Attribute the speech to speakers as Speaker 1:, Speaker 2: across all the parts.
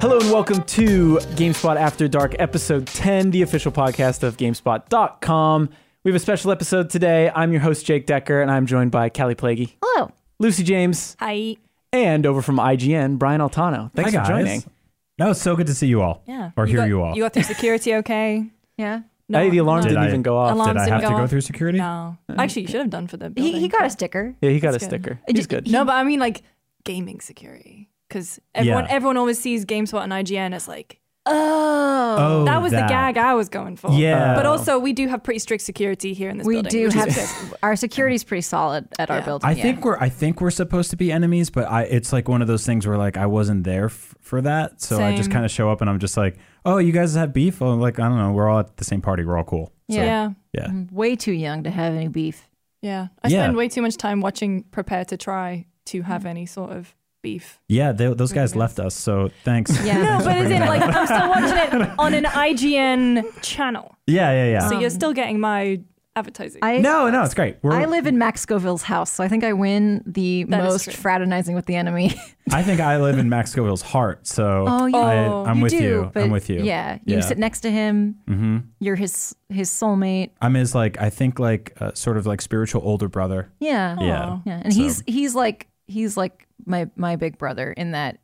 Speaker 1: Hello and welcome to GameSpot After Dark, episode 10, the official podcast of GameSpot.com. We have a special episode today. I'm your host, Jake Decker, and I'm joined by Callie Plaguey,
Speaker 2: Hello.
Speaker 1: Lucy James,
Speaker 2: Hi.
Speaker 1: and over from IGN, Brian Altano. Thanks
Speaker 3: Hi,
Speaker 1: for
Speaker 3: guys.
Speaker 1: joining.
Speaker 3: No, it's so good to see you all.
Speaker 2: Yeah.
Speaker 3: Or hear
Speaker 4: got-
Speaker 3: you all.
Speaker 4: You got through security okay? Yeah.
Speaker 1: hey, the alarm
Speaker 3: Did
Speaker 1: didn't
Speaker 3: I-
Speaker 1: even go off.
Speaker 4: Alarm-
Speaker 3: Did
Speaker 4: Alarms
Speaker 3: I
Speaker 4: didn't
Speaker 3: have to
Speaker 4: go
Speaker 3: go
Speaker 4: off?
Speaker 3: through security?
Speaker 4: No. Actually, you should have done for the
Speaker 2: He,
Speaker 4: building.
Speaker 2: he got
Speaker 4: but-
Speaker 2: a sticker.
Speaker 1: Yeah, he got
Speaker 4: That's
Speaker 1: a
Speaker 4: good.
Speaker 1: sticker.
Speaker 4: It
Speaker 1: He's
Speaker 4: just-
Speaker 1: good.
Speaker 4: No, but I mean like gaming security because everyone
Speaker 3: Yeah.
Speaker 4: everyone always sees GameSpot and IGN as like
Speaker 2: Oh.
Speaker 3: Oh,
Speaker 4: that was the gag I was going for.
Speaker 3: Yeah.
Speaker 4: But also, we do have pretty strict security here in this
Speaker 2: we
Speaker 4: building.
Speaker 2: do
Speaker 4: which is
Speaker 2: have
Speaker 4: good.
Speaker 2: to, our security's pretty solid at our
Speaker 4: Yeah.
Speaker 2: building.
Speaker 3: I
Speaker 2: yeah.
Speaker 3: think we're I think we're supposed to be enemies, but I it's like one of those things where like I wasn't there f- for that, so I just
Speaker 4: Same.
Speaker 3: kind of show up and I'm just like, oh, you guys have beef? Oh, like I don't know, we're all at the same party, we're all cool.
Speaker 4: Yeah. Mm-hmm. Yeah.
Speaker 3: Yeah,
Speaker 2: I'm way too young to have any beef.
Speaker 4: I
Speaker 3: Yeah.
Speaker 4: spend way too much time watching Prepare to Try to
Speaker 2: Mm.
Speaker 4: have any sort of beef.
Speaker 3: yeah. They, those guys left us, so thanks.
Speaker 2: Yeah. No,
Speaker 3: Thanks for
Speaker 4: But is
Speaker 3: bringing
Speaker 4: it
Speaker 3: that
Speaker 4: like
Speaker 3: up.
Speaker 4: I'm still watching it on an IGN channel?
Speaker 3: yeah, yeah, yeah.
Speaker 4: So
Speaker 2: Um,
Speaker 4: you're still getting my advertising.
Speaker 2: I
Speaker 3: no, no, it's great. We're,
Speaker 2: I live in Max Scoville's house, so I think I win the
Speaker 4: That is
Speaker 2: most
Speaker 4: true.
Speaker 2: fraternizing with the enemy.
Speaker 3: I think I live in Max Scoville's heart, so
Speaker 2: Oh, you-
Speaker 4: Oh,
Speaker 3: I, I'm
Speaker 2: you
Speaker 3: with
Speaker 2: do,
Speaker 3: you.
Speaker 2: but
Speaker 3: I'm with you.
Speaker 2: Yeah, you
Speaker 3: Yeah.
Speaker 2: sit next to him.
Speaker 3: Mm-hmm.
Speaker 2: You're his his soulmate.
Speaker 3: I'm his like I think like uh, sort of like spiritual older brother.
Speaker 2: Yeah,
Speaker 3: Yeah.
Speaker 2: yeah. And
Speaker 3: So-
Speaker 2: he's he's like he's like my my big brother in that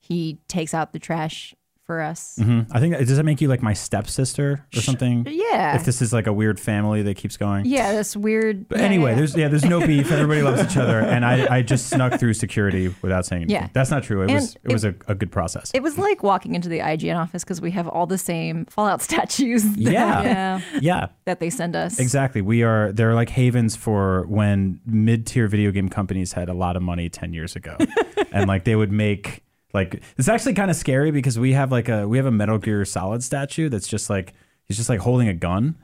Speaker 2: he takes out the trash for us.
Speaker 3: hmm I think does that make you like my stepsister or something?
Speaker 2: Yeah,
Speaker 3: If this is like a weird family that keeps going.
Speaker 2: yeah. This weird.
Speaker 3: But
Speaker 2: yeah,
Speaker 3: anyway,
Speaker 2: yeah.
Speaker 3: there's yeah, there's no beef. Everybody loves each other, and I, I just snuck through security without saying anything.
Speaker 2: Yeah.
Speaker 3: That's not true. It was
Speaker 2: And
Speaker 3: it was a, a good process.
Speaker 2: It was like walking into the IGN office because we have all the same Fallout statues that,
Speaker 3: yeah. yeah.
Speaker 4: yeah.
Speaker 2: that they send us.
Speaker 3: Exactly. We are they're like havens for when mid-tier video game companies had a lot of money 10 years ago. and like they would make like it's actually kind of scary because we have like a we have a Metal Gear Solid statue that's just like he's just like holding a gun.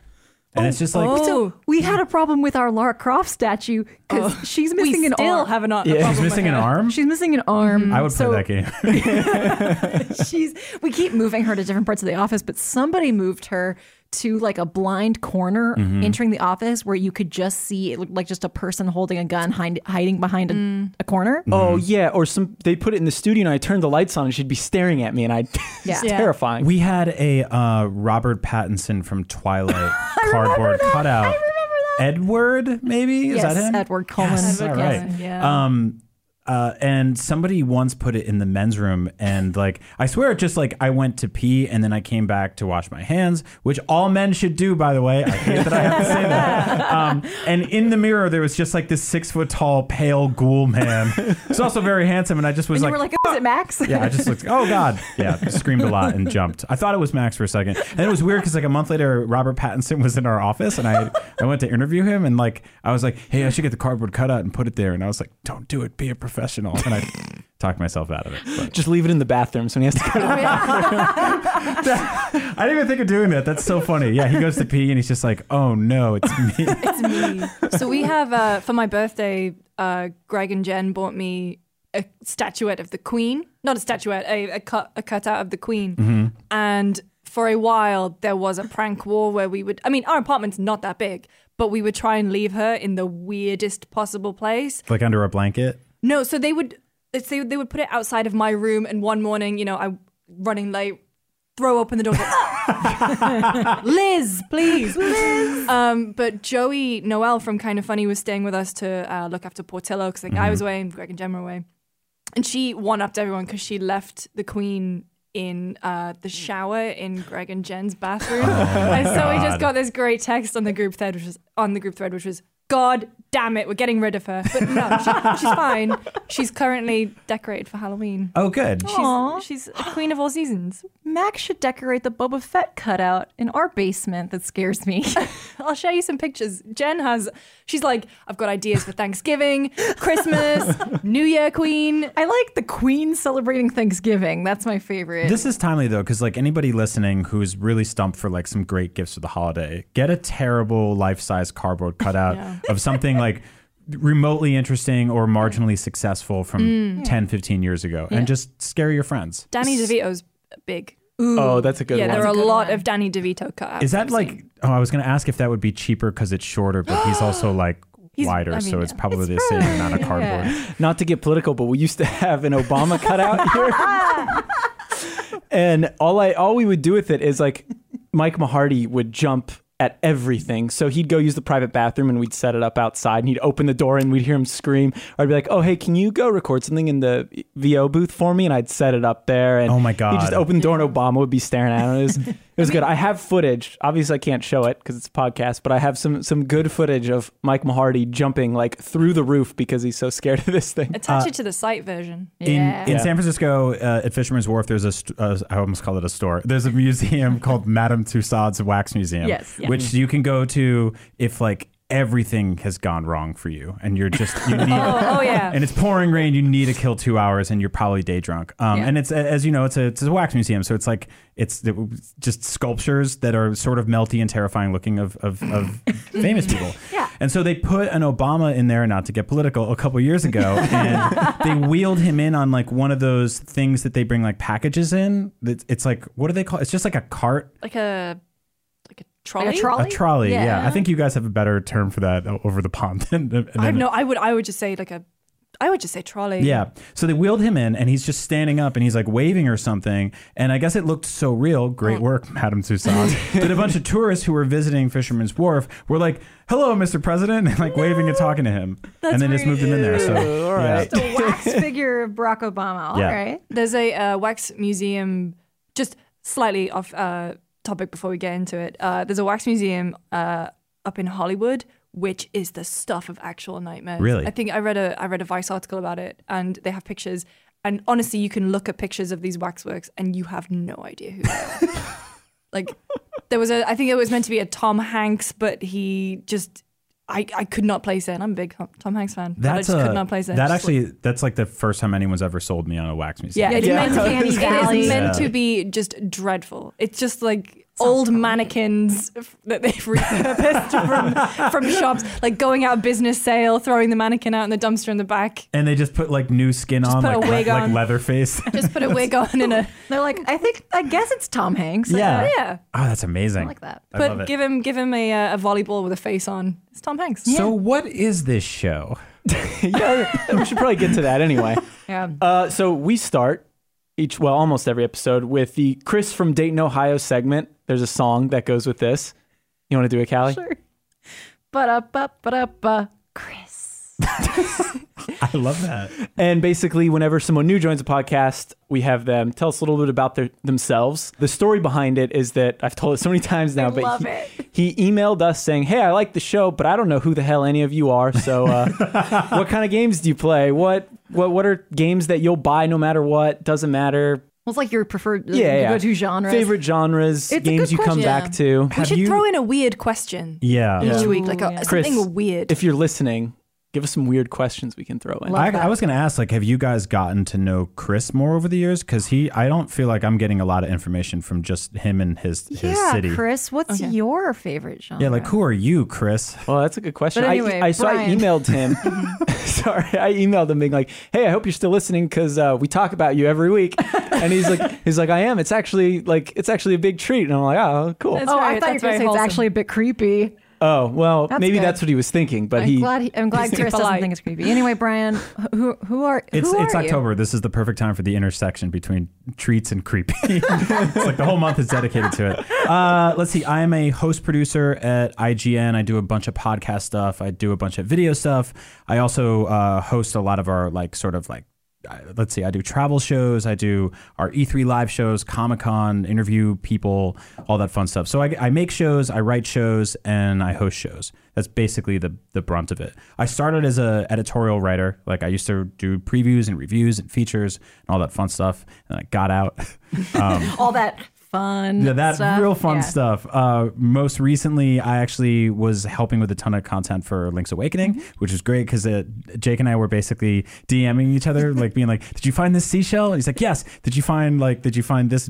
Speaker 3: And it's just like
Speaker 4: oh.
Speaker 2: We had a problem with our Lara Croft statue because she's missing
Speaker 4: we
Speaker 2: an
Speaker 4: still
Speaker 2: arm.
Speaker 4: have an ar- a Mm-hmm.
Speaker 1: Yeah.
Speaker 4: problem
Speaker 3: he's missing
Speaker 4: with
Speaker 3: an
Speaker 4: her.
Speaker 3: arm.
Speaker 2: She's missing an arm.
Speaker 3: I would play
Speaker 2: so
Speaker 3: that game.
Speaker 2: She's. We keep moving her to different parts of the office, but somebody moved her to like a blind corner
Speaker 3: Mm-hmm.
Speaker 2: entering the office where you could just see it looked like just a person holding a gun hind, hiding behind a,
Speaker 4: Mm.
Speaker 2: a corner.
Speaker 1: Oh yeah, or some they put it in the studio and I turned the lights on and she'd be staring at me and I it's
Speaker 2: Yeah.
Speaker 4: Yeah.
Speaker 1: terrifying.
Speaker 3: We had a uh, Robert Pattinson from Twilight cardboard cutout. Edward, maybe is
Speaker 2: yes,
Speaker 3: that him?
Speaker 2: Edward Cullen.
Speaker 3: Yes,
Speaker 2: Edward
Speaker 3: all right.
Speaker 2: Cullen.
Speaker 4: Yeah.
Speaker 3: Um, uh, and somebody once put it in the men's room, and like I swear, it just like I went to pee and then I came back to wash my hands, which all men should do, by the way. I hate that I have to say that. Um, and in the mirror, there was just like this six foot tall, pale ghoul man. He's also very handsome, and I just was
Speaker 2: And you
Speaker 3: like,
Speaker 2: were like, "Oh, is it Max?
Speaker 3: yeah, I just looked. Oh God! Yeah, screamed a lot and jumped. I thought it was Max for a second, and it was weird because like a month later, Robert Pattinson was in our office, and I I went to interview him, and like I was like, hey, I should get the cardboard cutout and put it there, and I was like, don't do it, be a professional, and I talked myself out of it. But
Speaker 1: Just leave it in the bathroom so when he has to go to the
Speaker 3: I didn't even think of doing that. That's so funny. Yeah, he goes to pee, and he's just like, oh no, it's me.
Speaker 4: It's me. so we have uh, for my birthday, uh, Greg and Jen bought me a statuette of the Queen. Not a statuette, a, a cut a cutout of the Queen.
Speaker 3: Mm-hmm.
Speaker 4: And for a while there was a prank war where we would I mean our apartment's not that big, but we would try and leave her in the weirdest possible place.
Speaker 3: like under a blanket.
Speaker 4: No, so they would it's- they they would put it outside of my room, and one morning, you know, I running late, throw open the door, go, Liz, please, Liz. Um, but Joey Noel from Kind of Funny was staying with us to uh, look after Portillo because like I was away and Greg and Jen were away, and she one upped everyone because she left the Queen. In uh, the shower in Greg and Jen's bathroom, and so we just
Speaker 3: God.
Speaker 4: got this great text on the group thread, which was on the group thread, which was God damn it, we're getting rid of her. But no, she, she's fine. She's currently decorated for Halloween.
Speaker 3: Oh, good.
Speaker 2: Aw.
Speaker 4: She's, she's a queen of all seasons.
Speaker 2: Max should decorate the Boba Fett cutout in our basement that scares me.
Speaker 4: I'll show you some pictures. Jen has, she's like, I've got ideas for Thanksgiving, Christmas, New Year Queen.
Speaker 2: I like the Queen celebrating Thanksgiving. That's my favorite.
Speaker 3: This is timely though, because like anybody listening who's really stumped for like some great gifts for the holiday, get a terrible life-size cardboard cutout
Speaker 4: Yeah.
Speaker 3: of something like remotely interesting or marginally successful
Speaker 4: Mm.
Speaker 3: from 10, 15 years ago, and just scare your friends.
Speaker 4: Danny DeVito's big.
Speaker 1: Oh, that's a good
Speaker 4: yeah,
Speaker 1: one.
Speaker 4: there are a
Speaker 2: good
Speaker 4: lot
Speaker 2: one.
Speaker 4: of Danny DeVito cutouts.
Speaker 3: Is that
Speaker 4: I've seen.
Speaker 3: like? Oh, I was gonna ask if that would be cheaper because it's shorter, but he's also like
Speaker 4: He's-
Speaker 3: wider,
Speaker 4: I
Speaker 3: so
Speaker 4: mean,
Speaker 3: it's
Speaker 4: yeah.
Speaker 3: probably the same amount of cardboard.
Speaker 1: Not to get political, but we used to have an Obama cutout here. and all I all we would do with it is like Mike Mahardy would jump at everything. So he'd go use the private bathroom and we'd set it up outside and he'd open the door and we'd hear him scream. I'd be like, "Oh, hey, can you go record something in the VO booth for me?" and I'd set it up there and
Speaker 3: Oh my
Speaker 1: He'd just
Speaker 3: God.
Speaker 1: open the door and Obama would be staring at it. It was, it was good. I have footage. Obviously I can't show it cuz it's a podcast, but I have some some good footage of Mike Mahardy jumping like through the roof because he's so scared of this thing.
Speaker 4: Attach it to the site version.
Speaker 3: In,
Speaker 2: Yeah.
Speaker 3: in
Speaker 1: Yeah.
Speaker 3: San Francisco, uh, at Fisherman's Wharf, there's a, st- uh, I almost call it a store. There's a museum called Madame Tussauds Wax Museum,
Speaker 2: Yes, yeah.
Speaker 3: which you can go to if like everything has gone wrong for you and you're just, you need,
Speaker 4: Oh, oh yeah.
Speaker 3: and it's pouring rain. You need to kill two hours, and you're probably day drunk. Um,
Speaker 2: Yeah.
Speaker 3: And it's as you know, it's a it's a wax museum, so it's like it's just sculptures that are sort of melty and terrifying looking of of, of famous people.
Speaker 2: Yeah.
Speaker 3: And so they put an Obama in there, not to get political, a couple years ago, and they wheeled him in on like one of those things that they bring like packages in. It's, it's like what do they call? It's just like a cart
Speaker 4: like a like a trolley.
Speaker 2: Like a trolley?
Speaker 3: a trolley. Yeah.
Speaker 2: Yeah.
Speaker 3: I think you guys have a better term for that o- over the pond than, than
Speaker 4: I know. I would. I would just say like a. I would just say trolley.
Speaker 3: Yeah. So they wheeled him in, and he's just standing up, and he's like waving or something. And I guess it looked so real. Great work, Madame Tussauds. that a bunch of tourists who were visiting Fisherman's Wharf were like, "Hello, Mr. President," and like waving and talking to him, and then just moved him in there. So
Speaker 1: Ew, all right.
Speaker 3: yeah.
Speaker 2: The wax figure of Barack Obama. All right.
Speaker 3: Yeah.
Speaker 4: There's a uh, wax museum. Just slightly off uh, topic before we get into it. Uh, there's a wax museum uh, up in Hollywood, which is the stuff of actual nightmares.
Speaker 3: Really?
Speaker 4: I think I read a I read a Vice article about it, and they have pictures. And honestly, you can look at pictures of these waxworks, and you have no idea who they are. like there was a I think it was meant to be a Tom Hanks, but he just. I, I could not place it. And I'm a big Tom- Tom Hanks fan. but I
Speaker 3: That's
Speaker 4: just
Speaker 3: a,
Speaker 4: could not place it.
Speaker 3: that
Speaker 4: Just, like,
Speaker 3: actually that's like the first time anyone's ever sold me on a wax museum.
Speaker 4: yeah, it's
Speaker 1: Yeah.
Speaker 4: meant to be.
Speaker 2: Uncanny
Speaker 4: It
Speaker 2: Valley.
Speaker 4: is meant
Speaker 3: Yeah.
Speaker 4: to be just dreadful. It's just like old mannequins f- that they've repurposed from, from shops, like going out of business sale, throwing the mannequin out in the dumpster in the back.
Speaker 3: And they just put like new skin on,
Speaker 4: put
Speaker 3: like,
Speaker 4: a
Speaker 3: le-
Speaker 4: wig
Speaker 3: like
Speaker 4: on.
Speaker 3: Leatherface. oh,
Speaker 4: Just put a wig on and a
Speaker 2: They're like, I think, I guess it's Tom Hanks. Like,
Speaker 3: Yeah.
Speaker 2: I
Speaker 4: yeah.
Speaker 3: Ah, that's amazing.
Speaker 2: like that.
Speaker 3: I love
Speaker 4: But
Speaker 3: it.
Speaker 4: give him give him a, uh, a volleyball with a face on. It's Tom Hanks.
Speaker 3: so what is this show?
Speaker 1: yeah, we should probably get to that anyway.
Speaker 2: Yeah.
Speaker 1: Uh, so we start each, well, almost every episode with the Chris from Dayton, Ohio segment. There's a song that goes with this. You want to do it,
Speaker 3: uh,
Speaker 1: Callie?
Speaker 2: Sure. But up, up, but up, uh, Chris.
Speaker 3: I love that.
Speaker 1: And basically, whenever someone new joins a podcast, we have them tell us a little bit about their, themselves. The story behind it is that I've told it so many times now, but
Speaker 2: love
Speaker 1: he,
Speaker 2: it.
Speaker 1: he emailed us saying, "Hey, I like the show, but I don't know who the hell any of you are. So, uh, what kind of games do you play? What what what are games that you'll buy no matter what? Doesn't matter.
Speaker 2: Well, it's like your preferred,
Speaker 1: Yeah,
Speaker 2: your
Speaker 1: yeah.
Speaker 2: go-to genres.
Speaker 1: favorite genres,
Speaker 2: It's a
Speaker 1: games
Speaker 2: good
Speaker 1: you come
Speaker 2: question.
Speaker 1: back to.
Speaker 4: we should
Speaker 3: you-
Speaker 4: throw in a weird question
Speaker 3: Yeah.
Speaker 4: each week, like a,
Speaker 2: Ooh, yeah.
Speaker 1: Chris,
Speaker 4: something weird.
Speaker 1: If you're listening, give us some weird questions we can throw in.
Speaker 2: Love
Speaker 3: I,
Speaker 2: that.
Speaker 3: I was going to ask, like, have you guys gotten to know Chris more over the years? Because he, I don't feel like I'm getting a lot of information from just him and his his
Speaker 2: yeah,
Speaker 3: city.
Speaker 2: Chris, what's your favorite genre?
Speaker 3: Yeah, like, who are you, Chris?
Speaker 1: Well, that's a good question.
Speaker 2: But
Speaker 1: I- e-,
Speaker 2: anyway,
Speaker 1: I, saw I
Speaker 2: Brian.
Speaker 1: emailed him. Sorry, I emailed him being like, "Hey, I hope you're still listening because uh, we talk about you every week." And he's like, "He's like, I am. It's actually like it's actually a big treat." And I'm like, "Oh, cool.
Speaker 4: That's
Speaker 2: oh,
Speaker 4: very-
Speaker 2: I thought you were going
Speaker 4: that's very
Speaker 2: to say it's
Speaker 4: wholesome.
Speaker 2: actually a bit creepy.
Speaker 1: oh, well,
Speaker 2: That's
Speaker 1: maybe
Speaker 2: good.
Speaker 1: that's what he was thinking." But
Speaker 2: I'm
Speaker 1: he,
Speaker 2: glad. He, I'm glad
Speaker 4: he's
Speaker 2: Chris doesn't
Speaker 4: polite.
Speaker 2: think it's creepy. Anyway, Brian, who who are
Speaker 3: It's
Speaker 2: who
Speaker 3: it's
Speaker 2: are you?
Speaker 3: October. This is the perfect time for the intersection between treats and creepy. it's like the whole month is dedicated to it. Uh, let's see. I am a host producer at IGN. I do a bunch of podcast stuff. I do a bunch of video stuff. I also uh, host a lot of our like sort of like. uh, Let's see. I do travel shows. I do our E3 live shows, Comic Con, interview people, all that fun stuff. So I, I make shows, I write shows, and I host shows. That's basically the the brunt of it. I started as a editorial writer. Like I used to do previews and reviews and features and all that fun stuff. And I got out.
Speaker 2: All that fun.
Speaker 3: Yeah, that
Speaker 2: stuff.
Speaker 3: real fun
Speaker 2: Yeah.
Speaker 3: stuff. Uh, most recently, I actually was helping with a ton of content for Link's Awakening,
Speaker 2: Mm-hmm.
Speaker 3: which was great because uh, Jake and I were basically DMing each other, like being like, "Did you find this seashell?" And he's like, "Yes." Did you find like, did you find this?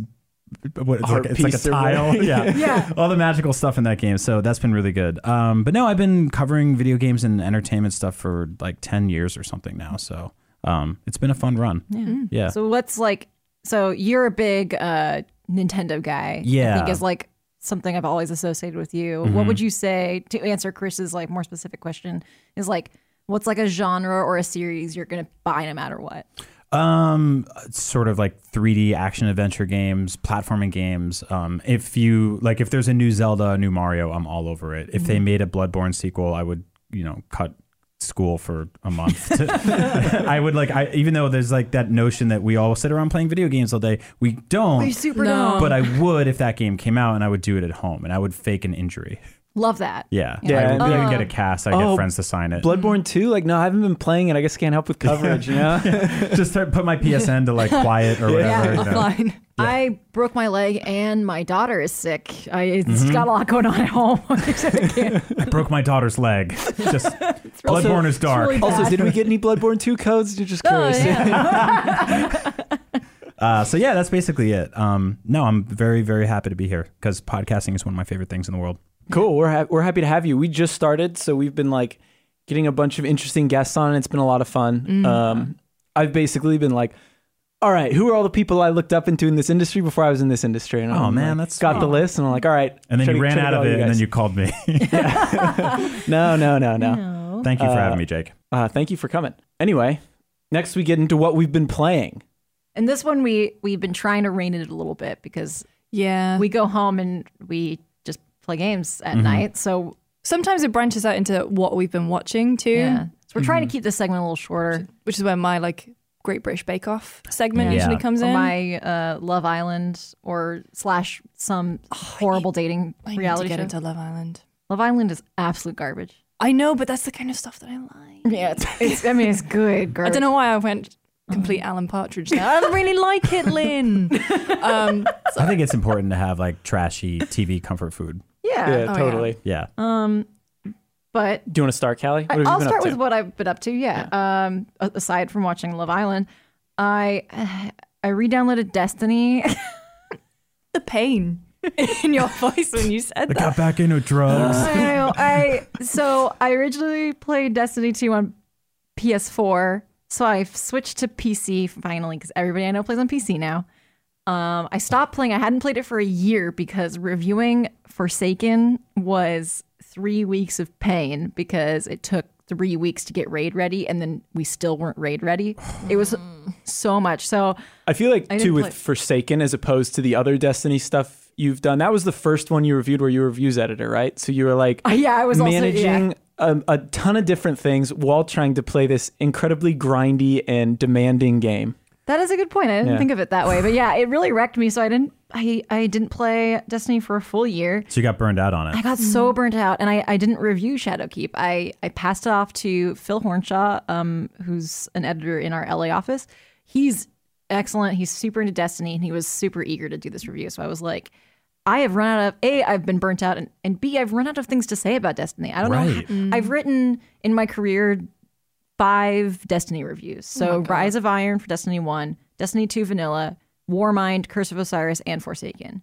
Speaker 3: What, it's,
Speaker 1: Art
Speaker 3: like, it's like a
Speaker 1: piece or whatever.
Speaker 3: tile, yeah.
Speaker 2: Yeah.
Speaker 3: all the magical stuff in that game. So that's been really good. Um, but no, I've been covering video games and entertainment stuff for like ten years or something now. So um, it's been a fun run. Yeah, Mm. yeah.
Speaker 2: So what's like? So you're a big uh, Nintendo guy. I
Speaker 3: Yeah. Mm-hmm.
Speaker 2: think is like something I've always associated with you. What would you say to answer Chris's like more specific question? Is like what's like a genre or a series you're gonna buy no matter what?
Speaker 3: Um, sort of like 3D action adventure games, platforming games. Um, if you like, if there's a new Zelda, a new Mario, I'm all over it. If they made a Bloodborne sequel, I would, you know, cut school for a month. to- I would like, I even though there's like that notion that we all sit around playing video games all day, we don't.
Speaker 2: You super
Speaker 4: No.
Speaker 2: dumb.
Speaker 3: but I would if that game came out, and I would do it at home, and I would fake an injury.
Speaker 2: Love that.
Speaker 3: Yeah,
Speaker 1: Yeah,
Speaker 3: I would
Speaker 1: and-
Speaker 3: I would get a cast. I would
Speaker 1: Oh,
Speaker 3: get friends to sign it.
Speaker 1: Bloodborne 2? Like, no, I haven't been playing it. I guess can't help with coverage, you know?
Speaker 3: Just start, put my PSN to like quiet or
Speaker 4: Yeah,
Speaker 3: whatever. you know.
Speaker 4: offline.
Speaker 2: I broke my leg and my daughter is sick. I it's
Speaker 4: Mm-hmm.
Speaker 2: got a lot going on at home. I can't-
Speaker 3: I broke my daughter's leg. Just Bloodborne is dark.
Speaker 2: really
Speaker 1: also,
Speaker 2: bad.
Speaker 1: did we get any Bloodborne 2 codes? You're just
Speaker 2: Oh,
Speaker 1: curious.
Speaker 2: yeah.
Speaker 3: uh, so yeah, that's basically it. Um, no, I'm very very happy to be here because podcasting is one of my favorite things in the world.
Speaker 1: Cool. We're ha- we're happy to have you. We just started, so we've been like getting a bunch of interesting guests on, and it's been a lot of fun.
Speaker 2: Mm-hmm.
Speaker 1: Um, I've basically been like, all right, who are all the people I looked up into in this industry before I was in this industry? And
Speaker 3: Oh,
Speaker 1: I'm
Speaker 3: man,
Speaker 1: like,
Speaker 3: that's
Speaker 1: got the
Speaker 3: sweet.
Speaker 1: list, and I'm like, all right.
Speaker 3: And then
Speaker 1: check-
Speaker 3: you ran
Speaker 1: check
Speaker 3: out of
Speaker 1: all
Speaker 3: it, and then
Speaker 1: guys.
Speaker 3: you called me.
Speaker 1: no, no, no, no.
Speaker 4: Oh.
Speaker 3: Thank you for
Speaker 1: Uh,
Speaker 3: having me, Jake.
Speaker 1: Uh, thank you for coming. Anyway, next we get into what we've been playing.
Speaker 2: And this one we we've been trying to rein it a little bit because
Speaker 4: Yeah.
Speaker 2: we go home and we just play games at
Speaker 4: Mm-hmm.
Speaker 2: night. So
Speaker 4: Sometimes it branches out into what we've been watching too,
Speaker 2: yeah, so we're
Speaker 4: Mm-hmm.
Speaker 2: trying to keep this segment a little shorter.
Speaker 4: which is where my like Great British Bake Off segment
Speaker 3: Yeah.
Speaker 4: usually comes
Speaker 2: Or
Speaker 4: in.
Speaker 2: my uh, Love Island or slash some horrible dating
Speaker 4: I Oh, need
Speaker 2: reality
Speaker 4: to get
Speaker 2: show.
Speaker 4: into Love Island.
Speaker 2: Love Island is absolute garbage.
Speaker 4: I know, but that's the kind of stuff that I like.
Speaker 2: Yeah, it's, Mm. it's I mean it's good
Speaker 4: I
Speaker 2: garbage.
Speaker 4: don't know why I went complete Alan Partridge. Now. I really like it, Lynn. um,
Speaker 3: I think it's important to have like trashy TV comfort food.
Speaker 2: Uh, Yeah.
Speaker 1: Yeah,
Speaker 4: oh,
Speaker 1: totally.
Speaker 3: Yeah,
Speaker 2: But
Speaker 1: Do you want to start, Callie? What have you
Speaker 2: I'll
Speaker 1: been
Speaker 2: start
Speaker 1: up to?
Speaker 2: with what I've been up to. Yeah. Um, a- aside from watching Love Island, I I re-downloaded Destiny.
Speaker 4: the pain in your voice when you said that.
Speaker 3: got back into
Speaker 4: uh,
Speaker 3: drugs.
Speaker 2: I know. I so I originally played Destiny 2 on PS4. So I've switched to PC finally because everybody I know plays on PC now. Um, I stopped playing. I hadn't played it for a year because reviewing Forsaken was three weeks of pain because it took three weeks to get raid ready, and then we still weren't raid ready. It was so much. So
Speaker 1: I feel like
Speaker 2: I
Speaker 1: too
Speaker 2: didn't
Speaker 1: with
Speaker 2: play-
Speaker 1: Forsaken as opposed to the other Destiny stuff you've done. That was the first one you reviewed where you were reviews editor, right? So you were like
Speaker 2: yeah, I was also- yeah.
Speaker 1: managing um, a, ton of different things while trying to play this incredibly grindy and demanding game.
Speaker 2: That is a good point. I didn't
Speaker 1: Yeah.
Speaker 2: think of it that way, but yeah, it really wrecked me. So I didn't, I, I didn't play Destiny for a full year.
Speaker 3: So you got burned out on
Speaker 2: I
Speaker 3: it.
Speaker 2: got so burnt out, and I, I didn't review Shadowkeep. I, I passed it off to Phil Hornshaw, um, who's an editor in our LA office. He's excellent. He's super into Destiny, and he was super eager to do this review. So I was like, I have run out of a. I've been burnt out, and, and b. I've run out of things to say about Destiny. I don't know.
Speaker 3: Right.
Speaker 2: how- I've written in my career five Destiny reviews. So Rise of Iron for Destiny 1, Destiny 2 Vanilla, Warmind, Curse of Osiris, and Forsaken.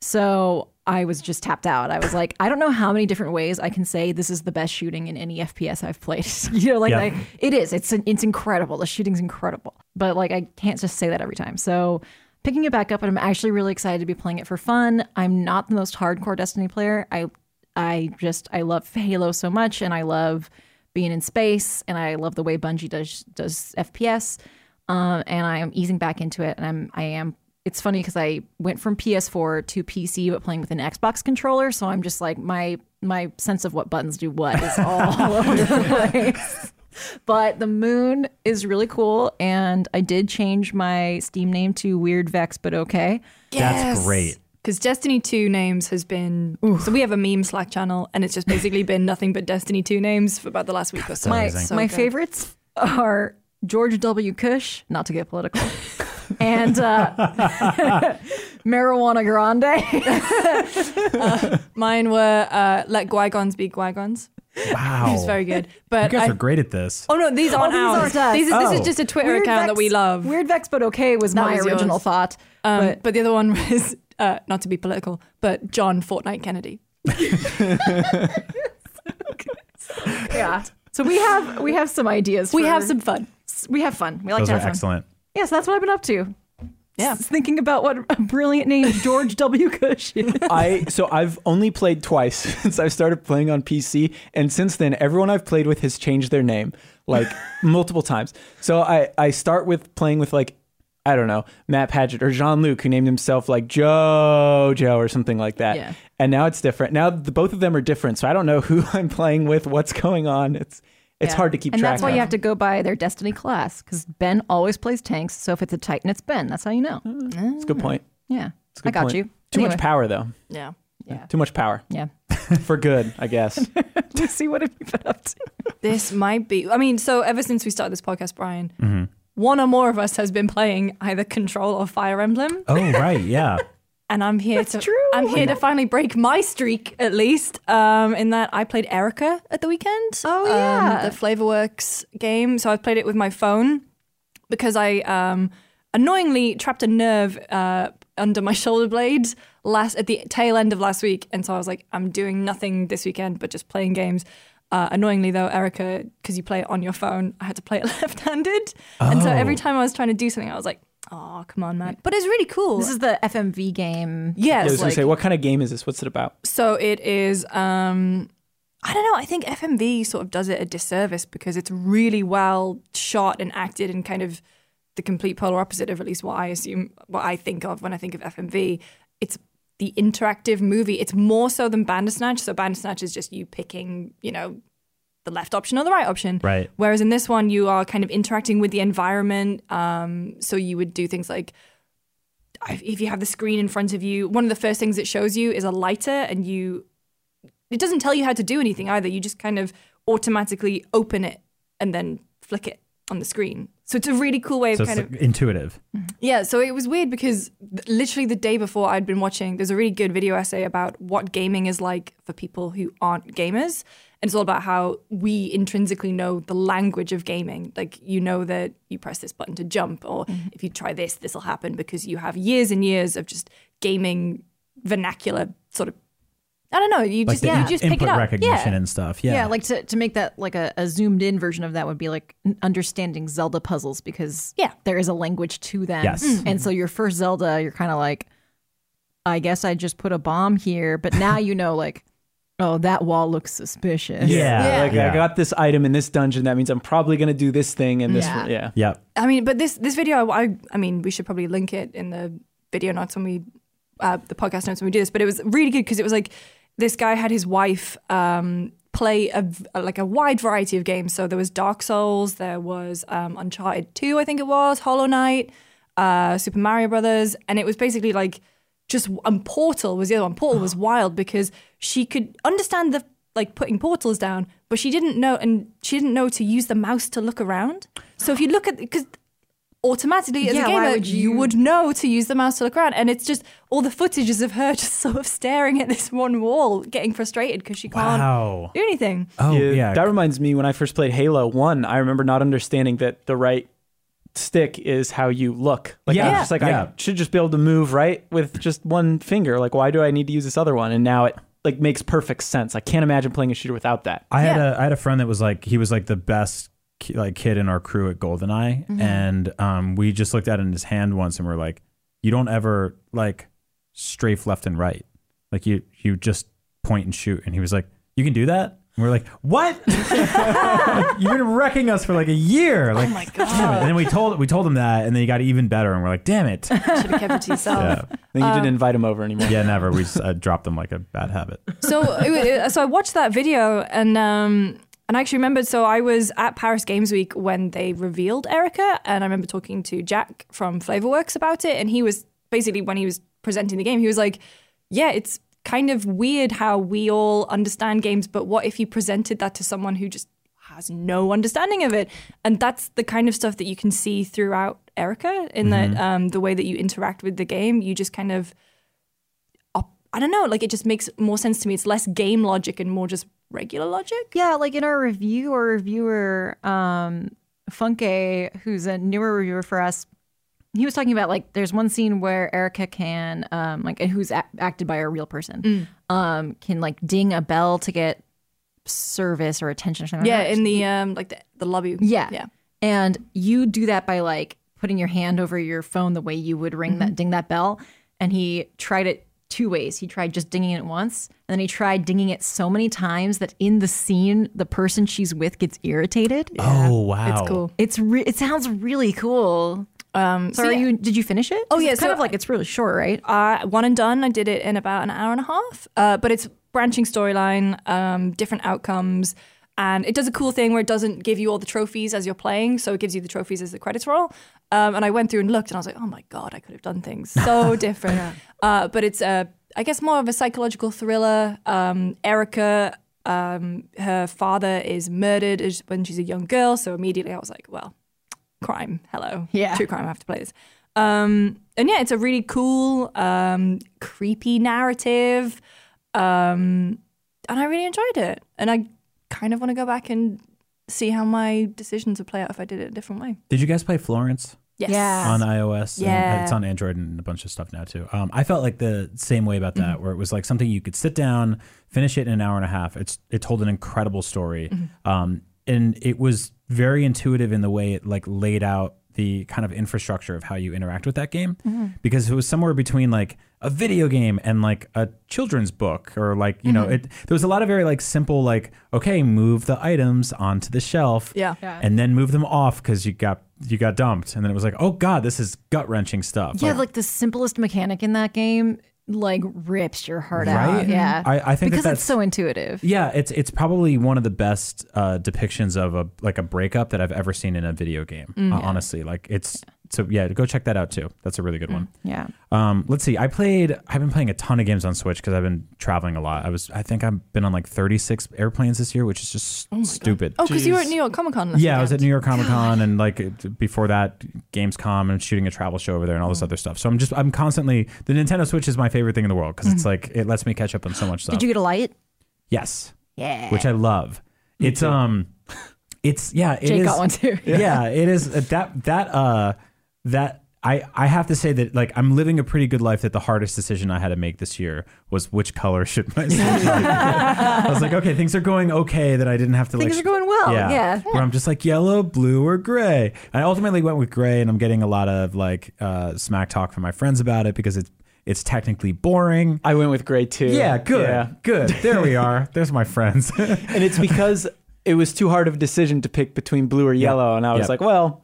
Speaker 2: So I was just tapped out. I was like, I don't know how many different ways I can say this is the best shooting in any FPS I've played. you know, like,
Speaker 3: Yeah.
Speaker 2: like it is. It's an, it's incredible. The shooting's incredible. But like I can't just say that every time. So picking it back up, and I'm actually really excited to be playing it for fun. I'm not the most hardcore Destiny player. I I just I love Halo so much, and I love being in space, and I love the way Bungie does does FPS. Um, and I am easing back into it, and I'm I am. It's funny because I went from PS4 to PC, but playing with an Xbox controller. So I'm just like my my sense of what buttons do what is all over the place. But the moon is really cool, and I did change my Steam name to Weird Vex, but okay.
Speaker 3: That's great.
Speaker 4: Because Destiny 2 names has been. So we have a meme Slack channel, and it's just basically been nothing but Destiny 2 names for about the last week or so.
Speaker 2: My,
Speaker 3: amazing.
Speaker 4: So
Speaker 2: my
Speaker 4: good.
Speaker 2: favorites are George W. Cush, not to get political, and uh, Marijuana Grande.
Speaker 4: Mine were uh, Let Guygons Be Guygons.
Speaker 3: Wow,
Speaker 4: It's very good.
Speaker 3: Oh. You
Speaker 4: But
Speaker 3: guys
Speaker 4: I-
Speaker 3: are great at this.
Speaker 4: Oh no, these aren't
Speaker 2: these
Speaker 4: ours.
Speaker 2: aren't us.
Speaker 4: These are- This is
Speaker 3: Oh.
Speaker 4: just a Twitter
Speaker 2: Weird
Speaker 4: account that
Speaker 2: Vex-
Speaker 4: we love.
Speaker 2: Weird Vex, but okay was my
Speaker 4: was
Speaker 2: original
Speaker 4: yours.
Speaker 2: thought.
Speaker 4: Um,
Speaker 2: but
Speaker 4: but, the other one was uh, not to be political, but John Fortnite Kennedy.
Speaker 2: yeah. So we have we have some ideas.
Speaker 4: We
Speaker 2: for-
Speaker 4: have some fun.
Speaker 2: we have fun. We like
Speaker 3: Those
Speaker 2: to
Speaker 3: are
Speaker 2: have fun.
Speaker 3: excellent.
Speaker 2: Yes, that's what I've been up to.
Speaker 4: Yeah.
Speaker 2: S- thinking about what a brilliant name George W. Cush is.
Speaker 1: I so I've only played twice since I started playing on PC, and since then everyone I've played with has changed their name. like multiple times. So I, I start with playing with like, I don't know, Matt Paget or Jean Luc, who named himself like JoJo or something like that.
Speaker 2: Yeah.
Speaker 1: And now it's different. Now the, both of them are different. So I don't know who I'm playing with, what's going on. It's it's
Speaker 2: Yeah.
Speaker 1: hard to keep
Speaker 2: and
Speaker 1: track
Speaker 2: that's why
Speaker 1: of.
Speaker 2: you have to go by their destiny class because Ben always plays tanks. So if it's a Titan, it's Ben. That's how you know.
Speaker 1: It's a good point.
Speaker 2: Yeah,
Speaker 1: It's a good
Speaker 2: I got
Speaker 1: point.
Speaker 2: you.
Speaker 1: Too
Speaker 2: Anyway.
Speaker 1: much power, though.
Speaker 4: Yeah.
Speaker 1: Too much power.
Speaker 2: Yeah.
Speaker 1: For good, I guess.
Speaker 2: Let's see what have you been up to?
Speaker 4: This might be. I mean, so ever since we started this podcast, Brian, one or more of us has been playing either Control or Fire Emblem,
Speaker 3: Oh right, yeah.
Speaker 4: and I'm here to.
Speaker 2: true.
Speaker 4: I'm here to finally break my streak, at least. Um, in that I played Erica at the weekend.
Speaker 2: Oh,
Speaker 4: um,
Speaker 2: yeah.
Speaker 4: the Flavorworks game. So I played it with my phone because I um, annoyingly trapped a nerve uh, under my shoulder blade last at the tail end of last week, and so I was like, I'm doing nothing this weekend but just playing games. Uh, annoyingly though, Erica, because you play it on your phone, I had to play it left-handed, and so
Speaker 3: Oh.
Speaker 4: every time I was trying to do something, I was like, "Oh, come on, man!" But it's really cool.
Speaker 2: This is the FMV game.
Speaker 4: yeah,
Speaker 1: I
Speaker 4: it's
Speaker 1: was going
Speaker 4: like-
Speaker 1: to say, what kind of game is this? What's it about?
Speaker 4: so it is. Um, I don't know. I think FMV sort of does it a disservice because it's really well shot and acted and kind of the complete polar opposite of at least what I assume, what I think of when I think of FMV. It's the interactive movie. It's more so than Bandersnatch. So Bandersnatch is just you picking, you know, the left option or the right option.
Speaker 3: Right.
Speaker 4: Whereas in this one, you are kind of interacting with the environment. Um, so you would do things like if you have the screen in front of you, one of the first things it shows you is a lighter, and you it doesn't tell you how to do anything either. You just kind of automatically open it and then flick it on the screen. So it's a really cool way of
Speaker 3: So it's
Speaker 4: kind of
Speaker 3: like intuitive.
Speaker 4: yeah, so it was weird because th- literally the day before I'd been watching, there's a really good video essay about what gaming is like for people who aren't gamers. And it's all about how we intrinsically know the language of gaming. Like, you know that you press this button to jump, or
Speaker 3: Mm-hmm.
Speaker 4: if you try this, this will happen because you have years and years of just gaming vernacular sort of. I don't know. You
Speaker 3: Like
Speaker 4: just,
Speaker 3: the
Speaker 4: yeah,
Speaker 3: in-
Speaker 4: you just pick
Speaker 3: input
Speaker 4: it up.
Speaker 3: recognition
Speaker 4: yeah.
Speaker 3: and stuff.
Speaker 2: Yeah, like to, to make that like a, a zoomed in version of that would be like n- understanding Zelda puzzles because
Speaker 4: Yeah.
Speaker 2: there is a language to them.
Speaker 3: Yes. Mhm.
Speaker 2: And so your first Zelda, you're kind of like, I guess I just put a bomb here, but now you know like, oh that wall looks suspicious.
Speaker 3: Yeah.
Speaker 1: Like, I
Speaker 3: Yeah.
Speaker 1: got this item in this dungeon. That means I'm probably going to do this thing in this
Speaker 2: Yeah.
Speaker 1: one. Yeah.
Speaker 3: Yep.
Speaker 4: I mean, but this this video, I, I mean, we should probably link it in the video notes when we, uh, the podcast notes when we do this. But it was really good because it was like this guy had his wife um, play a, v- like a wide variety of games. So there was Dark Souls, there was um, Uncharted Two, I think it was Hollow Knight, uh, Super Mario Brothers, and it was basically like just and Portal was the other one. Portal was wild because she could understand the like putting portals down, but she didn't know and she didn't know to use the mouse to look around. So if you look at because automatically as
Speaker 2: Yeah,
Speaker 4: a
Speaker 2: why
Speaker 4: gamer
Speaker 2: would
Speaker 4: you?
Speaker 2: you-
Speaker 4: would know to use the mouse to look around, and it's just all the footage is of her just sort of staring at this one wall, getting frustrated because she can't
Speaker 3: Wow.
Speaker 4: do anything.
Speaker 3: Oh yeah.
Speaker 1: That reminds me when I first played Halo 1, I remember not understanding that the right stick is how you look. Like, I was
Speaker 3: Yeah.
Speaker 1: just like,
Speaker 3: Yeah.
Speaker 1: I should just be able to move right with just one finger. Like, why do I need to use this other one? And now it like makes perfect sense. I can't imagine playing a shooter without that.
Speaker 3: I had
Speaker 4: Yeah.
Speaker 3: a I had a friend that was like he was like the best ki- like kid in our crew at Goldeneye,
Speaker 4: Mm-hmm.
Speaker 3: and um, we just looked at it in his hand once, and we are like, you don't ever like strafe left and right, like you you just point and shoot, and he was like, you can do that. And we are like, what? You've been wrecking us for like a year. Like,
Speaker 4: Oh my
Speaker 3: damn it. And
Speaker 4: god,
Speaker 3: then we told we told him that, and then he got even better, and we're like, damn it.
Speaker 4: should have kept it to yourself.
Speaker 3: Yeah,
Speaker 1: Then you didn't invite him over anymore.
Speaker 3: yeah, never. We just uh, dropped him like a bad habit.
Speaker 4: so it, it- so I watched that video and um and I actually remembered so I was at Paris Games Week when they revealed Erica and I remember talking to Jack from Flavorworks about it and he was basically when he was presenting the game he was like yeah it's kind of weird how we all understand games but what if you presented that to someone who just has no understanding of it and that's the kind of stuff that you can see throughout Erica in that um, the way that you interact with the game you just kind of op- I don't know, like it just makes more sense to me. It's less game logic and more just regular logic.
Speaker 2: Yeah, like in our review, our reviewer, um, Funke, who's a newer reviewer for us, he was talking about like there's one scene where Erica can, um, like, and who's a- acted by a real person, um, can like ding a bell to get service or attention or something.
Speaker 4: Yeah,
Speaker 2: like that.
Speaker 4: in the um like the, the lobby.
Speaker 2: Yeah.
Speaker 4: Yeah.
Speaker 2: And you do that by Mm-hmm. like putting your hand over your phone the way you would ring that ding that bell. And he tried it two ways. He tried just dinging it once, and then he tried dinging it so many times that in the scene, the person she's with gets irritated.
Speaker 3: Oh wow.
Speaker 4: It's cool.
Speaker 2: It's re- it sounds really cool.
Speaker 4: Um,
Speaker 2: So Oh,
Speaker 4: so
Speaker 2: are
Speaker 4: yeah.
Speaker 2: you? Did you finish it? 'Cause
Speaker 4: yeah,
Speaker 2: it's kind
Speaker 4: so-
Speaker 2: of like it's really short, right?
Speaker 4: uh, one and done. I did it in about an hour and a half, uh, but it's branching storyline, um, different outcomes, and it does a cool thing where it doesn't give you all the trophies as you're playing, so it gives you the trophies as the credits roll. Um, and I went through and looked, and I was like, oh my god, I could have done things so different. uh, but it's, uh, I guess, more of a psychological thriller. Um, Erica. Um, her father is murdered as- when she's a young girl, so immediately I was like, well, crime. Hello.
Speaker 2: Yeah.
Speaker 4: True crime. I have to play this. Um, and yeah, it's a really cool, um, creepy narrative. Um, and I really enjoyed it. And I kind of want to go back and see how my decisions would play out if I did it a different way.
Speaker 3: Did you guys play Florence?
Speaker 4: Yes.
Speaker 2: Yeah.
Speaker 3: on iOS. And
Speaker 4: Yeah.
Speaker 3: it's on Android and a bunch of stuff now too. Um, I felt like the same way about
Speaker 4: Mm-hmm.
Speaker 3: that, where it was like something you could sit down, finish it in an hour and a half. It's it told an incredible story,
Speaker 4: Mm-hmm.
Speaker 3: um, and it was very intuitive in the way it like laid out the kind of infrastructure of how you interact with that game,
Speaker 4: Mm-hmm.
Speaker 3: because it was somewhere between like a video game and like a children's book or like you
Speaker 4: Mm-hmm.
Speaker 3: know it there was a lot of very like simple like okay move the items onto the shelf
Speaker 4: Yeah.
Speaker 3: and then move them off because you got you got dumped, and then it was like, oh god, this is gut wrenching stuff.
Speaker 2: Yeah, like the simplest mechanic in that game, like rips your heart out.
Speaker 3: Right?
Speaker 2: Yeah,
Speaker 3: I- I think that
Speaker 2: because
Speaker 3: that's-
Speaker 2: it's so intuitive.
Speaker 3: yeah, it's it's probably one of the best uh, depictions of a like a breakup that I've ever seen in a video game.
Speaker 2: Mm.
Speaker 3: uh, honestly, like it's so yeah, go check that out too. That's a really good one.
Speaker 2: Yeah,
Speaker 3: Um, let's see. I played. I've been playing a ton of games on Switch because I've been traveling a lot. I was. I think I've been on like 36 airplanes this year, which is just stupid.
Speaker 4: Oh, because you were at New York Comic Con last
Speaker 3: yeah, I was at
Speaker 4: weekend.
Speaker 3: New York Comic Con and like it- before that, Gamescom and shooting a travel show over there and
Speaker 2: Mm.
Speaker 3: all this other stuff. So I'm just I'm constantly the Nintendo Switch is my favorite thing in the world because it's like it lets me catch up on so much stuff.
Speaker 2: Mm. did you get a light?
Speaker 3: yes,
Speaker 2: Yeah,
Speaker 3: which I love. It's um, it's yeah, it is
Speaker 2: Jake got one too.
Speaker 3: yeah. it is uh, that that uh that I I have to say that like I'm living a pretty good life. That the hardest decision I had to make this year was which color should my. Switch be. I was like, okay, things are going okay. That I didn't have to like.
Speaker 2: Things are
Speaker 3: sh-
Speaker 2: going well. Oh, Yeah.
Speaker 3: where I'm just like yellow, blue, or gray. I ultimately went with gray, and I'm getting a lot of like uh, smack talk from my friends about it because it's it's technically boring.
Speaker 1: I went with gray too.
Speaker 3: Yeah, good,
Speaker 1: Yeah.
Speaker 3: good. There we are. There's my friends.
Speaker 1: And it's because it was too hard of a decision to pick between blue or yellow. And I was
Speaker 3: Yep.
Speaker 1: like, well,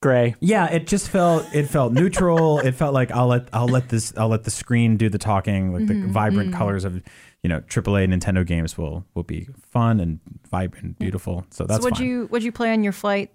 Speaker 1: gray.
Speaker 3: Yeah, it just felt it felt neutral. it felt like I'll let I'll let this I'll let the screen do the talking. Like
Speaker 2: Mm-hmm.
Speaker 3: the vibrant colors of you know AAA Nintendo games will will be fun and vibrant, and beautiful. So that's
Speaker 2: so what'd
Speaker 3: fine.
Speaker 2: you what'd you play on your flight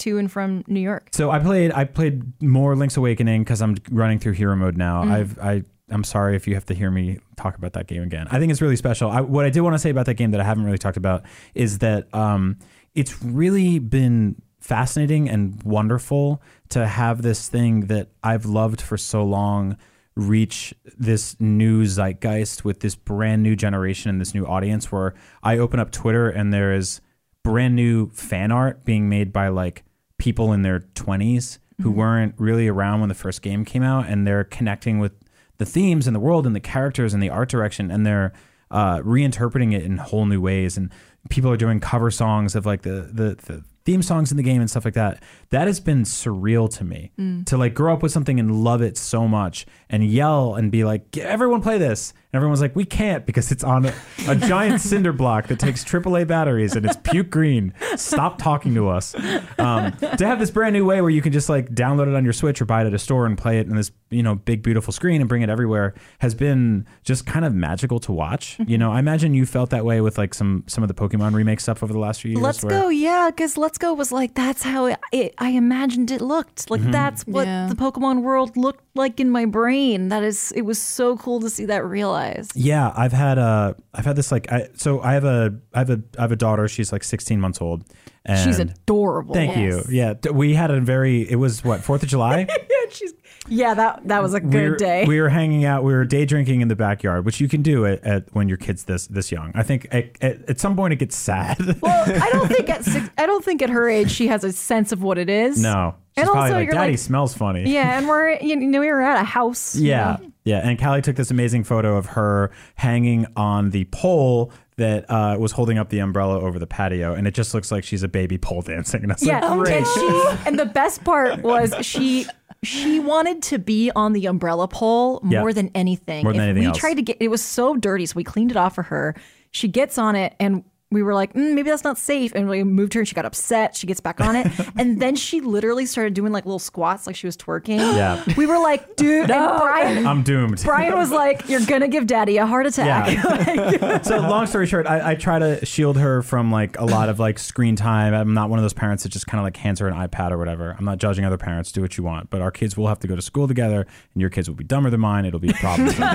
Speaker 2: to and from New York?
Speaker 3: So I played I played more Link's Awakening because I'm running through hero mode now. I've I I'm sorry if you have to hear me talk about that game again. I think it's really special. I, what I did want to say about that game that I haven't really talked about is that um, it's really been fascinating and wonderful to have this thing that I've loved for so long reach this new zeitgeist with this brand new generation and this new audience where I open up Twitter and there is brand new fan art being made by like people in their 20s who weren't really around when the first game came out and they're connecting with the themes and the world and the characters and the art direction and they're uh, reinterpreting it in whole new ways and people are doing cover songs of like the the, the theme songs in the game and stuff like that that has been surreal to me
Speaker 2: Mm.
Speaker 3: to like grow up with something and love it so much and yell and be like "Get- everyone play this and everyone's like we can't because it's on a, a giant cinder block that takes AAA batteries and it's puke green stop talking to us um, to have this brand new way where you can just like download it on your switch or buy it at a store and play it in this you know big beautiful screen and bring it everywhere has been just kind of magical to watch
Speaker 2: Mm-hmm.
Speaker 3: you know i imagine you felt that way with like some some of the pokemon remake stuff over the last few years
Speaker 2: Let's
Speaker 3: where-
Speaker 2: go, yeah, because Let's Go was like that's how it, it, I imagined it looked.
Speaker 3: Mm-hmm.
Speaker 2: Like that's what
Speaker 4: Yeah.
Speaker 2: the Pokemon world looked like in my brain. That is, it was so cool to see that realized.
Speaker 3: Yeah, I've had uh, I've had this like I so I have a I have a I have a daughter. She's like 16 months old. And
Speaker 2: She's adorable.
Speaker 3: Thank you. Yeah, th- we had a very. It was what Fourth of July.
Speaker 2: She's yeah. That that was a good
Speaker 3: we were,
Speaker 2: day.
Speaker 3: We were hanging out. We were day drinking in the backyard, which you can do at, at when your kids this this young. I think at, at, at some point it gets sad.
Speaker 2: well, I don't think at six, I don't think at her age she has a sense of what it is.
Speaker 3: no, she's
Speaker 2: And
Speaker 3: probably
Speaker 2: also
Speaker 3: like
Speaker 2: you're
Speaker 3: daddy
Speaker 2: like-
Speaker 3: smells funny.
Speaker 2: Yeah, and we're you know we were at a house. you
Speaker 3: Yeah. Yeah. And Callie took this amazing photo of her hanging on the pole that uh, was holding up the umbrella over the patio. And it just looks like she's a baby pole dancing. And it's
Speaker 2: Yeah,
Speaker 3: like,
Speaker 2: and she and the best part was she she wanted to be on the umbrella pole
Speaker 3: Yeah.
Speaker 2: more than anything.
Speaker 3: More than
Speaker 2: If
Speaker 3: anything
Speaker 2: we
Speaker 3: else.
Speaker 2: tried to get it was so dirty, so we cleaned it off for her. She gets on it and we were like, mm, maybe that's not safe. And we moved her and she got upset. She gets back on it. and then she literally started doing like little squats like she was twerking.
Speaker 3: Yeah.
Speaker 2: We were like, dude, and Brian
Speaker 3: I'm doomed.
Speaker 2: Brian was like, You're gonna give daddy a heart attack.
Speaker 3: so long story short, I, I try to shield her from like a lot of like screen time. I'm not one of those parents that just kind of like hands her an iPad or whatever. I'm not judging other parents. Do what you want, but our kids will have to go to school together, and your kids will be dumber than mine. It'll be a problem. for me.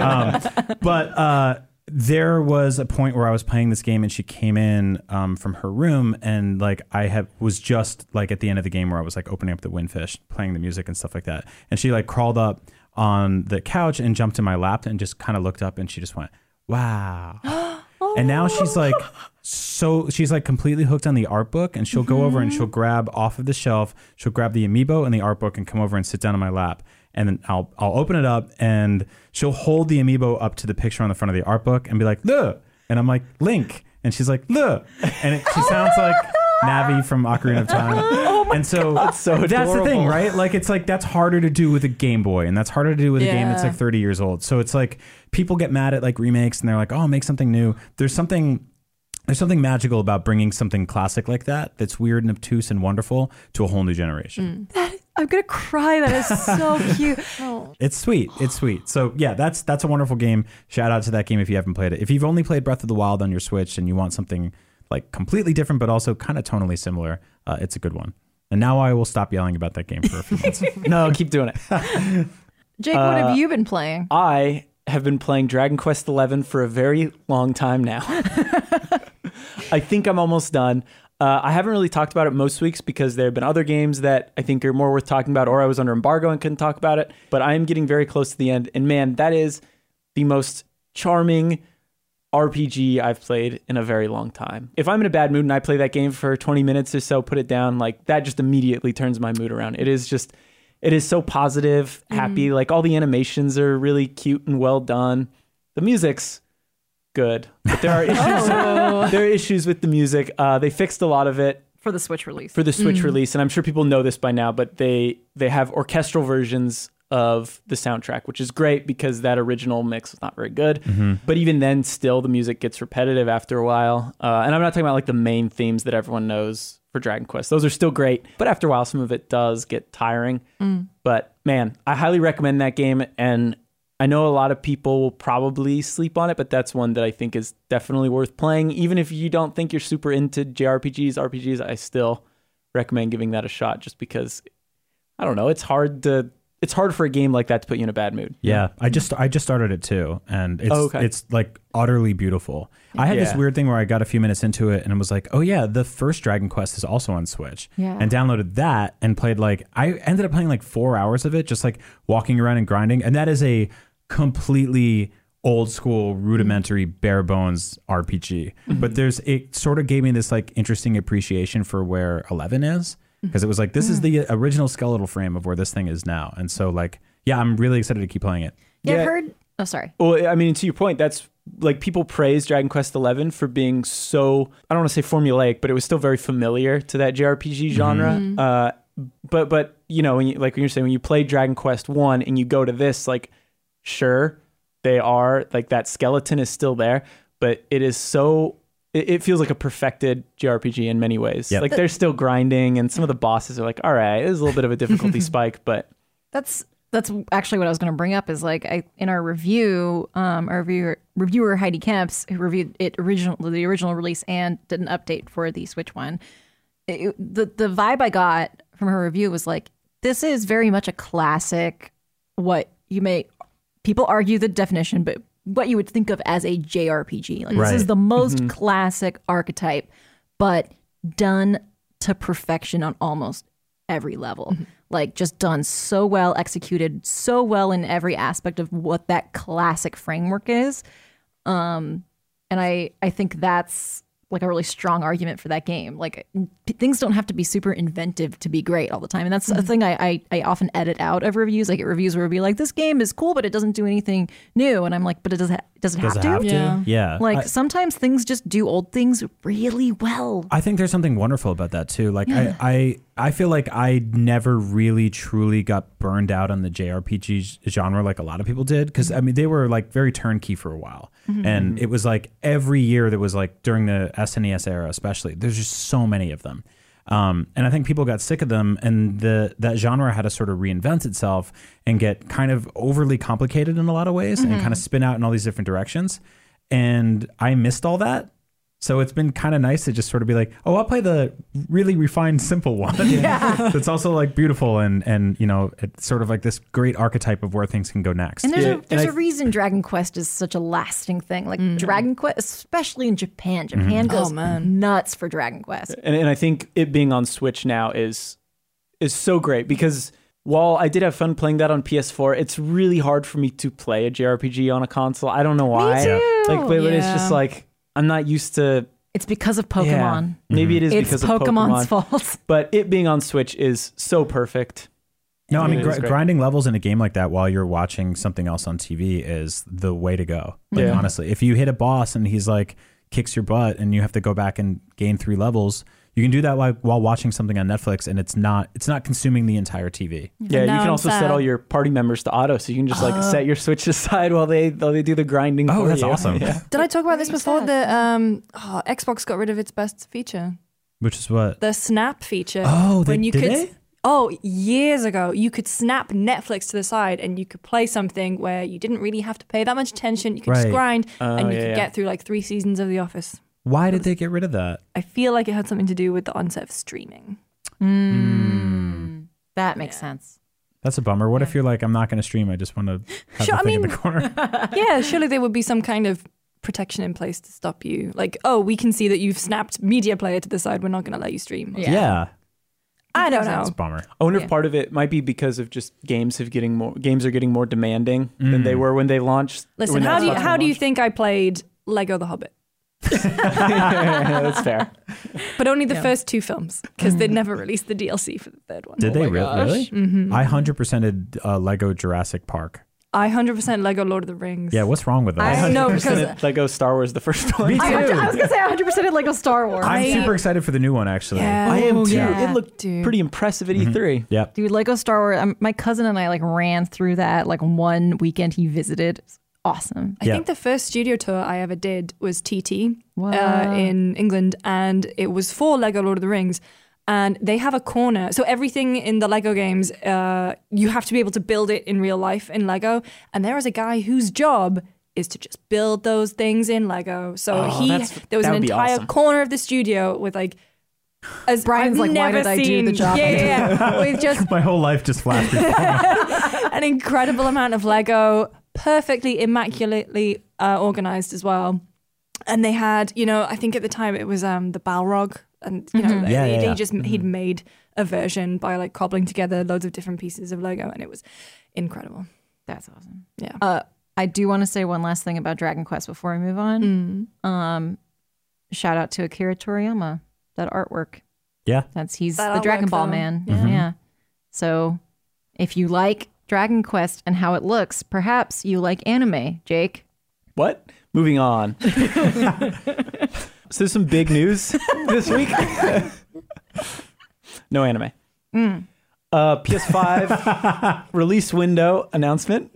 Speaker 3: um, but uh, there was a point where I was playing this game, and she came in um, from her room, and like I have was just like at the end of the game where I was like opening up the windfish, playing the music and stuff like that, and she like crawled up on the couch and jumped in my lap and just kind of looked up and she just went wow and now she's like so she's like completely hooked on the art book and she'll go over and she'll grab off of the shelf, she'll grab the amiibo and the art book and come over and sit down on my lap. And then I'll I'll open it up and she'll hold the amiibo up to the picture on the front of the art book and be like, look. And I'm like, Link. And she's like, look. And it, she sounds like Navi from Ocarina of Time. and so,
Speaker 1: so
Speaker 3: that's the thing,
Speaker 1: adorable.
Speaker 3: right? Like it's like that's harder to do with a Game Boy and that's harder to do with a game that's
Speaker 4: Yeah.
Speaker 3: like 30 years old. So it's like people get mad at like remakes and they're like, "Oh, make something new." There's something there's something magical about bringing something classic like that that's weird and obtuse and wonderful to a whole new generation.
Speaker 2: I'm gonna cry. That is so cute.
Speaker 3: It's sweet. It's sweet. So yeah, that's that's a wonderful game. Shout out to that game if you haven't played it. If you've only played Breath of the Wild on your Switch and you want something like completely different but also kind of tonally similar, uh, it's a good one. And now I will stop yelling about that game for a few months.
Speaker 1: No, keep doing it.
Speaker 2: Jake, what
Speaker 3: Uh,
Speaker 2: have you been playing?
Speaker 1: I have been playing Dragon Quest XI for a very long time now. I think I'm almost done. Uh, I haven't really talked about it most weeks because there have been other games that I think are more worth talking about, or I was under embargo and couldn't talk about it. But I am getting very close to the end, and man, that is the most charming RPG I've played in a very long time. If I'm in a bad mood and I play that game for 20 minutes or so, put it down, like that just immediately turns my mood around. It is just, it is so positive, happy. Like all the animations are really cute and well done. The music's good, but there are issues. there are issues with the music. Uh, they fixed a lot of it
Speaker 2: For the Switch release.
Speaker 1: for the Switch release, and I'm sure people know this by now, but they they have orchestral versions of the soundtrack, which is great because that original mix was not very good. But even then, still the music gets repetitive after a while. Uh, and I'm not talking about like the main themes that everyone knows for Dragon Quest; those are still great. But after a while, some of it does get tiring. But man, I highly recommend that game, and I know a lot of people will probably sleep on it, but that's one that I think is definitely worth playing. Even if you don't think you're super into JRPGs, RPGs, I still recommend giving that a shot just because I don't know, it's hard to it's hard for a game like that to put you in a bad mood.
Speaker 3: Yeah, I just I just started it too, and it's
Speaker 1: Oh, okay.
Speaker 3: it's like utterly beautiful. I had this
Speaker 1: Yeah.
Speaker 3: weird thing where I got a few minutes into it and was like, oh yeah, the first Dragon Quest is also on Switch,
Speaker 2: Yeah.
Speaker 3: and downloaded that and played like I ended up playing like four hours of it, just like walking around and grinding, and that is a completely old school rudimentary bare bones RPG. But there's it sort of gave me this like interesting appreciation for where Eleven is because it was like this is the original skeletal frame of where this thing is now, and so like. Yeah, I'm really excited to keep playing it.
Speaker 2: Yeah,
Speaker 1: Yeah.
Speaker 2: I've heard. Oh, sorry.
Speaker 1: Well, I mean, to your point, that's like people praise Dragon Quest XI for being so I don't want to say formulaic, but it was still very familiar to that JRPG genre. Uh, but but you know, when you, like when you're saying when you play Dragon Quest One and you go to this, like sure they are like that skeleton is still there, but it is so. It it feels like a perfected JRPG in many ways.
Speaker 3: Yep.
Speaker 1: Like they're still grinding, and some of the bosses are like, "All right, there's a little bit of a difficulty spike, but
Speaker 2: That's that's actually what I was going to bring up. Is like I, in our review, um, our reviewer, reviewer Heidi Kemps, who reviewed it original the original release and did an update for the Switch one. it- the the vibe I got from her review was like this is very much a classic. What you may people argue the definition, but what you would think of as a JRPG. Like this is
Speaker 3: Right.
Speaker 2: the most classic archetype, but done to perfection on almost every level. Like just done so well, executed so well in every aspect of what that classic framework is and I I think that's like a really strong argument for that game. Like p- things don't have to be super inventive to be great all the time, and that's
Speaker 4: Mm-hmm.
Speaker 2: a thing I, I I often edit out of reviews. I get reviews where it'll be like, "This game is cool, but it doesn't do anything new," and I'm like, "But it does ha- does it
Speaker 3: Does
Speaker 2: have
Speaker 3: it
Speaker 2: to?"
Speaker 3: have to?
Speaker 4: Yeah.
Speaker 3: Yeah.
Speaker 2: Like
Speaker 3: I,
Speaker 2: sometimes things just do old things really well.
Speaker 3: I think there's something wonderful about that too. Like I, I I feel like I never really truly got burned out on the JRPG g- genre like a lot of people did because I mean they were like very turnkey for a while, and it was like every year that was like during the SNES era especially. There's just so many of them. Um, and I think people got sick of them, and the that genre had to sort of reinvent itself and get kind of overly complicated in a lot of ways, and kind of spin out in all these different directions. And I missed all that, so it's been kind of nice to just sort of be like, oh, I'll play the really refined, simple one. Yeah. That's also like beautiful and and you know it's sort of like this great archetype of where things can go next.
Speaker 2: And there's
Speaker 1: Yeah,
Speaker 2: a
Speaker 1: and
Speaker 2: there's
Speaker 1: I-
Speaker 2: a reason Dragon Quest is such a lasting thing. Like
Speaker 4: Mm.
Speaker 2: Dragon Quest, especially in Japan,
Speaker 1: Mm-hmm.
Speaker 2: Japan goes
Speaker 4: Oh, man.
Speaker 2: nuts for Dragon Quest.
Speaker 1: and, and I think it being on Switch now is is so great because while I did have fun playing that on PS4, it's really hard for me to play a JRPG on a console. I don't know why.
Speaker 2: too.
Speaker 1: Like, but, but it's just
Speaker 4: Yeah.
Speaker 1: like I'm not used to.
Speaker 2: It's because of Pokemon. Mm-hmm.
Speaker 1: yeah. maybe it is
Speaker 2: It's
Speaker 1: because
Speaker 2: Pokemon's
Speaker 1: of Pokemon.
Speaker 2: fault.
Speaker 1: But it being on Switch is so perfect.
Speaker 3: no, I mean
Speaker 1: It
Speaker 3: gr-
Speaker 1: is great.
Speaker 3: grinding levels in a game like that while you're watching something else on TV is the way to go. Like
Speaker 1: Yeah.
Speaker 3: honestly, if you hit a boss and he's like kicks your butt and you have to go back and gain three levels, you can do that while, while watching something on Netflix, and it's not it's not consuming the entire TV.
Speaker 1: Yeah, you
Speaker 4: now
Speaker 1: can
Speaker 4: I'm
Speaker 1: also set
Speaker 4: sad.
Speaker 1: all your party members to auto, so you can just
Speaker 2: Oh.
Speaker 1: like set your Switch aside while they while they do the grinding.
Speaker 3: Oh,
Speaker 1: for
Speaker 3: that's
Speaker 1: you.
Speaker 3: awesome.
Speaker 1: Yeah.
Speaker 4: Did I talk about this
Speaker 2: Very
Speaker 4: before?
Speaker 2: sad.
Speaker 4: The um, oh, Xbox got rid of its best feature,
Speaker 3: Which is what.
Speaker 4: the Snap feature.
Speaker 3: Oh, they,
Speaker 4: when you
Speaker 3: did
Speaker 4: could.
Speaker 3: they?
Speaker 4: Oh, years ago, you could snap Netflix to the side and you could play something where you didn't really have to pay that much attention. You could just
Speaker 3: Right.
Speaker 4: grind
Speaker 1: Oh,
Speaker 4: and you
Speaker 1: yeah,
Speaker 4: could
Speaker 1: yeah.
Speaker 4: get through like three seasons of The Office.
Speaker 3: Why did they get rid of that?
Speaker 4: I feel like it had something to do with the onset of streaming.
Speaker 2: Mm. That makes sense.
Speaker 3: That's a bummer. What if you're like, I'm not going to stream. I just want to have
Speaker 4: Sure,
Speaker 3: the
Speaker 4: I
Speaker 3: thing in
Speaker 4: mean-
Speaker 3: the corner.
Speaker 4: yeah, surely there would be some kind of protection in place to stop you. Like, oh, we can see that you've snapped media player to the side. We're not going to let you stream.
Speaker 2: Yeah.
Speaker 3: Yeah.
Speaker 4: I don't
Speaker 3: It's
Speaker 4: know.
Speaker 3: a bummer.
Speaker 1: I wonder
Speaker 4: Yeah.
Speaker 1: if part of it might be because of just games have getting more games are getting more demanding than
Speaker 4: Mm.
Speaker 1: they were when they launched.
Speaker 4: Listen,
Speaker 1: when
Speaker 4: how
Speaker 1: that
Speaker 4: do you,
Speaker 1: platform
Speaker 4: how do you
Speaker 1: launched.
Speaker 4: think I played Lego The Hobbit?
Speaker 1: Yeah, that's fair.
Speaker 4: But only the first two films because
Speaker 3: Mm.
Speaker 4: they'd never released the DLC for the third one.
Speaker 3: Did they
Speaker 1: my
Speaker 3: re-
Speaker 1: gosh.
Speaker 3: really?
Speaker 4: Mm-hmm.
Speaker 3: I hundred percented uh, Lego Jurassic Park.
Speaker 4: I 100% Lego Lord of the Rings.
Speaker 3: Yeah, what's wrong with us?
Speaker 4: I know because
Speaker 1: Percented Lego Star Wars the first one.
Speaker 2: I, I was gonna say 100 percent Lego Star Wars.
Speaker 3: I'm
Speaker 4: I-
Speaker 3: super excited for the new one actually.
Speaker 4: Yeah.
Speaker 1: I am
Speaker 4: Oh,
Speaker 1: too.
Speaker 4: yeah. Mm-hmm.
Speaker 1: It looked
Speaker 4: Dude.
Speaker 1: pretty impressive at E E3.
Speaker 3: Yep.
Speaker 2: Dude, Lego Star Wars. Um, my cousin and I like ran through that like one weekend he visited. It's awesome.
Speaker 4: I
Speaker 3: Yeah.
Speaker 4: think the first studio tour I ever did was TT uh,
Speaker 2: Wow.
Speaker 4: in England, and it was for Lego Lord of the Rings. And they have a corner. So everything in the Lego games, uh, you have to be able to build it in real life in Lego. And there is a guy whose job is to just build those things in Lego. So
Speaker 1: Oh,
Speaker 4: he
Speaker 1: that's-
Speaker 4: there was
Speaker 1: that
Speaker 4: an
Speaker 1: would be
Speaker 4: entire
Speaker 1: awesome.
Speaker 4: corner of the studio with like. As
Speaker 2: Brian's
Speaker 4: I've
Speaker 2: like, "Why
Speaker 4: never
Speaker 2: did I do
Speaker 4: seen-
Speaker 2: the job
Speaker 4: Yeah,
Speaker 2: I did?"
Speaker 4: yeah, yeah. with just
Speaker 3: My whole life just flashed. before-
Speaker 4: an incredible amount of Lego, perfectly immaculately uh, organized as well. And they had, you know, I think at the time it was um, the Balrog, and you know, they,
Speaker 3: Mm-hmm. Yeah, yeah,
Speaker 4: they
Speaker 3: yeah. Mm-hmm.
Speaker 4: just he'd made a version by like cobbling together loads of different pieces of Lego, and it was incredible.
Speaker 2: That's awesome.
Speaker 4: Yeah.
Speaker 2: Uh, I do want to say one last thing about Dragon Quest before we move on. Um, shout out to Akira Toriyama. That artwork.
Speaker 3: yeah.
Speaker 2: That's he's
Speaker 4: That
Speaker 2: the Dragon
Speaker 4: artwork,
Speaker 2: Ball
Speaker 4: though.
Speaker 2: man.
Speaker 4: Yeah.
Speaker 3: Mm-hmm.
Speaker 2: Yeah. So if you like Dragon Quest and how it looks, perhaps you like anime, Jake.
Speaker 1: What? Moving on. so there's some big news this week. no anime.
Speaker 4: Mm.
Speaker 1: Uh, PS5 release window announcement.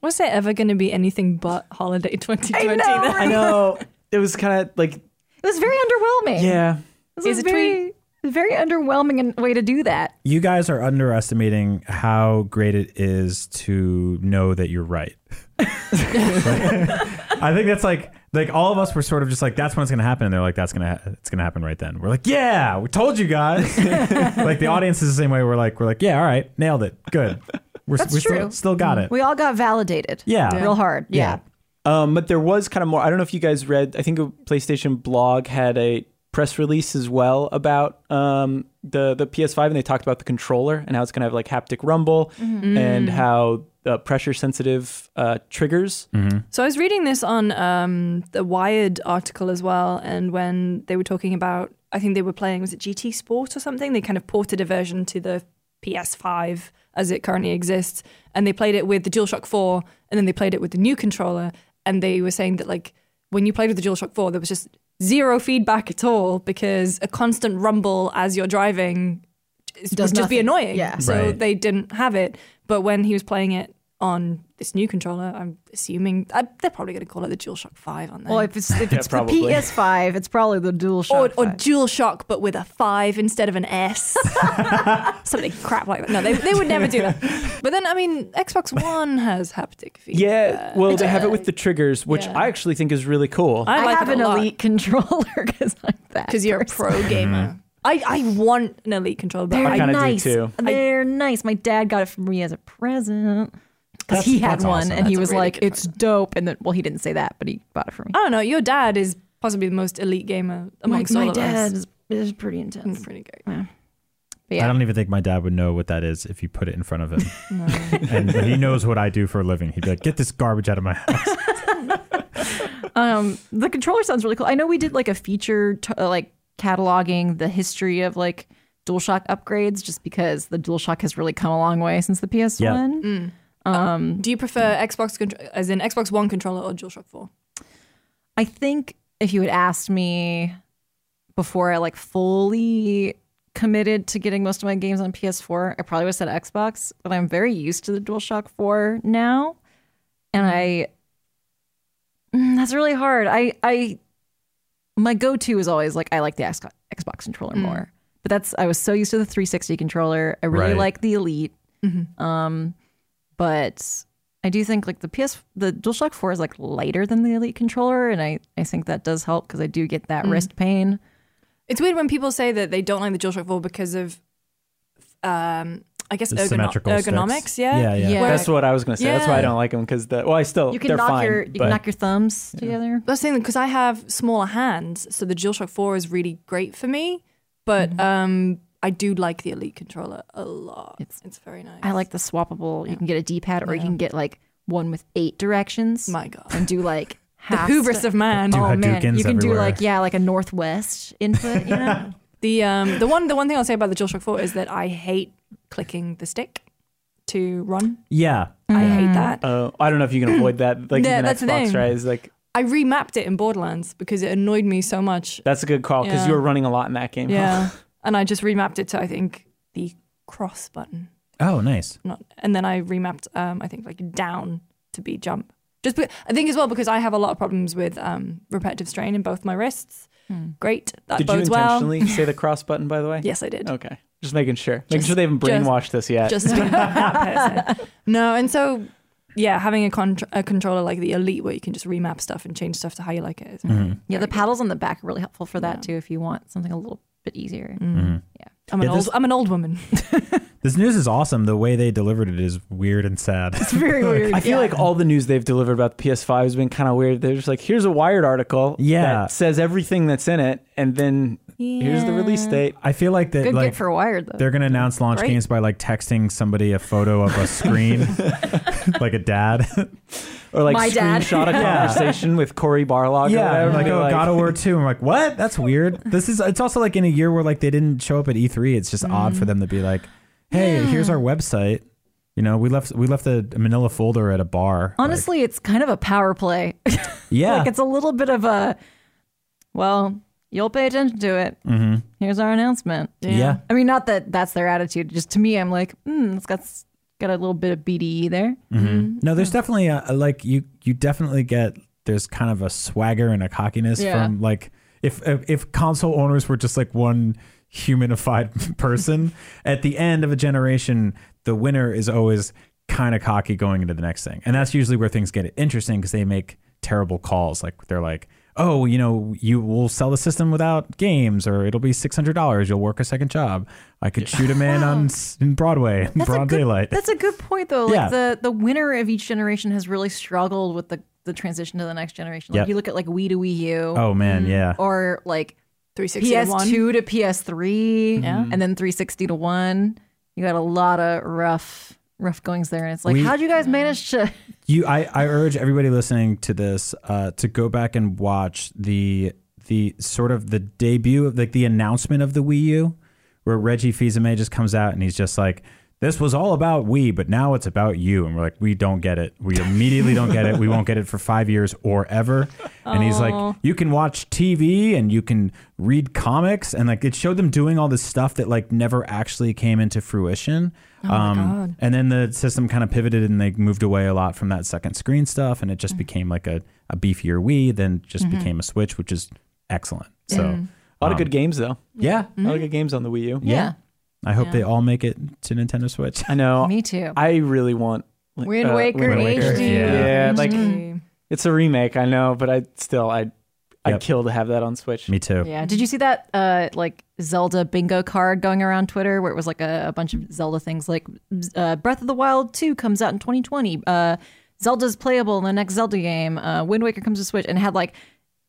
Speaker 4: Was there ever going to be anything but Holiday 2020? then?
Speaker 1: I know it was kind of like
Speaker 2: It was very underwhelming.
Speaker 1: yeah.
Speaker 2: It was
Speaker 4: Is it
Speaker 2: very, very underwhelming in- way to do that.
Speaker 3: You guys are underestimating how great it is to know that you're right. I think that's like like all of us were sort of just like that's when it's gonna happen, and they're like that's gonna ha- it's gonna happen right then. We're like yeah, we told you guys. like the audience is the same way. We're like we're like yeah, all right, nailed it, good. We're,
Speaker 2: That's
Speaker 3: we
Speaker 2: true.
Speaker 3: Still, still got it.
Speaker 2: We all got validated.
Speaker 3: Yeah.
Speaker 2: Real hard. Yeah.
Speaker 1: Um, but there was kind of more. I don't know if you guys read. I think a PlayStation blog had a press release as well about um, the the PS5, and they talked about the controller and how it's going to have like haptic rumble
Speaker 4: Mm-hmm.
Speaker 1: and how uh, pressure sensitive uh, triggers.
Speaker 4: So I was reading this on um, the Wired article as well, and when they were talking about, I think they were playing was it GT Sport or something? They kind of ported a version to the PS5 as it currently exists, and they played it with the DualShock 4, and then they played it with the new controller, and they were saying that like when you played with the DualShock 4, there was just zero feedback at all because a constant rumble as you're driving is, would
Speaker 2: Does
Speaker 4: just be
Speaker 2: nothing.
Speaker 4: annoying.
Speaker 2: Yeah.
Speaker 4: So
Speaker 3: Right.
Speaker 4: they didn't have it. But when he was playing it on this new controller, I'm assuming I, they're probably going to call it the DualShock 5, aren't they?
Speaker 2: Well, if it's if it's the
Speaker 1: probably.
Speaker 2: PS5, it's probably the dual
Speaker 4: or,
Speaker 2: shock.
Speaker 4: or DualShock, but with a five instead of an S. Something crap like that. No, they, they would never do that. But then, I mean, Xbox One has haptic feedback.
Speaker 1: Yeah, well, they have it with the triggers, which
Speaker 4: Yeah.
Speaker 1: I actually think is really cool.
Speaker 4: I,
Speaker 2: I,
Speaker 4: like
Speaker 2: have
Speaker 4: it
Speaker 2: an
Speaker 4: a lot.
Speaker 2: elite controller because I'm that.
Speaker 4: because you're a
Speaker 2: person.
Speaker 4: pro gamer. I, I want an elite controller, but
Speaker 2: They're
Speaker 4: I,
Speaker 1: kinda do
Speaker 2: nice.
Speaker 1: too.
Speaker 2: They're nice. My dad got it for me as a present because
Speaker 3: That's-
Speaker 2: he had
Speaker 3: that's
Speaker 2: one
Speaker 3: awesome.
Speaker 2: and he
Speaker 4: That's a
Speaker 2: was
Speaker 4: really
Speaker 2: like,
Speaker 4: good
Speaker 2: "It's dope." And then, well, he didn't say that, but he bought it for me.
Speaker 4: I don't know. Your dad is possibly the most elite gamer amongst
Speaker 2: my
Speaker 4: all
Speaker 2: my
Speaker 4: of
Speaker 2: dad
Speaker 4: us.
Speaker 2: is, is pretty
Speaker 4: It's
Speaker 2: intense.
Speaker 4: pretty great.
Speaker 2: But
Speaker 3: I
Speaker 2: yeah,
Speaker 3: don't even think my dad would know what that is if you put it in front of him. and he knows what I do for a living. He'd be like, "Get this garbage out of my house."
Speaker 2: um, the controller sounds really cool. I know we did like a feature t- uh, like cataloging the history of like DualShock upgrades, just because the DualShock has really come a long way since the PS1.
Speaker 4: Do you prefer Xbox contr- as in Xbox One controller or DualShock Four?
Speaker 2: I think if you had asked me before I like fully committed to getting most of my games on PS4, I probably would have said Xbox, but I'm very used to the DualShock 4 now. And I Mm, that's really hard. I I my go-to is always like I like the X- Xbox controller more. But that's I was so used to the 360 controller. I really
Speaker 3: Right.
Speaker 2: like the Elite. Um but I do think like the PS the DualShock 4 is like lighter than the Elite controller and I I think that does help cuz I do get that wrist pain.
Speaker 4: It's weird when people say that they don't like the DualShock Four because of, um, I guess
Speaker 3: The
Speaker 4: ergono-
Speaker 3: symmetrical sticks.
Speaker 4: ergonomics. Yeah,
Speaker 3: Yeah, yeah.
Speaker 2: Yeah.
Speaker 4: Where-
Speaker 1: That's what I was gonna say. That's why I
Speaker 4: Yeah.
Speaker 1: don't like them because the well, I still
Speaker 2: You can
Speaker 1: they're
Speaker 2: knock
Speaker 1: fine.
Speaker 2: your you
Speaker 1: but
Speaker 2: can knock your thumbs together.
Speaker 4: That's the thing because I have smaller hands, so the DualShock Four is really great for me.
Speaker 2: Mm-hmm.
Speaker 4: But um, I do like the Elite controller a lot. It's, very nice.
Speaker 2: I like the swappable. You can get a D-pad or you can get like one with eight directions
Speaker 4: my god
Speaker 2: and do like
Speaker 4: the
Speaker 2: half
Speaker 4: hubris of man.
Speaker 3: Do
Speaker 2: Oh man,
Speaker 3: Hadoukens
Speaker 2: you can do
Speaker 3: everywhere.
Speaker 2: like yeah, like a northwest input. You know,
Speaker 4: The um the one the one thing I'll say about the DualShock 4 is that I hate clicking the stick to run.
Speaker 3: Yeah.
Speaker 4: I
Speaker 2: Mm.
Speaker 4: hate that.
Speaker 1: uh, I don't know if you can avoid that. Like
Speaker 4: Yeah,
Speaker 1: even
Speaker 4: that's the
Speaker 1: Xbox,
Speaker 4: thing.
Speaker 1: right? Is like
Speaker 4: I remapped it in Borderlands because it annoyed me so much.
Speaker 1: that's a good call because
Speaker 4: Yeah.
Speaker 1: you were running a lot in that game.
Speaker 4: Yeah. and I just remapped it to I think the cross button.
Speaker 3: Oh, nice.
Speaker 4: Not and then I remapped um I think like down to be jump. Just be, I think as well because I have a lot of problems with um repetitive strain in both my wrists.
Speaker 2: Hmm.
Speaker 4: Great. That
Speaker 1: Did you
Speaker 4: bodes well.
Speaker 1: intentionally Oh, say the cross button? By the way.
Speaker 4: Yes, I did.
Speaker 1: Okay. Just making sure. Making
Speaker 4: Just-
Speaker 1: sure they haven't
Speaker 4: just-
Speaker 1: brainwashed this yet.
Speaker 4: just being that person. No, and so yeah, having a, contr a controller like the Elite where you can just remap stuff and change stuff to how you like it. is-
Speaker 3: Mm-hmm.
Speaker 2: yeah. The paddles on the back are really helpful for that
Speaker 4: Yeah.
Speaker 2: too. If you want something a little bit easier,
Speaker 4: Mm.
Speaker 3: Mm-hmm.
Speaker 4: I'm an
Speaker 3: Yeah, this-
Speaker 4: old I'm an old woman.
Speaker 3: This news is awesome. The way they delivered it is weird and sad.
Speaker 2: it's very weird.
Speaker 1: I feel like all the news they've delivered about the PS5 has been kind of weird. They're just like, here's a Wired article
Speaker 3: Yeah.
Speaker 1: that says everything that's in it, and then here's the release date.
Speaker 3: I feel like that
Speaker 2: good
Speaker 3: like
Speaker 2: get for Wired though.
Speaker 3: they're gonna announce launch
Speaker 4: Right.
Speaker 3: games by like texting somebody a photo of a screen, like a dad.
Speaker 1: Or like
Speaker 2: My dad.
Speaker 1: screenshot a
Speaker 3: Yeah.
Speaker 1: conversation with Corey Barlog. or
Speaker 3: yeah,
Speaker 1: whatever,
Speaker 3: I'm like
Speaker 1: and be
Speaker 3: oh God of War two. I'm like what? That's weird. This is it's also like in a year where like they didn't show up at E3. It's
Speaker 2: Mm-hmm.
Speaker 3: just odd for them to be like, hey, here's our website. You know, we left we left a Manila folder at a bar. Like,
Speaker 2: Honestly, it's kind of a power play.
Speaker 3: yeah,
Speaker 2: like it's a little bit of a well, you'll pay attention to it. Here's our announcement.
Speaker 3: Mm-hmm. yeah.
Speaker 2: I mean, not that that's their attitude. Just to me, I'm like, hmm, it's got s- got a little bit of BDE there.
Speaker 3: Mm-hmm.
Speaker 2: Mm-hmm.
Speaker 3: No, there's definitely a, a, like you you definitely get there's kind of a swagger and a cockiness
Speaker 2: Yeah.
Speaker 3: from like if, if if console owners were just like one humanified person at the end of a generation, the winner is always kind of cocky going into the next thing, and that's usually where things get interesting because they make terrible calls. Like they're like. Oh, you know, you will sell the system without games, or it'll be six hundred dollars. You'll work a second job. I could shoot a man on s- in Broadway in
Speaker 2: a
Speaker 3: broad
Speaker 2: good,
Speaker 3: daylight.
Speaker 2: That's a good point, though. Like
Speaker 3: Yeah.
Speaker 2: the the winner of each generation has really struggled with the the transition to the next generation. Like
Speaker 3: Yep.
Speaker 2: you look at like Wii to Wii U,
Speaker 3: Oh man,
Speaker 2: Mm.
Speaker 3: yeah.
Speaker 2: or like
Speaker 4: 360 to one.
Speaker 2: PS2 to
Speaker 3: Mm-hmm.
Speaker 2: PS3, and then 360 to one. You got a lot of rough rough goings there, and it's like,
Speaker 3: We-
Speaker 2: how'd you guys manage to?
Speaker 3: you I, I urge everybody listening to this uh, to go back and watch the the sort of the debut of like the announcement of the Wii U where Reggie Fils-Aimé just comes out and he's just like this was all about we, but now it's about you. And we're like, we don't get it. We immediately don't get it. We won't get it for five years or ever. And he's like, you can watch TV and you can read comics. And like, it showed them doing all this stuff that like never actually came into fruition. Um,
Speaker 4: God.
Speaker 3: And then the system kind of pivoted and they moved away a lot from that second screen stuff. And it
Speaker 2: Mm-hmm.
Speaker 3: just became like a, a beefier Wii, then just became a Switch, which is excellent.
Speaker 2: Mm.
Speaker 3: So,
Speaker 1: A lot of good games though.
Speaker 3: yeah.
Speaker 1: A lot of good games on the Wii U.
Speaker 2: Yeah.
Speaker 3: I hope
Speaker 2: Mm-hmm. Yeah.
Speaker 3: they all make it to Nintendo Switch.
Speaker 1: I know.
Speaker 2: Me too.
Speaker 1: I really want like,
Speaker 4: Wind
Speaker 1: uh,
Speaker 4: Waker
Speaker 3: Oh, Wind Waker,
Speaker 4: HD.
Speaker 1: yeah. Yeah, like-
Speaker 2: Mm-hmm.
Speaker 4: HD.
Speaker 1: It's a remake, I know, but I still I I'd
Speaker 3: Yep.
Speaker 1: kill to have that on Switch.
Speaker 3: Me too.
Speaker 2: Yeah. Did you see that uh, like Zelda bingo card going around Twitter where it was like a, a bunch of Zelda things like uh, Breath of the Wild 2 comes out in 2020. Uh, Zelda's playable in the next Zelda game. Uh, Wind Waker comes to Switch and it had like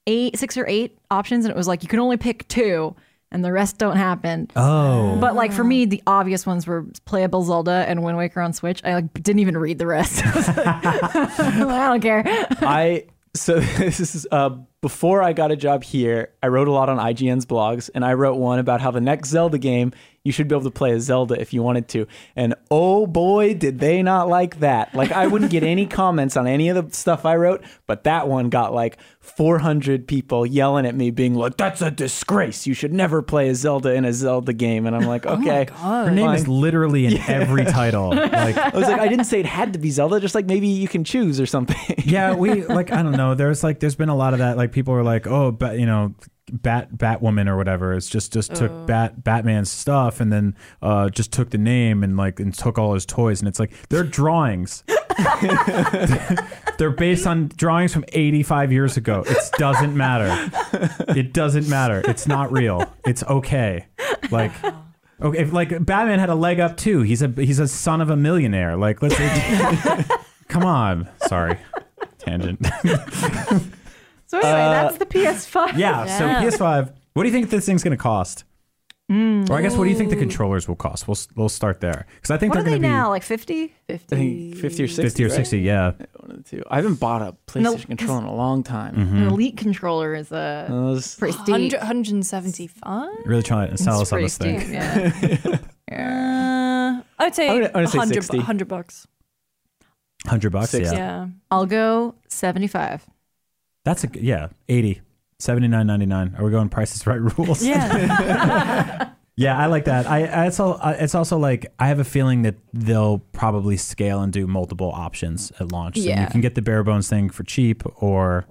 Speaker 2: eight, six or eight options. And it was like, you can only pick two and the rest don't happen.
Speaker 3: Oh.
Speaker 2: But like for me, the obvious ones were playable Zelda and Wind Waker on Switch. I like didn't even read the rest. I was like, I don't care.
Speaker 1: I so this is uh, before I got a job here. I wrote a lot on IGN's blogs, and I wrote one about how the next Zelda game you should be able to play as Zelda if you wanted to. And oh boy, did they not like that! Like I wouldn't get any comments on any of the stuff I wrote, but that one got like 400 people yelling at me, being like, "That's a disgrace! You should never play a Zelda in a Zelda game." And I'm like, "Okay."
Speaker 3: Her name is
Speaker 1: fine."
Speaker 3: literally in every title. Like,
Speaker 1: I was like, I didn't say it had to be Zelda, just like maybe you can choose or something.
Speaker 3: yeah, we like I don't know. There's like there's been a lot of that. Like people are like, oh, but you know, Bat Batwoman or whatever. It's just just took Bat Batman's stuff and then uh just took the name and like and took all his toys. And it's like they're drawings. they're based on drawings from 85 years ago. It doesn't matter. It doesn't matter. It's not real. It's okay. Like. Okay, if like Batman had a leg up too. He's a he's a son of a millionaire. Like let's come on. Sorry, tangent.
Speaker 2: So anyway, that's the PS5.
Speaker 3: Uh, yeah,
Speaker 2: Yeah.
Speaker 3: So PS5. What do you think this thing's going to cost?
Speaker 2: Mm.
Speaker 3: Or I guess what do you think the controllers will cost? We'll s- we'll start there because I think
Speaker 2: What are
Speaker 3: they're
Speaker 2: they
Speaker 3: going to be
Speaker 2: now? Like 50?
Speaker 1: I think 50 or 60.
Speaker 3: fifty or
Speaker 1: right?
Speaker 3: sixty. Yeah.
Speaker 1: One of the two. I haven't bought a PlayStation
Speaker 2: No, 'cause-
Speaker 1: controller in a long time.
Speaker 3: Mm. Mm-hmm.
Speaker 2: An elite controller is a
Speaker 3: Uh,
Speaker 1: And I was-
Speaker 2: pretty steep.
Speaker 4: 100, 175?
Speaker 3: Really trying to sell us on
Speaker 2: pretty
Speaker 3: this thing.
Speaker 2: steep, Yeah. yeah.
Speaker 4: Uh, I would say
Speaker 1: I'm gonna- I'm gonna say
Speaker 4: 100,
Speaker 1: 60.
Speaker 4: 100 bucks.
Speaker 3: Hundred bucks.
Speaker 1: Sixty.
Speaker 3: Yeah.
Speaker 4: Yeah.
Speaker 2: I'll go 75.
Speaker 3: That's a g- yeah. 80. 79.99. Are we going prices right rules?
Speaker 4: Yeah.
Speaker 3: Yeah, I like that. I, I it's all, I- it's also like I have a feeling that they'll probably scale and do multiple options at launch. So
Speaker 4: Yeah.
Speaker 3: you can get the bare bones thing for cheap, or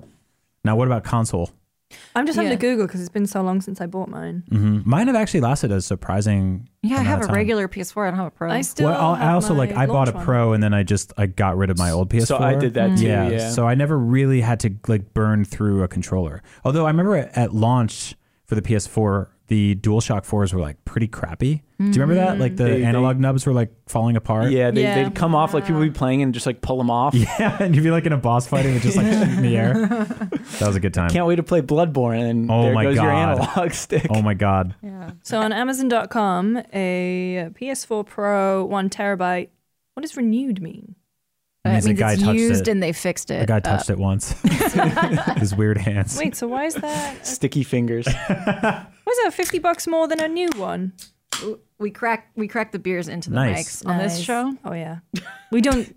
Speaker 3: now what about console?
Speaker 4: I'm just having
Speaker 2: Yeah.
Speaker 4: to Google because it's been so long since I bought mine.
Speaker 3: hmm Mine have actually lasted a surprising.
Speaker 2: Yeah, I
Speaker 3: amount
Speaker 2: have
Speaker 3: of
Speaker 2: a
Speaker 3: time.
Speaker 2: regular PS4. I don't have a Pro.
Speaker 4: I still.
Speaker 3: well, I- I
Speaker 4: have
Speaker 3: also like
Speaker 4: my
Speaker 3: I bought a
Speaker 4: launch one.
Speaker 3: Pro and then I just I got rid of my old PS4.
Speaker 1: So I did that too. Yeah.
Speaker 3: Yeah, So I never really had to like burn through a controller. Although I remember at, at launch for the PS4, the DualShock 4s were like pretty crappy. Do you remember that? Like the
Speaker 1: Mm-hmm. They- they-
Speaker 3: analog nubs were like falling apart.
Speaker 1: yeah, they,
Speaker 4: Yeah.
Speaker 1: they'd come off like people would be playing and just like pull them off.
Speaker 3: Yeah, and you'd be like in a boss fight and it would just like shoot in the air. That was a good time.
Speaker 1: Can't wait to play Bloodborne and
Speaker 3: Oh
Speaker 1: there
Speaker 3: my
Speaker 1: goes your
Speaker 3: God.
Speaker 1: analog stick.
Speaker 3: oh my god.
Speaker 2: yeah.
Speaker 4: So on Amazon.com, a PS4 Pro, one terabyte. What does renewed mean?
Speaker 2: That
Speaker 3: Means a
Speaker 2: means
Speaker 3: guy
Speaker 2: it's
Speaker 3: touched
Speaker 2: used
Speaker 3: it.
Speaker 2: and they fixed it. Uh,
Speaker 3: The guy
Speaker 2: up.
Speaker 3: touched it once. His weird hands.
Speaker 4: uh, Wait, so why is that?
Speaker 1: Sticky fingers.
Speaker 4: Why is that 50 bucks more than a new one?
Speaker 2: We cracked we cracked the beers into the
Speaker 3: Nice.
Speaker 2: mics on this
Speaker 4: Nice.
Speaker 2: show.
Speaker 4: Oh yeah, we don't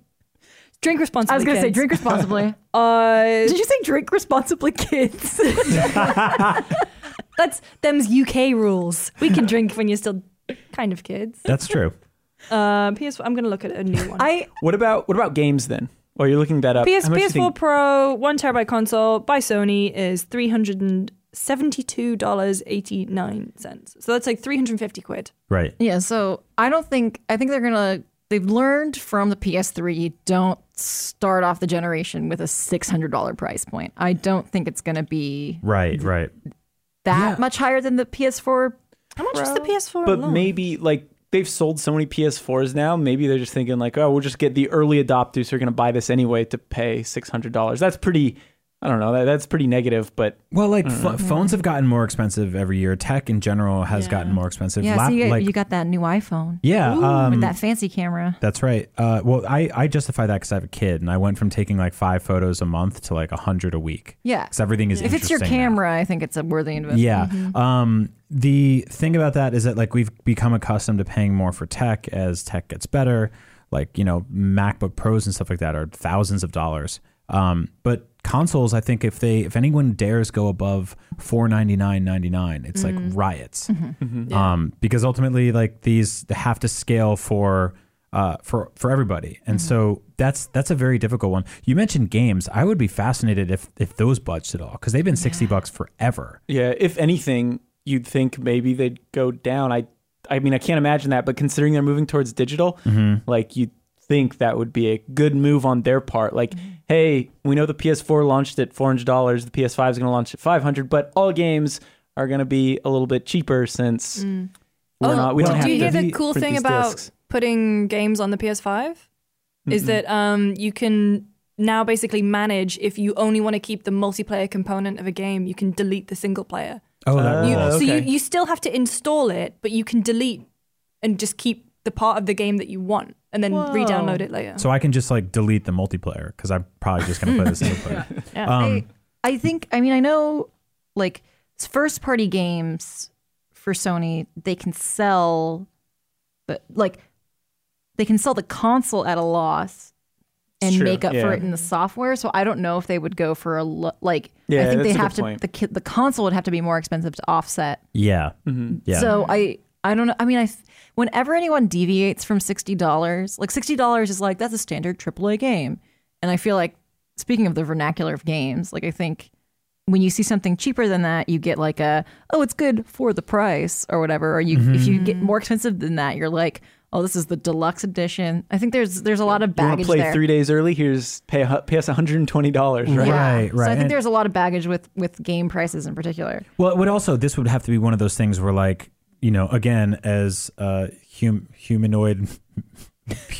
Speaker 4: drink responsibly.
Speaker 2: I was gonna say
Speaker 4: kids.
Speaker 2: drink responsibly.
Speaker 4: Uh,
Speaker 2: Did you say drink responsibly, kids?
Speaker 4: that's them's UK rules. We can drink when you're still kind of kids.
Speaker 3: That's true.
Speaker 4: Uh, PS. I'm gonna look at a new one.
Speaker 2: I
Speaker 1: what about what about games then? While you're looking that up,
Speaker 4: PS
Speaker 1: how much do you
Speaker 4: PS4
Speaker 1: think-
Speaker 4: Pro one terabyte console by Sony is three hundred and seventy-two dollars eighty-nine cents. So that's like three hundred and fifty quid.
Speaker 3: Right.
Speaker 2: Yeah, so I don't think I think they're gonna they've learned from the PS3 don't start off the generation with a six hundred dollar price point. I don't think it's gonna be
Speaker 3: Right, right.
Speaker 2: that
Speaker 1: Yeah.
Speaker 2: much higher than the PS4.
Speaker 4: How much was the PS4?
Speaker 1: but
Speaker 4: alone?
Speaker 1: maybe like they've sold so many PS4s now. Maybe they're just thinking like, oh, we'll just get the early adopters who are going to buy this anyway to pay six hundred dollars. That's pretty. I don't know. That, that's pretty negative, but
Speaker 3: Well, like ph phones have gotten more expensive every year. Tech in general has gotten more expensive.
Speaker 2: Yeah,
Speaker 3: Lap-
Speaker 2: so you,
Speaker 3: like,
Speaker 2: you got that new iPhone
Speaker 3: yeah,
Speaker 2: with
Speaker 3: um,
Speaker 2: that fancy camera.
Speaker 3: that's right. Uh, well, I, I justify that because I have a kid, and I went from taking like five photos a month to like a hundred a week.
Speaker 2: Yeah.
Speaker 3: because everything is
Speaker 2: If it's your
Speaker 3: interesting now.
Speaker 2: camera, I think it's a worthy investment.
Speaker 3: Yeah. Um, the thing about that is that like we've become accustomed to paying more for tech as tech gets better. Like you know, MacBook Pros and stuff like that are thousands of dollars. Um, but consoles, I think if they if anyone dares go above four ninety nine ninety nine, it's like riots. Um, because ultimately, like these have to scale for uh, for for everybody, and so that's that's a very difficult one. You mentioned games. I would be fascinated if if those budged at all because they've been sixty bucks forever.
Speaker 1: Yeah, if anything, you'd think maybe they'd go down. I I mean, I can't imagine that, but considering they're moving towards digital, like you'd think that would be a good move on their part. Like,
Speaker 4: Mm-hmm.
Speaker 1: hey, we know the PS4 launched at $400, the PS5 is going to launch at 500, but all games are going to be a little bit cheaper since we're not we
Speaker 4: do
Speaker 1: don't have
Speaker 4: Mm. Oh, you
Speaker 1: to
Speaker 4: hear the
Speaker 1: print
Speaker 4: cool thing
Speaker 1: these
Speaker 4: about
Speaker 1: discs.
Speaker 4: putting games on the PS5? Is that um, you can now basically manage if you only want to keep the multiplayer component of a game, you can delete the single player.
Speaker 3: Oh, that
Speaker 1: You-
Speaker 3: rules.
Speaker 4: So you,
Speaker 1: okay.
Speaker 4: you still have to install it, but you can delete and just keep the part of the game that you want and then re download it later.
Speaker 3: So I can just like delete the multiplayer because I'm probably just gonna play the single player.
Speaker 1: um,
Speaker 2: I, I think I mean I know like first party games for Sony they can sell but like they can sell the console at a loss and
Speaker 1: True,
Speaker 2: make up
Speaker 1: yeah.
Speaker 2: for it in the software so I don't know if they would go for a lo- like
Speaker 1: Yeah,
Speaker 2: I think
Speaker 1: that's
Speaker 2: they
Speaker 1: a
Speaker 2: have
Speaker 1: good
Speaker 2: to
Speaker 1: point.
Speaker 2: the ki- the console would have to be more expensive to offset
Speaker 3: Yeah, yeah.
Speaker 2: Mm-hmm. so I I don't know. I mean, I whenever anyone deviates from sixty dollars, like sixty dollars is like that's a standard AAA game, and I feel like speaking of the vernacular of games, like I think when you see something cheaper than that, you get like a oh it's good for the price or whatever. Or you if
Speaker 3: Mm-hmm.
Speaker 2: you get more expensive than that, you're like oh this is the deluxe edition. I think there's there's a lot of
Speaker 1: you want
Speaker 2: baggage
Speaker 1: to play
Speaker 2: there.
Speaker 1: three days early? Here's pay, a hu- pay us
Speaker 4: Mm-hmm.
Speaker 1: $120, right?
Speaker 2: Yeah.
Speaker 3: Right,
Speaker 2: So
Speaker 3: right.
Speaker 2: I think
Speaker 3: And-
Speaker 2: there's a lot of baggage with with game prices in particular.
Speaker 3: Well, it would also this would have to be one of those things where like you know again as uh, hum- humanoid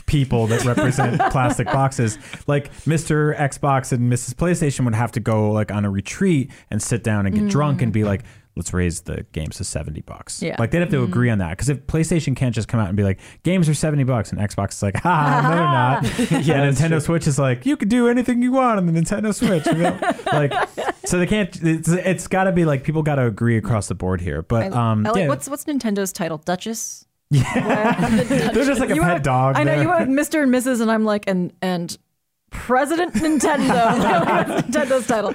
Speaker 3: people that represent plastic boxes, like Mister Xbox and Mrs. PlayStation would have to go like on a retreat and sit down and get drunk and be like. Let's raise the games to seventy bucks.
Speaker 2: Yeah.
Speaker 3: like they'd have to agree on that because if PlayStation can't just come out and be like, "Games are seventy bucks," and Xbox is like, "Ha, no, they're not." yeah, Nintendo Switch is like, "You can do anything you want on the Nintendo Switch." you know? like, so they can't. It's, it's got to be like people got to agree across the board
Speaker 2: I,
Speaker 3: here. But um,
Speaker 2: I like,
Speaker 3: yeah,
Speaker 2: what's what's Nintendo's title? Duchess.
Speaker 3: they're just like a
Speaker 2: You
Speaker 3: pet
Speaker 2: have-
Speaker 3: dog.
Speaker 2: I know
Speaker 3: there.
Speaker 2: you have Mr. and Mrs. and I'm like and and President Nintendo. That's Nintendo's title.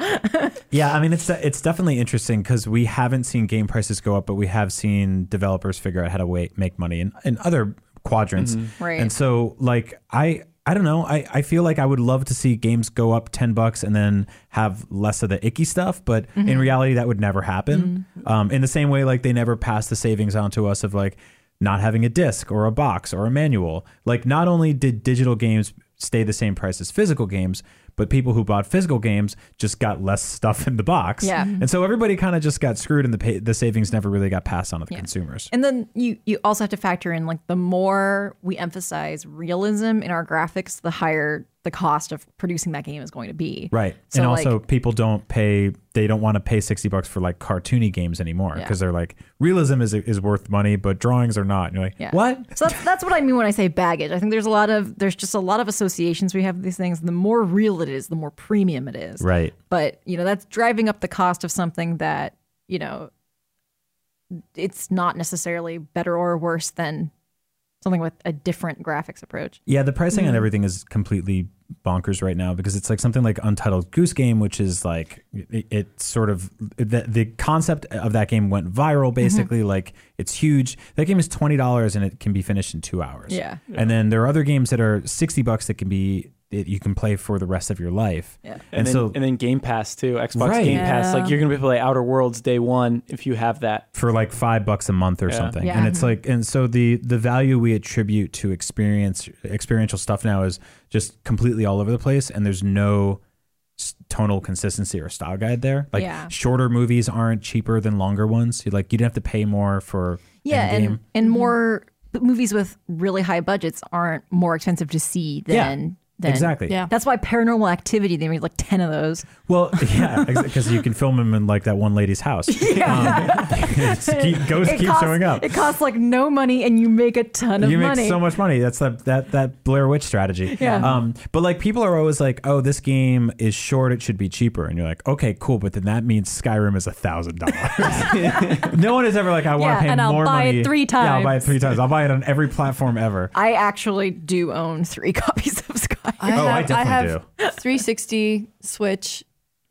Speaker 3: Yeah, I mean it's it's definitely interesting because we haven't seen game prices go up, but we have seen developers figure out how to wait, make money in, in other quadrants.
Speaker 2: Right.
Speaker 3: And so like I I don't know I, I feel like I would love to see games go up ten bucks and then have less of the icky stuff, but in reality that would never happen. Um, in the same way, like they never passed the savings on to us of like not having a disc or a box or a manual. Like not only did digital games stay the same price as physical games, but people who bought physical games just got less stuff in the box.
Speaker 2: Yeah.
Speaker 3: And so everybody kind of just got screwed and the pay- the savings never really got passed on to the consumers.
Speaker 2: And then you you also have to factor in like the more we emphasize realism in our graphics, the higher the cost of producing that game is going to be.
Speaker 3: Right.
Speaker 2: So,
Speaker 3: and
Speaker 2: like-
Speaker 3: also people don't pay they don't want to pay 60 bucks for like cartoony games anymore because they're like realism is is worth money but drawings are not. And you're like,
Speaker 2: Yeah.
Speaker 3: "What?"
Speaker 2: So that's that's what I mean when I say baggage. I think there's a lot of there's just a lot of associations we have with these things. The more real it is, the more premium it is.
Speaker 3: Right.
Speaker 2: but you know that's driving up the cost of something that you know it's not necessarily better or worse than something with a different graphics approach
Speaker 3: Yeah, the pricing
Speaker 2: Mm-hmm.
Speaker 3: on everything is completely bonkers right now because it's like something like Untitled Goose Game, which is like it, it sort of the, the concept of that game went
Speaker 2: Mm-hmm.
Speaker 3: viral. Basically, like it's huge. That game is twenty dollars and it can be finished in two hours.
Speaker 2: Yeah.
Speaker 3: and then there are other games that are sixty bucks that can be that you can play for the rest of your life. Yeah,
Speaker 1: And, then, and then Game Pass too, Xbox
Speaker 3: Right.
Speaker 1: Game Pass. Like you're gonna be able to play Outer Worlds day one if you have that.
Speaker 3: for like five bucks a month or something.
Speaker 2: Yeah.
Speaker 3: And it's like, and so the the value we attribute to experience experiential stuff now is just completely all over the place, and there's no s- tonal consistency or style guide there. Like
Speaker 2: Yeah.
Speaker 3: shorter movies aren't cheaper than longer ones. You like you don't have to pay more for
Speaker 2: yeah
Speaker 3: Endgame.
Speaker 2: and and more but movies with really high budgets aren't more expensive to see
Speaker 3: Yeah.
Speaker 2: than Then.
Speaker 3: Exactly.
Speaker 4: Yeah.
Speaker 2: That's why paranormal activity, they made like 10 of those.
Speaker 3: Well, yeah, because you can film him in like that one lady's house. Um, it's keep, ghosts keep
Speaker 2: costs,
Speaker 3: showing up.
Speaker 2: It costs like no money and you make a ton of
Speaker 3: you
Speaker 2: money.
Speaker 3: make so much money. That's that that that Blair Witch strategy.
Speaker 2: Yeah.
Speaker 3: Um, but like people are always like, oh, this game is short. It should be cheaper. And you're like, okay, cool. But then that means Skyrim is a thousand dollars. No one is ever like, I want
Speaker 4: Yeah,
Speaker 3: to pay
Speaker 4: and I'll
Speaker 3: more
Speaker 4: buy it
Speaker 3: money.
Speaker 4: three
Speaker 3: Yeah, I'll buy it
Speaker 4: times.
Speaker 3: three times. I'll buy it on every platform ever.
Speaker 2: I actually do own three copies of Sky.
Speaker 3: Oh, I definitely
Speaker 4: have 360, Switch,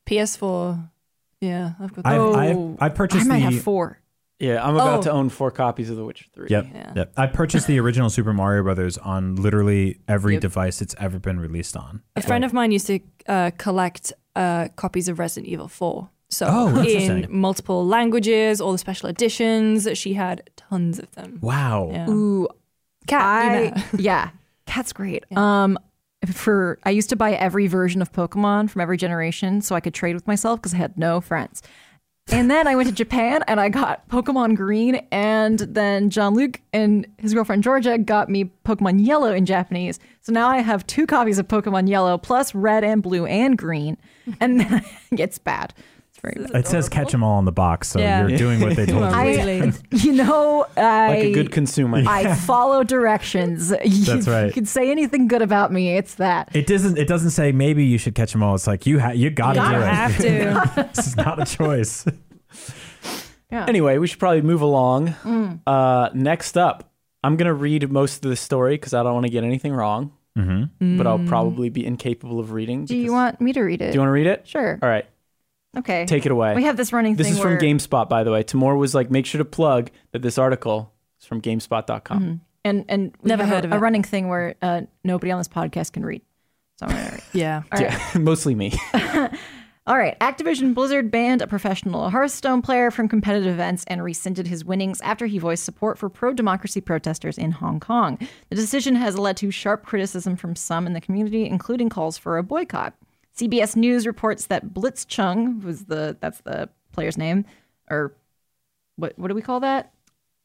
Speaker 4: PS4. Yeah, I've got.
Speaker 3: I've,
Speaker 4: that.
Speaker 3: I've, I
Speaker 2: Oh, I
Speaker 3: purchased
Speaker 2: might
Speaker 3: the
Speaker 2: have four.
Speaker 1: Yeah, I'm about
Speaker 4: Oh.
Speaker 1: to own four copies of The Witcher 3.
Speaker 3: Yep.
Speaker 4: Yeah.
Speaker 3: Yep. I purchased the original Super Mario Brothers on literally every
Speaker 4: Yep.
Speaker 3: device it's ever been released on.
Speaker 4: A friend of mine used to uh, collect uh, copies of Resident Evil 4. So
Speaker 3: Oh,
Speaker 4: in
Speaker 3: interesting.
Speaker 4: multiple languages, all the special editions, she had tons of them.
Speaker 3: Wow.
Speaker 4: Yeah.
Speaker 2: Ooh,
Speaker 4: Cat, you know.
Speaker 2: I, yeah, cat's great. Um, for I used to buy every version of Pokemon from every generation so I could trade with myself because I had no friends. And then I went to Japan and I got Pokemon Green, and then John Luke and his girlfriend Georgia got me Pokemon Yellow in Japanese. So now I have two copies of Pokemon Yellow plus Red and Blue and Green, and then it's bad. It's very bad.
Speaker 3: It says catch them all on the box, so
Speaker 4: Yeah.
Speaker 3: you're doing what they told you.
Speaker 4: are
Speaker 3: to do.
Speaker 2: I, you know, I
Speaker 1: Like a good consumer.
Speaker 2: I follow directions. You,
Speaker 3: That's right.
Speaker 2: You can say anything good about me. It's that.
Speaker 3: It doesn't. It doesn't say maybe you should catch them all. It's like you ha- you gotta
Speaker 4: I
Speaker 3: do it.
Speaker 4: have to.
Speaker 3: this is not a choice.
Speaker 1: Anyway, we should probably move along.
Speaker 2: Mm.
Speaker 1: Uh, next up, I'm going to read most of the story because I don't want to get anything wrong, mm-hmm. but I'll probably be incapable of reading.
Speaker 2: Mm. Do you
Speaker 1: because-
Speaker 2: want me to read it?
Speaker 1: Do you want to read it?
Speaker 2: Sure.
Speaker 1: All right,
Speaker 2: Okay.
Speaker 1: take it away.
Speaker 2: We have this running
Speaker 1: This
Speaker 2: thing.
Speaker 1: is from
Speaker 2: where-
Speaker 1: GameSpot, by the way. Tamor was like, make sure to plug that this article is from GameSpot.com.
Speaker 2: Mm. and and we
Speaker 4: Never
Speaker 2: have
Speaker 4: heard
Speaker 2: a,
Speaker 4: of
Speaker 2: a
Speaker 4: it.
Speaker 2: running thing where uh, nobody on this podcast can read. So I'm gonna read.
Speaker 4: yeah.
Speaker 1: Yeah, mostly me.
Speaker 2: All right. Activision Blizzard banned a professional Hearthstone player from competitive events and rescinded his winnings after he voiced support for pro democracy protesters in Hong Kong. The decision has led to sharp criticism from some in the community, including calls for a boycott. CBS News reports that Blitz Chung was the that's the player's name, or what what do we call that?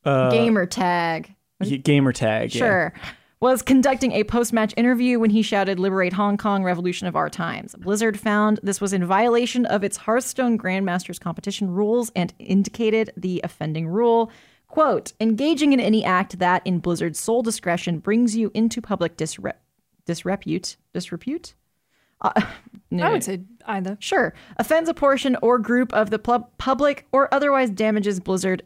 Speaker 2: Gamer tag.
Speaker 1: Gamer tag. yeah.
Speaker 2: Sure. Was conducting a post match interview when he shouted, Liberate Hong Kong, Revolution of Our Times. Blizzard found this was in violation of its Hearthstone Grandmasters competition rules and indicated the offending rule. Quote, engaging in any act that, in Blizzard's sole discretion, brings you into public disre- disrepute. Disrepute? Uh,
Speaker 4: I would say either.
Speaker 2: Sure. Offends a portion or group of the pub- public or otherwise damages Blizzard.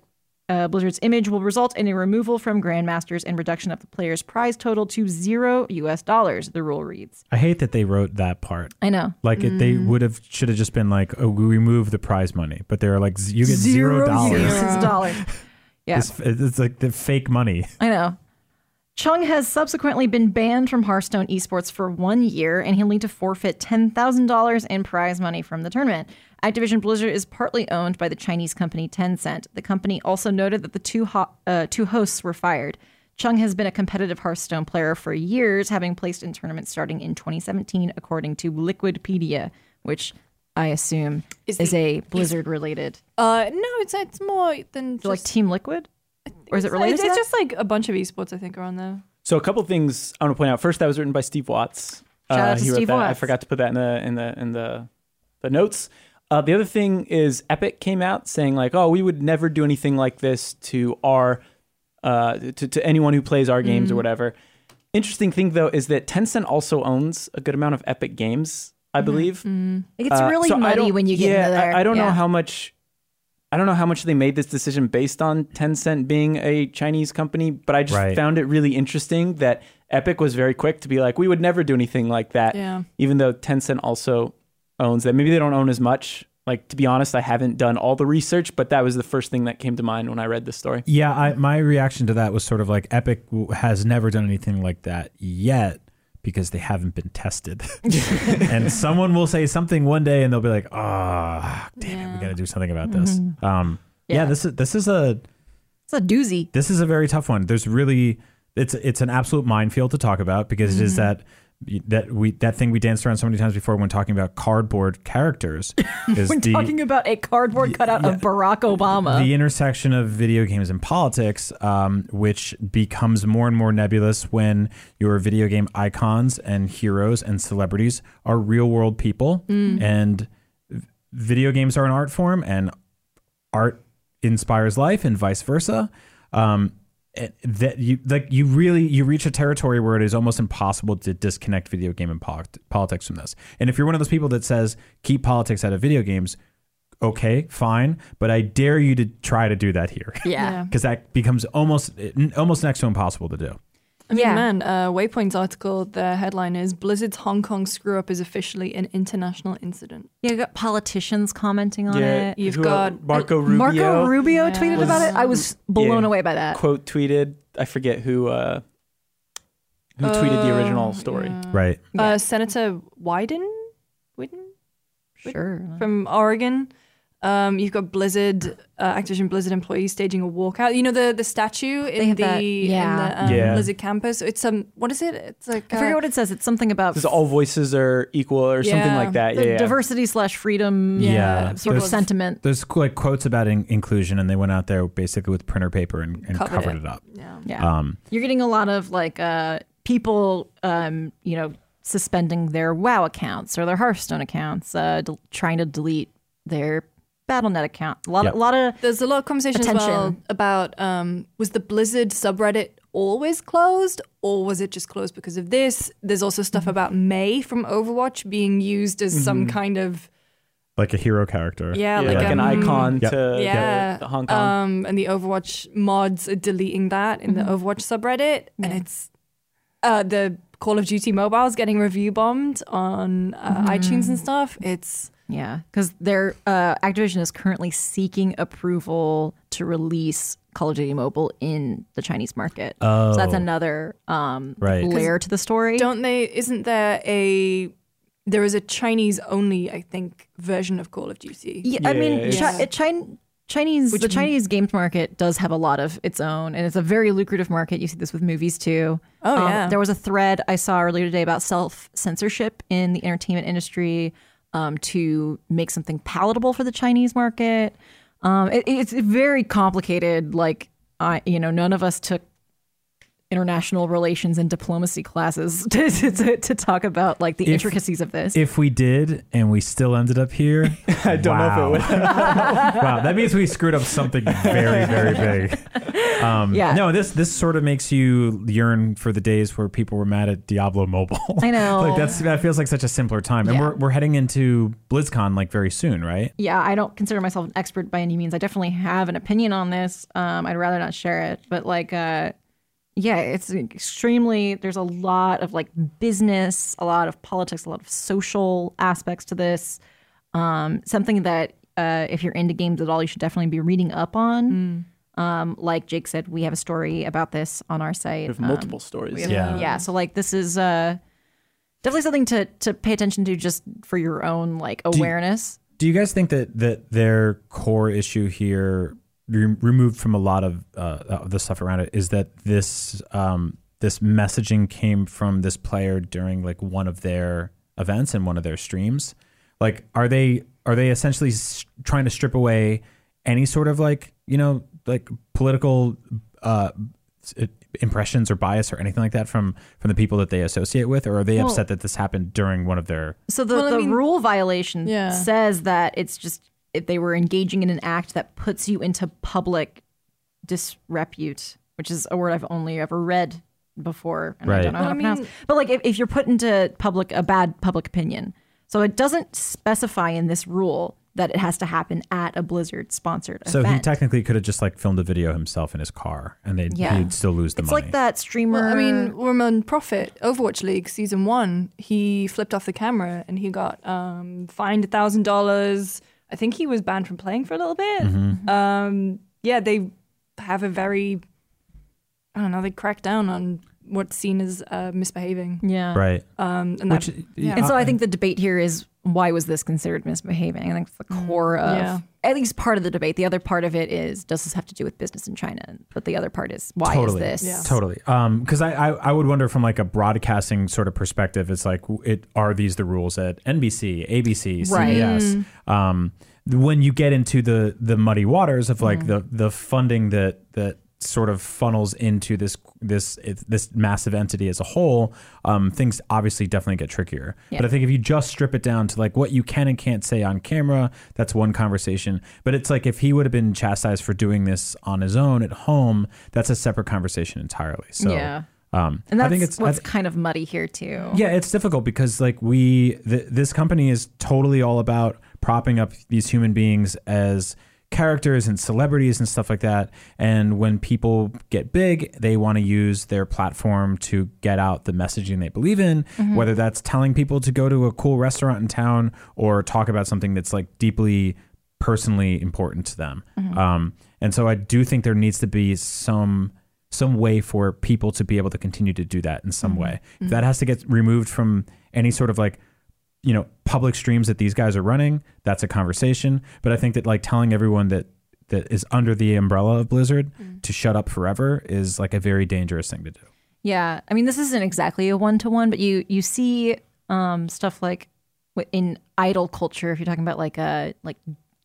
Speaker 2: Uh, Blizzard's image will result in a removal from Grandmasters and reduction of the player's prize total to zero US dollars, the rule reads.
Speaker 3: I hate that they wrote that part.
Speaker 2: I know.
Speaker 3: Like it, they would have should have just been like, oh, we remove the prize money, but they were like, "Z- you get zero dollars.
Speaker 2: US dollars. Yeah.
Speaker 3: It's, it's like the fake money.
Speaker 2: I know. Chung has subsequently been banned from Hearthstone esports for one year, and he'll need to forfeit $10,000 in prize money from the tournament. Activision Blizzard is partly owned by the Chinese company Tencent. The company also noted that the two, ho- uh, two hosts were fired. Chung has been a competitive Hearthstone player for years, having placed in tournaments starting in 2017, according to Liquidpedia, which I assume is,
Speaker 4: Is
Speaker 2: a Blizzard related.
Speaker 4: Uh, no, it's it's more than just
Speaker 2: Like Team Liquid? Or is it
Speaker 4: it's-
Speaker 2: related
Speaker 4: It's,
Speaker 2: to that?
Speaker 4: just like a bunch of esports. I think are on there.
Speaker 1: So a couple things I want to point out. First, that was written by Steve Watts. Uh,
Speaker 2: Shout out to
Speaker 1: he wrote
Speaker 2: Steve
Speaker 1: that. I
Speaker 2: Watts.
Speaker 1: forgot to put that in the in the in the the notes. Uh, the other thing is Epic came out saying like, "Oh, we would never do anything like this to our uh, to to anyone who plays our games or
Speaker 2: Mm-hmm.
Speaker 1: whatever." Interesting thing though is that Tencent also owns a good amount of Epic Games, I
Speaker 2: Mm-hmm.
Speaker 1: believe.
Speaker 2: It's
Speaker 1: Uh,
Speaker 2: really
Speaker 1: so I
Speaker 2: muddy
Speaker 1: don't-
Speaker 2: when you get
Speaker 1: yeah,
Speaker 2: into there.
Speaker 1: I, I don't know
Speaker 2: Yeah.
Speaker 1: how much. I don't know how much they made this decision based on Tencent being a Chinese company, but I just
Speaker 3: Right.
Speaker 1: found it really interesting that Epic was very quick to be like, we would never do anything like that.
Speaker 4: Yeah.
Speaker 1: Even though Tencent also owns that. Maybe they don't own as much. Like, to be honest, I haven't done all the research, but that was the first thing that came to mind when I read this story.
Speaker 3: Yeah, I, my reaction to that was sort of like Epic w- has never done anything like that yet because they haven't been tested. and someone will say something one day, and they'll be like, "Ah, damn it, we got to do something about this." Um, yeah.
Speaker 2: Yeah.
Speaker 3: this is this is a
Speaker 2: It's a doozy.
Speaker 3: this is a very tough one. There's really it's it's an absolute minefield to talk about because it is that that we that thing we danced around so many times before when talking about cardboard characters is
Speaker 2: We're
Speaker 3: the
Speaker 2: talking about a cardboard cutout of Barack Obama.
Speaker 3: the intersection of video games and politics, um, which becomes more and more nebulous when your video game icons and heroes and celebrities are real world people. And v- video games are an art form, and art inspires life, and vice versa. Um, it- that you like you really you reach a territory where it is almost impossible to disconnect video game and polit- politics from this. And if you're one of those people that says keep politics out of video games, okay, fine, but I dare you to try to do that here
Speaker 2: yeah.
Speaker 3: because that becomes almost almost next to impossible to do.
Speaker 4: I mean,
Speaker 2: Yeah.
Speaker 4: man, uh, Waypoint's article, the headline is Blizzard's Hong Kong screw up is officially an international incident.
Speaker 2: Yeah, you got politicians commenting on
Speaker 1: Yeah,
Speaker 2: it.
Speaker 4: You've
Speaker 1: who, uh,
Speaker 4: got-
Speaker 1: Marco Rubio.
Speaker 2: Marco Rubio
Speaker 4: Yeah.
Speaker 2: tweeted about it. I was blown
Speaker 1: Yeah.
Speaker 2: away by that.
Speaker 1: quote tweeted. I forget who uh, who tweeted
Speaker 2: Uh,
Speaker 1: the original story.
Speaker 3: Right.
Speaker 4: Uh, Senator Wyden? Wyden?
Speaker 2: Sure.
Speaker 4: from Oregon. Um, you've got Blizzard, uh, Activision Blizzard employees staging a walkout. You know the the statue in
Speaker 2: have
Speaker 4: the,
Speaker 2: that- yeah.
Speaker 4: in the um,
Speaker 3: Yeah.
Speaker 4: Blizzard campus. It's um, what is it? It's like uh,
Speaker 2: I forget what it says. It's something about
Speaker 1: Because all voices are equal or something
Speaker 4: Yeah.
Speaker 1: like that.
Speaker 2: the
Speaker 1: Yeah, yeah.
Speaker 2: diversity slash freedom uh,
Speaker 4: Yeah.
Speaker 2: sort of
Speaker 4: There's-
Speaker 2: sentiment.
Speaker 3: There's like quotes about in- inclusion, and they went out there basically with printer paper and, and
Speaker 4: Covered
Speaker 3: covered,
Speaker 4: it.
Speaker 3: it. up.
Speaker 4: Yeah.
Speaker 2: Yeah.
Speaker 3: Um,
Speaker 2: You're getting a lot of like uh, people, um, you know, suspending their WoW accounts or their Hearthstone accounts, uh, del- trying to delete their BattleNet account. A lot,
Speaker 3: Yep.
Speaker 2: a lot of
Speaker 4: There's a lot of conversation as well
Speaker 2: Attention.
Speaker 4: about um, was the Blizzard subreddit always closed or was it just closed because of this? There's also
Speaker 2: Mm-hmm.
Speaker 4: stuff about May from Overwatch being used as some kind of
Speaker 3: like a hero character.
Speaker 4: yeah,
Speaker 1: Yeah,
Speaker 4: like,
Speaker 1: like,
Speaker 4: a,
Speaker 1: an
Speaker 4: mm,
Speaker 1: icon
Speaker 3: Yep.
Speaker 1: to
Speaker 4: yeah,
Speaker 1: to Hong Kong.
Speaker 4: Um, and the Overwatch mods are deleting that in the Overwatch subreddit, and it's uh, the Call of Duty mobiles getting review bombed on uh, iTunes and stuff. It's
Speaker 2: Yeah, because their uh, Activision is currently seeking approval to release Call of Duty Mobile in the Chinese market. Oh, so that's another um,
Speaker 3: Right. 'Cause
Speaker 2: layer to the story.
Speaker 4: don't they? Isn't there a there is a Chinese only, I think, version of Call of Duty.
Speaker 2: Yeah, I mean,
Speaker 1: Yes.
Speaker 2: Chi- Chin- Chinese the Chinese games market does have a lot of its own, and it's a very lucrative market. You see this with movies too. Um,
Speaker 4: Oh, yeah.
Speaker 2: There was a thread I saw earlier today about self censorship in the entertainment industry um, to make something palatable for the Chinese market. Um, it, it's very complicated. Like I, you know, none of us took international relations and diplomacy classes to, to, to, to talk about like the
Speaker 3: If-
Speaker 2: intricacies of this.
Speaker 3: If we did, and we still ended up here, I
Speaker 1: don't know if it would.
Speaker 3: wow, that means we screwed up something very, very big. Um,
Speaker 2: Yeah.
Speaker 3: No, this this sort of makes you yearn for the days where people were mad at Diablo Mobile.
Speaker 2: I know.
Speaker 3: like that's that feels like such a simpler time, and
Speaker 2: Yeah.
Speaker 3: we're we're heading into BlizzCon like very soon, right?
Speaker 2: yeah, I don't consider myself an expert by any means. I definitely have an opinion on this. Um, I'd rather not share it, but like, uh, yeah, it's extremely. There's a lot of like business, a lot of politics, a lot of social aspects to this. Um, something that uh, if you're into games at all, you should definitely be reading up on. Um, like Jake said, we have a story about this on our site.
Speaker 1: We have
Speaker 2: Um,
Speaker 1: multiple stories.
Speaker 2: yeah.
Speaker 3: Yeah.
Speaker 2: yeah so like this is uh definitely something to to pay attention to just for your own like awareness
Speaker 3: Do you guys think that that their core issue here, re- removed from a lot of uh, of the stuff around it, is that this um, this messaging came from this player during like one of their events and one of their streams? Like, are they are they essentially s- trying to strip away any sort of like you know like political uh, s- impressions or bias or anything like that from from the people that they associate with, or are they upset that this happened during one of their
Speaker 2: so the,
Speaker 4: Well, I
Speaker 2: the
Speaker 4: mean-
Speaker 2: rule violation
Speaker 4: Yeah.
Speaker 2: says that it's just if they were engaging in an act that puts you into public disrepute which is a word i've only ever read before and i
Speaker 3: Right.
Speaker 2: don't know how
Speaker 4: Well,
Speaker 2: to
Speaker 4: I
Speaker 2: pronounce
Speaker 4: mean-
Speaker 2: but like if, if you're put into public a bad public opinion so it doesn't specify in this rule that it has to happen at a blizzard sponsored
Speaker 3: So
Speaker 2: event
Speaker 3: he technically could have just like filmed a video himself in his car, and they'd
Speaker 2: Yeah.
Speaker 3: he'd still lose the
Speaker 2: it's
Speaker 3: money.
Speaker 2: like that streamer
Speaker 4: I mean, Ramon Profit, Overwatch League season one, he flipped off the camera and he got um, fined a thousand dollars. I think he was banned from playing for a little bit.
Speaker 1: Mm-hmm.
Speaker 3: Mm-hmm.
Speaker 4: Um, yeah, they have a very, I don't know, they crack down on what's seen as uh, misbehaving.
Speaker 2: yeah
Speaker 3: right?
Speaker 4: Um, and
Speaker 3: Which
Speaker 4: that, yeah.
Speaker 2: And so I think the debate here is why was this considered misbehaving? I think it's the core of
Speaker 4: yeah.
Speaker 2: at least part of the debate. The other part of it is does this have to do with business in China? But the other part is why
Speaker 3: totally.
Speaker 2: is this?
Speaker 3: Totally. Um, because I, I I would wonder from like a broadcasting sort of perspective, it's like w- it are these the rules at NBC, ABC,
Speaker 2: Right. Mm.
Speaker 3: CBS? Um, when you get into the the muddy waters of like the the funding that that sort of funnels into this this it- this massive entity as a whole, um, things obviously definitely get trickier.
Speaker 2: Yeah.
Speaker 3: But I think if you just strip it down to like what you can and can't say on camera, that's one conversation. But it's like if he would have been chastised for doing this on his own at home, that's a separate conversation entirely. So
Speaker 2: Yeah.
Speaker 3: um,
Speaker 2: And that's
Speaker 3: I think it's I
Speaker 2: what's
Speaker 3: th-
Speaker 2: kind of muddy here too.
Speaker 3: yeah, it's difficult because like we th- this company is totally all about propping up these human beings as characters and celebrities and stuff like that. And when people get big, they want to use their platform to get out the messaging they believe in, whether that's telling people to go to a cool restaurant in town or talk about something that's like deeply personally important to them. Um, and so I do think there needs to be some some way for people to be able to continue to do that in some way. If That has to get removed from any sort of like you know public streams that these guys are running. That's a conversation, but I think that like telling everyone that that is under the umbrella of Blizzard to shut up forever is like a very dangerous thing to do.
Speaker 2: Yeah, I mean, this isn't exactly a one to one, but you you see um, stuff like wi- in idol culture. If you're talking about like uh like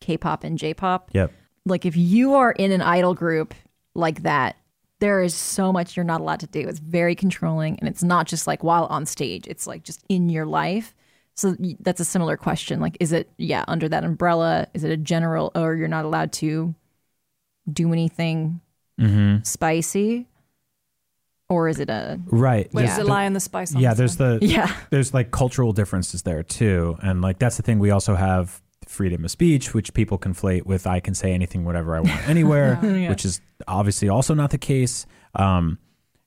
Speaker 2: K-pop and J-pop,
Speaker 3: Yep.
Speaker 2: like if you are in an idol group like that, there is so much you're not allowed to do. It's very controlling, and it's not just like while on stage. It's like just in your life. So y- that's a similar question. Like, is it yeah under that umbrella? Is it a general or you're not allowed to do anything spicy, or is it a
Speaker 3: Right.
Speaker 4: Where
Speaker 3: There's-
Speaker 4: does it lie on the spice? on
Speaker 3: yeah,
Speaker 4: this
Speaker 3: there's the
Speaker 2: Yeah.
Speaker 3: there's like cultural differences there too, and like that's the thing. We also have freedom of speech, which people conflate with I can say anything, whatever I want, anywhere, which is obviously also not the case. Um,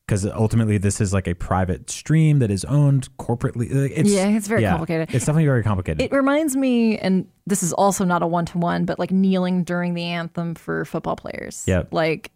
Speaker 3: because ultimately this is like a private stream that is owned corporately. Like, It's,
Speaker 2: Yeah, it's very complicated.
Speaker 3: It's definitely very complicated.
Speaker 2: It reminds me, and this is also not a one to one, but like kneeling during the anthem for football players.
Speaker 3: Yep.
Speaker 2: Like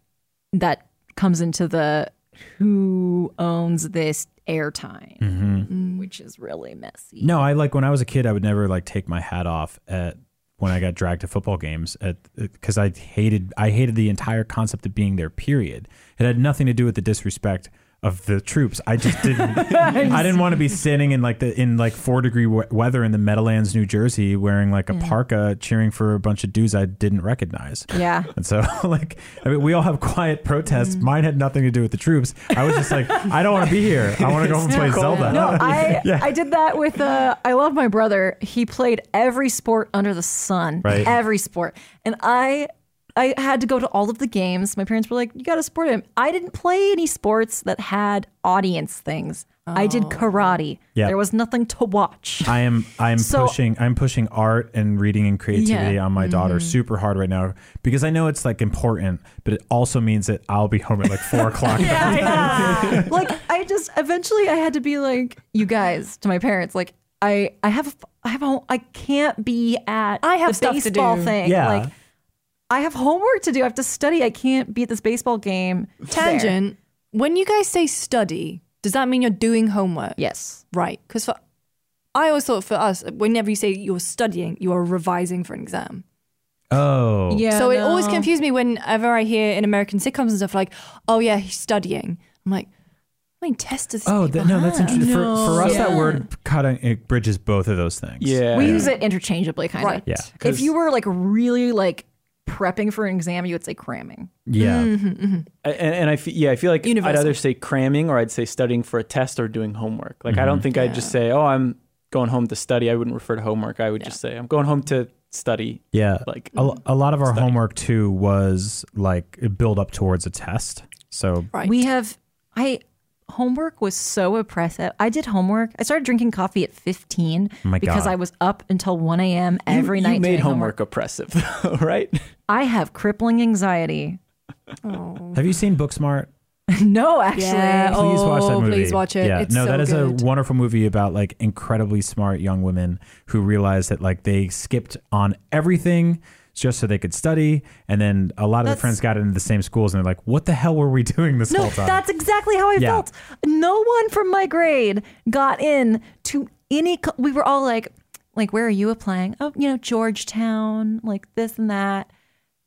Speaker 2: that comes into the who owns this airtime, which is really messy.
Speaker 3: Mm-hmm. No, I like when I was a kid, I would never like take my hat off at when I got dragged to football games at because I hated I hated the entire concept of being there. Period. It had nothing to do with the disrespect of the troops. I just didn't. I didn't want to be standing in like the in like four degree we- weather in the Meadowlands, New Jersey, wearing like a
Speaker 2: Mm.
Speaker 3: parka, cheering for a bunch of dudes I didn't recognize.
Speaker 2: Yeah.
Speaker 3: And so, like, I mean, we all have quiet protests.
Speaker 2: Mm.
Speaker 3: Mine had nothing to do with the troops. I was just like, I don't want to be here. I want to go home and play Zelda.
Speaker 2: No, I I did that with uh I love my brother. He played every sport under the sun.
Speaker 3: Right.
Speaker 2: Every sport. And I I had to go to all of the games. My parents were like, "You got to support him." I didn't play any sports that had audience things. I did karate.
Speaker 3: Yeah.
Speaker 2: There was nothing to watch.
Speaker 3: I am I'm
Speaker 2: So-
Speaker 3: pushing I'm pushing art and reading and creativity
Speaker 2: Yeah. Mm-hmm.
Speaker 3: on my daughter super hard right now because I know it's like important, but it also means that I'll be home at like four o'clock.
Speaker 2: like I just eventually I had to be like, "You guys," to my parents, like I I have I have a, I can't be at
Speaker 4: I have
Speaker 2: the
Speaker 4: stuff to
Speaker 2: baseball
Speaker 4: do.
Speaker 2: thing.
Speaker 3: Yeah.
Speaker 2: Like I have homework to do. I have to study. I can't be at this baseball game. There.
Speaker 4: Tangent. When you guys say study, does that mean you're doing homework?
Speaker 2: Yes.
Speaker 4: Right. Because for I always thought for us, whenever you say you're studying, you are revising for an exam.
Speaker 3: Oh.
Speaker 2: Yeah.
Speaker 4: so it always confused me whenever I hear in American sitcoms and stuff like, "Oh yeah, he's studying." I'm like, "How many tests does this
Speaker 3: Oh,
Speaker 4: people
Speaker 3: that, no, that's
Speaker 4: have?"
Speaker 3: interesting.
Speaker 1: No.
Speaker 3: For, for us, that
Speaker 2: Uh-huh. Yeah.
Speaker 3: word cutting it bridges both of those things.
Speaker 1: Yeah.
Speaker 2: we use it interchangeably, kind
Speaker 4: Right.
Speaker 2: of.
Speaker 3: Yeah.
Speaker 2: If you were like really like prepping for an exam, you would say cramming.
Speaker 3: Yeah.
Speaker 2: Mm-hmm.
Speaker 1: I- and, and I feel yeah, I feel like I'd
Speaker 4: Universal.
Speaker 1: either say cramming or I'd say studying for a test or doing homework. Like I don't think I'd just say, "Oh, I'm going home to study." I wouldn't refer to homework. I would just say, "I'm going home to study."
Speaker 3: Yeah.
Speaker 1: Like mm,
Speaker 3: A, a lot of our homework too was like build up towards a test. So
Speaker 4: Right.
Speaker 2: We have I homework was so oppressive. I did homework. I started drinking coffee at 15
Speaker 3: my
Speaker 2: because
Speaker 3: God.
Speaker 2: I was up until 1 a.m.
Speaker 1: Oh You-
Speaker 2: every
Speaker 1: you,
Speaker 2: night.
Speaker 1: made
Speaker 2: doing
Speaker 1: homework, oppressive, right?
Speaker 2: I have crippling anxiety.
Speaker 3: have you seen Booksmart?
Speaker 2: no, actually.
Speaker 4: Yeah.
Speaker 3: Please watch that
Speaker 4: Oh,
Speaker 3: movie.
Speaker 4: please watch it.
Speaker 3: Yeah,
Speaker 4: It's
Speaker 3: no,
Speaker 4: so
Speaker 3: that is
Speaker 4: good.
Speaker 3: a wonderful movie about like incredibly smart young women who realized that like they skipped on everything just so they could study, and then a lot of their
Speaker 2: That's-
Speaker 3: friends got into the same schools, and they're like, "What the hell were we doing this
Speaker 2: No,
Speaker 3: whole time?"
Speaker 2: that's exactly how I
Speaker 3: Yeah.
Speaker 2: felt. No one from my grade got in to any. Co- we were all like, like, where are you applying? Oh, you know, Georgetown, like this and that.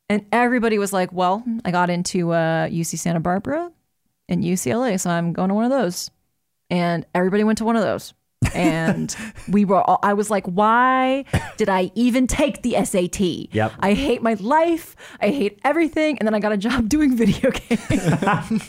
Speaker 2: And everybody was like, well, I got into uh, UC Santa Barbara and UCLA, so I'm going to one of those. And everybody went to one of those. and we were all, I was like, why did I even take the SAT?
Speaker 3: Yep.
Speaker 2: I hate my life. I hate everything. And then I got a job doing video games.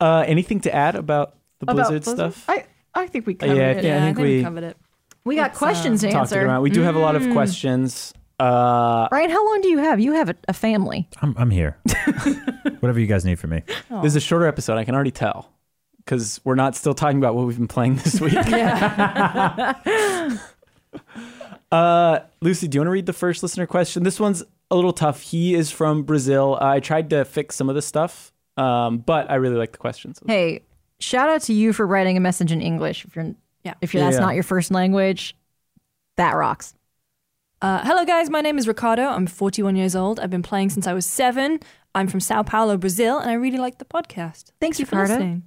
Speaker 1: Uh, anything to add about the Blizzard stuff?
Speaker 2: I, I think we
Speaker 1: Uh, yeah,
Speaker 2: covered it.
Speaker 4: Yeah, I think we
Speaker 1: we
Speaker 4: covered it.
Speaker 2: We got questions to
Speaker 1: talked it
Speaker 2: answer.
Speaker 1: around. We do have a lot of questions. Uh,
Speaker 2: Brian, how long do you have? You have a, a family.
Speaker 3: I'm, I'm here. Whatever you guys need from me.
Speaker 1: This is a shorter episode. I can already tell because we're not still talking about what we've been playing this week. uh, Lucy, do you want to read the first listener question? This one's a little tough. He is from Brazil. I tried to fix some of this stuff, um, but I really like the questions.
Speaker 2: Hey, shout out to you for writing a message in English. If you're,
Speaker 4: Yeah.
Speaker 2: if you're, that's
Speaker 1: Yeah.
Speaker 2: not your first language, that rocks.
Speaker 4: Uh, hello, guys. My name is Ricardo. I'm 41 years old. I've been playing since I was seven. I'm from Sao Paulo, Brazil, and I really like the podcast.
Speaker 2: Thanks,
Speaker 4: you for
Speaker 2: Ricardo.
Speaker 4: listening.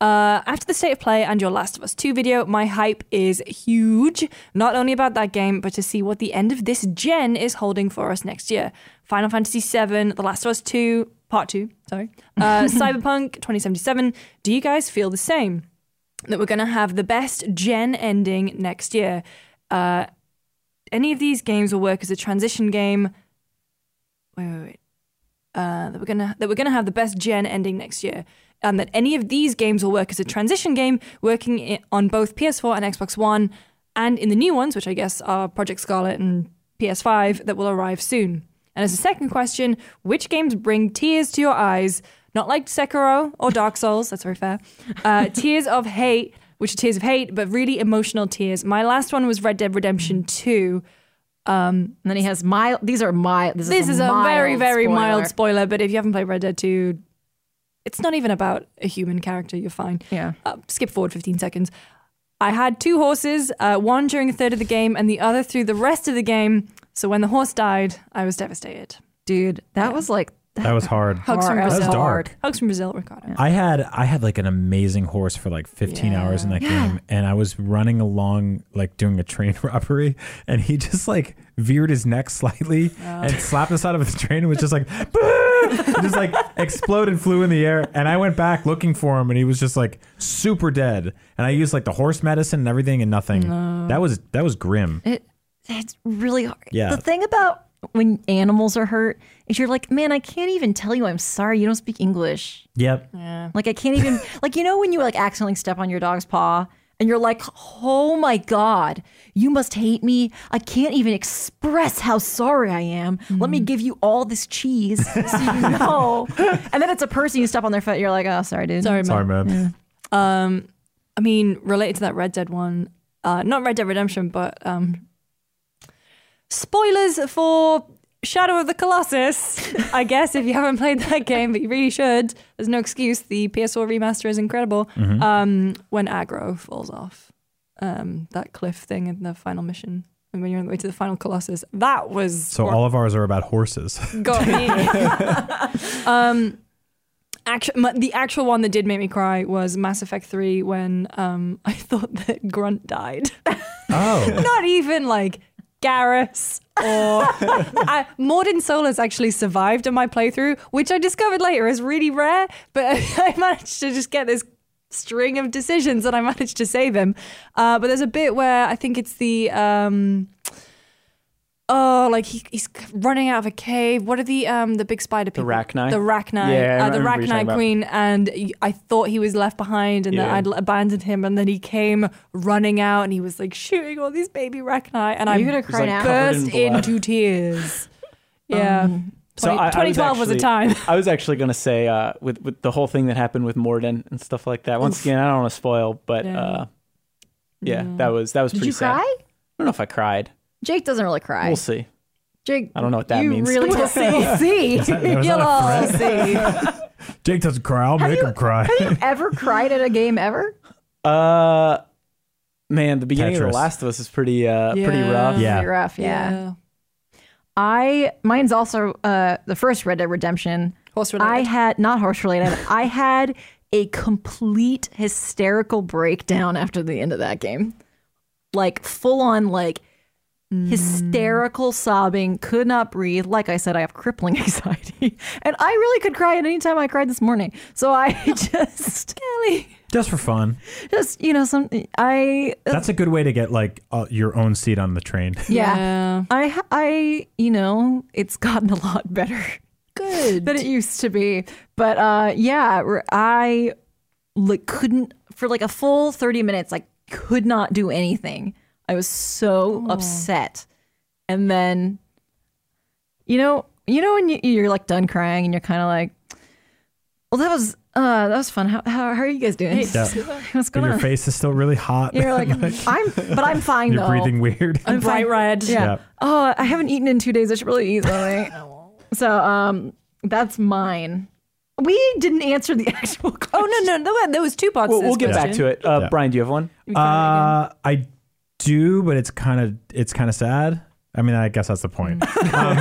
Speaker 4: Uh, after the State of Play and your Last of Us 2 video, my hype is huge. Not only about that game, but to see what the end of this gen is holding for us next year. Final Fantasy VII, The Last of Us 2, Part 2, sorry, uh, Cyberpunk 2077. Do you guys feel the same? That we're going to have the best gen ending next year. Uh, any of these games will work as a transition game. Wait, wait, wait. Uh, that we're gonna that we're gonna have the best gen ending next year, and that any of these games will work as a transition game, working i on both PS4 and Xbox One, and in the new ones, which I guess are Project Scarlet and PS5, that will arrive soon. And as a second question, which games bring tears to your eyes? Not like Sekiro or Dark Souls. That's very fair. Uh, tears of hate, which are tears of hate, but really emotional tears. My last one was Red Dead Redemption Two.
Speaker 2: And then he has mild. These are mild. This is,
Speaker 4: This is a very,
Speaker 2: mild
Speaker 4: very
Speaker 2: spoiler.
Speaker 4: mild spoiler, but if you haven't played Red Dead 2, it's not even about a human character. You're fine.
Speaker 2: Yeah.
Speaker 4: Uh, skip forward 15 seconds. I had two horses, uh, one during a third of the game and the other through the rest of the game. So when the horse died, I was devastated.
Speaker 2: dude. That was like that,
Speaker 3: That was hard.
Speaker 4: Hugs from
Speaker 2: hard.
Speaker 4: Brazil.
Speaker 3: That was dark.
Speaker 4: Hugs from Brazil, Ricardo.
Speaker 3: I had I had like an amazing horse for like 15 hours in that game and I was running along like doing a train robbery and he just like veered his neck slightly and slapped the side of the train and was just like "Boo!" And just like exploded flew in the air and I went back looking for him and he was just like super dead and I used like the horse medicine and everything and nothing. That was that was grim.
Speaker 2: It, it's really hard.
Speaker 3: Yeah.
Speaker 2: The thing about when animals are hurt is you're like, man, I can't even tell you I'm sorry. You don't speak English.
Speaker 3: Yep.
Speaker 2: Like I can't even like you know when you like accidentally step on your dog's paw and you're like, "Oh my god, you must hate me. I can't even express how sorry I am. Let
Speaker 1: Mm.
Speaker 2: me give you all this cheese so you know." and then it's a person you step on their foot, you're like, "Oh, sorry, dude."
Speaker 4: Sorry, man.
Speaker 3: Sorry, man.
Speaker 4: Um, I mean, related to that Red Dead one, uh, not Red Dead Redemption, but um, spoilers for Shadow of the Colossus. I guess if you haven't played that game, but you really should. There's no excuse. The PS4 remaster is incredible.
Speaker 3: Mm-hmm.
Speaker 4: Um, when aggro falls off, um, that cliff thing in the final mission, and when you're on the way to the final Colossus, that was
Speaker 3: So all of ours are about horses.
Speaker 4: got me. um, actu- my, the actual one that did make me cry was Mass Effect 3 when um, I thought that Grunt died.
Speaker 3: oh.
Speaker 4: Not even like Garrus or I, Morden Solas actually survived in my playthrough, which I discovered later is really rare, but I managed to just get this string of decisions and I managed to save him. Uh, but there's a bit where I think it's the. Um, Oh, like he, he's running out of a cave. What are the um the big spider people?
Speaker 1: Rachni?
Speaker 4: The Rachni.
Speaker 1: Yeah, I
Speaker 4: uh, the
Speaker 1: remember what you're talking
Speaker 4: Rachni
Speaker 1: about.
Speaker 4: Queen. And y- I thought he was left behind and
Speaker 1: Yeah.
Speaker 4: that I'd l- abandoned him. And then he came running out and he was like shooting all these baby Rachni. And
Speaker 2: Are
Speaker 4: I'm
Speaker 2: you gonna
Speaker 1: was,
Speaker 2: cry
Speaker 1: like,
Speaker 2: now?
Speaker 1: covered
Speaker 4: burst
Speaker 1: in blood.
Speaker 4: into tears. Yeah.
Speaker 1: So
Speaker 4: Twenty-
Speaker 1: I- I was
Speaker 4: 2012 was,
Speaker 1: actually-
Speaker 4: a time.
Speaker 1: I was actually going to say uh, with with the whole thing that happened with Morden and stuff like that. Once again, I don't want to spoil, but
Speaker 4: Yeah.
Speaker 1: uh, yeah, that was that was
Speaker 2: Did
Speaker 1: pretty
Speaker 2: you
Speaker 1: sad.
Speaker 2: cry?
Speaker 1: I don't know if I cried.
Speaker 2: Jake doesn't really cry.
Speaker 1: We'll see.
Speaker 2: Jake,
Speaker 1: I don't know what that
Speaker 2: you
Speaker 1: means.
Speaker 2: Really
Speaker 1: We'll
Speaker 2: we'll see.
Speaker 3: was
Speaker 4: You'll
Speaker 3: that
Speaker 4: all see.
Speaker 3: Jake doesn't cry. I'll make
Speaker 2: you-
Speaker 3: him cry.
Speaker 2: Have you ever cried at a game ever?
Speaker 1: Uh, man, the beginning of
Speaker 3: Tetris.
Speaker 1: The Last of Us is pretty uh pretty rough.
Speaker 3: Yeah.
Speaker 2: Pretty rough. yeah. I mine's also uh, the first Red Dead Redemption.
Speaker 4: Horse related.
Speaker 2: I had not horse related. I had a complete hysterical breakdown after the end of that game. like full on like hysterical sobbing, could not breathe. Like I said, I have crippling anxiety, and I really could cry at any time. I cried this morning, so I just Kelly,
Speaker 3: Just for fun.
Speaker 2: just you know, some I
Speaker 3: That's a good way to get like uh, your own seat on the train.
Speaker 2: yeah.
Speaker 4: Yeah.
Speaker 2: I I you know it's gotten a lot better
Speaker 4: Good.
Speaker 2: than it used to be, but uh yeah, r- I like couldn't for like a full thirty minutes like could not do anything. I was so upset, and then you know you know when you, you're like done crying and you're kind of like, well that was uh that was fun. How how, how are you guys doing? What's
Speaker 3: But
Speaker 2: going
Speaker 3: your
Speaker 2: on?
Speaker 3: face is still really hot.
Speaker 2: You're like I'm, but I'm fine
Speaker 3: You're
Speaker 2: though.
Speaker 3: breathing weird.
Speaker 2: I'm
Speaker 4: bright
Speaker 2: fine.
Speaker 4: red.
Speaker 2: Yeah.
Speaker 3: Yeah.
Speaker 2: Oh, I haven't eaten in two days. I should really eat something. so, um, that's mine. We didn't answer the actual question.
Speaker 4: Oh no, no, there were, there was two parts.
Speaker 1: We'll,
Speaker 4: to this
Speaker 1: we'll get back
Speaker 4: question.
Speaker 1: to it. Uh,
Speaker 3: Yeah.
Speaker 1: Brian, do you have one?
Speaker 3: Uh, I do, but it's kind of it's kind of sad. I mean, I guess that's the point. um,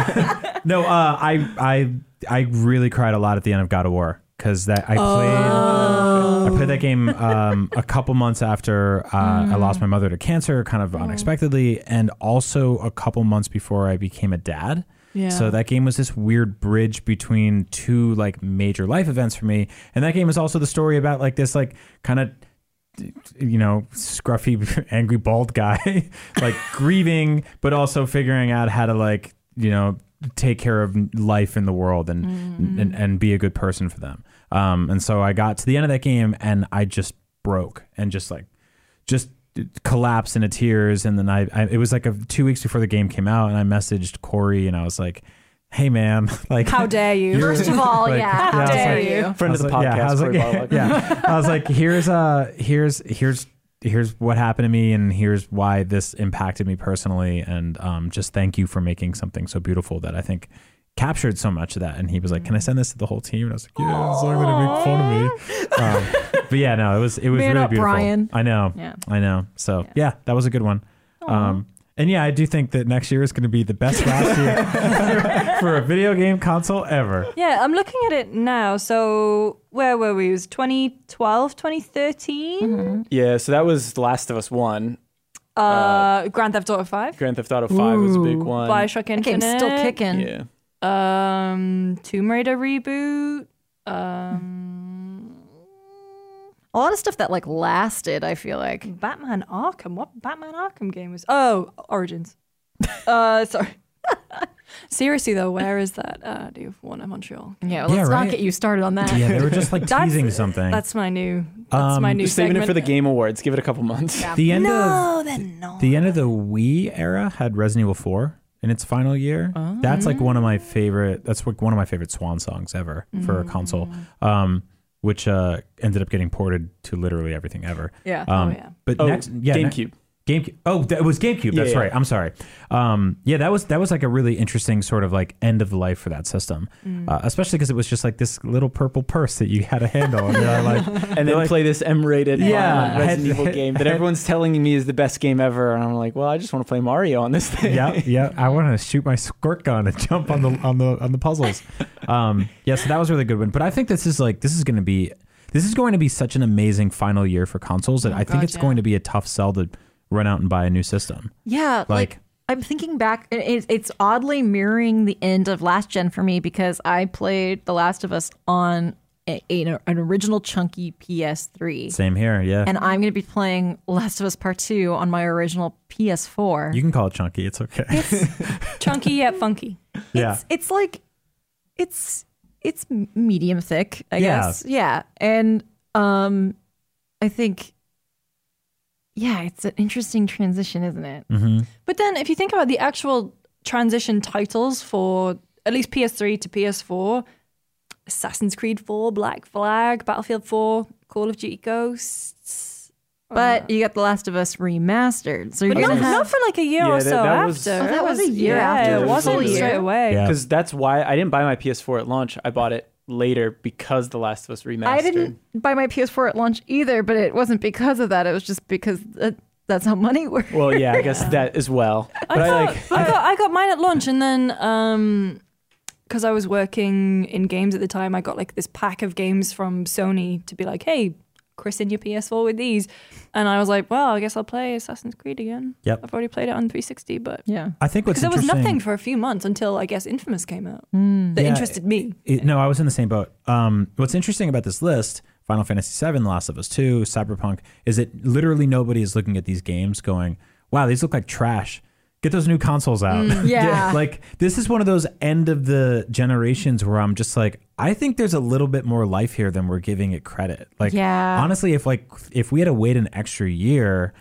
Speaker 3: no, uh, I I I really cried a lot at the end of God of War because that I played
Speaker 4: Oh.
Speaker 3: I played that game
Speaker 2: Oh.
Speaker 3: um, a couple months after uh, I
Speaker 2: Mm.
Speaker 3: lost my mother to cancer, kind
Speaker 2: Oh.
Speaker 3: of unexpectedly, and also a couple months before I became a dad.
Speaker 4: Yeah.
Speaker 3: So that game was this weird bridge between two like major life events for me, and that game is also the story about like this like kind of you know, scruffy, angry, bald guy, like grieving, but also figuring out how to like, you know, take care of life in the world and and, and be a good person for them. Um, and so I got to the end of that game and I just broke and just like just collapsed into tears. And then I, I it was like a, two weeks before the game came out, and I messaged Corey and I was like, "Hey, man, like,
Speaker 4: How dare you?
Speaker 3: You're-
Speaker 2: First of all,
Speaker 3: Like,
Speaker 2: yeah.
Speaker 3: yeah,
Speaker 2: How
Speaker 3: I was
Speaker 2: dare
Speaker 4: like-
Speaker 2: you?
Speaker 1: Friend of the
Speaker 3: I was like-
Speaker 1: podcast.
Speaker 3: Yeah, I was
Speaker 1: Corey
Speaker 3: like,
Speaker 1: Baldock.
Speaker 3: yeah. I was like, here's uh here's here's here's what happened to me and here's why this impacted me personally and um just thank you for making something so beautiful that I think captured so much of that and he was like can I send this to the whole team and I was like yeah as long as they make fun of me um, but yeah no it was it was
Speaker 2: Man
Speaker 3: really
Speaker 2: up,
Speaker 3: beautiful
Speaker 2: Brian.
Speaker 3: I know
Speaker 2: Yeah.
Speaker 3: I know so yeah, that was a good one um and yeah I do think that next year is going to be the best last year for a video game console ever
Speaker 4: Yeah, I'm looking at it now. So where were we? It was 2012, 2013.
Speaker 1: Yeah, so that was The Last of Us 1.
Speaker 4: Uh, Grand Theft Auto 5.
Speaker 1: Grand Theft Auto 5 was a big
Speaker 2: Ooh.
Speaker 1: one.
Speaker 4: Bioshock
Speaker 2: That game's
Speaker 4: Infinite.
Speaker 2: still kicking.
Speaker 1: Yeah.
Speaker 4: Um, Tomb Raider reboot. Um,
Speaker 2: A lot of stuff that like lasted. I feel like
Speaker 4: Batman Arkham. What Batman Arkham game was? Oh, Origins. uh, sorry. Seriously though, where is that? Uh, do you want a Montreal?
Speaker 2: yeah. Well,
Speaker 3: Yeah,
Speaker 2: let's
Speaker 3: right.
Speaker 2: not get you started on that.
Speaker 3: yeah they were just like
Speaker 4: That's-
Speaker 3: teasing something
Speaker 4: That's my new. That's my
Speaker 3: Um,
Speaker 4: new.
Speaker 1: Just saving it
Speaker 4: segment.
Speaker 1: for the Game Awards. Give it a couple months.
Speaker 3: The end of
Speaker 4: No, they're not.
Speaker 3: the end of the Wii era had Resident Evil 4 in its final year. That's like one of my favorite. That's like one of my favorite swan songs ever for a console.
Speaker 4: Mm.
Speaker 3: Um, which uh, ended up getting ported to literally everything ever.
Speaker 4: Yeah.
Speaker 3: Um,
Speaker 4: oh yeah.
Speaker 3: But
Speaker 1: Oh,
Speaker 3: next, yeah, ne-
Speaker 1: GameCube.
Speaker 3: GameCube. Oh, that was GameCube.
Speaker 1: Yeah,
Speaker 3: That's
Speaker 1: yeah.
Speaker 3: right. I'm sorry. Um, yeah, that was that was like a really interesting sort of like end of life for that system,
Speaker 4: Mm.
Speaker 3: uh, especially because it was just like this little purple purse that you had a handle and you're like,
Speaker 1: and then
Speaker 3: like-
Speaker 1: play this M-rated
Speaker 3: Yeah.
Speaker 1: violent Resident
Speaker 3: Head-
Speaker 1: Evil game that everyone's telling me is the best game ever, and I'm like, well, I just want to play Mario on this thing.
Speaker 3: yeah, yeah. I want to shoot my squirt gun and jump on the on the on the puzzles. Um, yeah, so that was a really good one. But I think this is like this is going to be this is going to be such an amazing final year for consoles that I think
Speaker 4: Oh God,
Speaker 3: it's
Speaker 4: yeah.
Speaker 3: going to be a tough sell to run out and buy a new system.
Speaker 2: Yeah, like,
Speaker 3: Like-
Speaker 2: I'm thinking back, and it, it's oddly mirroring the end of last gen for me because I played The Last of Us on a, a- an original chunky PS3,
Speaker 3: Same here, yeah.
Speaker 2: and I'm going to be playing Last of Us Part Two on my original PS4.
Speaker 3: you can call it chunky. It's okay.
Speaker 4: Chunky yet funky.
Speaker 3: yeah.
Speaker 2: it's, it's like it's it's medium thick, I
Speaker 3: Yeah.
Speaker 2: guess. Yeah, and um, I think yeah, it's an interesting transition, isn't it?
Speaker 4: But then, if you think about the actual transition titles for at least PS3 to PS4, Assassin's Creed 4, Black Flag, Battlefield 4, Call of Duty Ghosts.
Speaker 2: But you got The Last of Us remastered, so you're
Speaker 4: But not,
Speaker 2: gonna have
Speaker 4: not for like a year
Speaker 1: Yeah,
Speaker 4: or
Speaker 1: that-
Speaker 4: so
Speaker 1: that
Speaker 4: after.
Speaker 1: was-
Speaker 2: Oh, that was a year
Speaker 4: yeah,
Speaker 2: after.
Speaker 4: It
Speaker 1: It was
Speaker 4: wasn't
Speaker 1: a year.
Speaker 4: straight away.
Speaker 3: Yeah.
Speaker 1: Because that's why I didn't buy my PS4 at launch. I bought it later because The Last of Us remastered.
Speaker 2: I didn't buy my PS4 at launch either, but it wasn't because of that. It was just because that, that's how money works.
Speaker 1: Well, yeah, I guess that as well. But I, like
Speaker 4: I got I got mine at lunch, and then um, because I was working in games at the time, I got like this pack of games from Sony to be like, hey, Chris in your PS4 with these. And I was like, well, I guess I'll play Assassin's Creed again.
Speaker 3: Yep.
Speaker 4: I've already played it on 360, but
Speaker 2: Yeah.
Speaker 3: I think what's
Speaker 4: because there was
Speaker 3: interesting,
Speaker 4: nothing for a few months until I guess Infamous came out that
Speaker 3: Yeah,
Speaker 4: interested me.
Speaker 3: It- no, I was in the same boat. Um, what's interesting about this list, Final Fantasy VII, Last of Us 2, Cyberpunk, is that literally nobody is looking at these games going, wow, these look like trash. Get those new consoles out.
Speaker 2: Mm, yeah.
Speaker 3: like, this is one of those end of the generations where I'm just like, I think there's a little bit more life here than we're giving it credit. Like,
Speaker 2: Yeah.
Speaker 3: honestly, if like if we had to wait an extra year,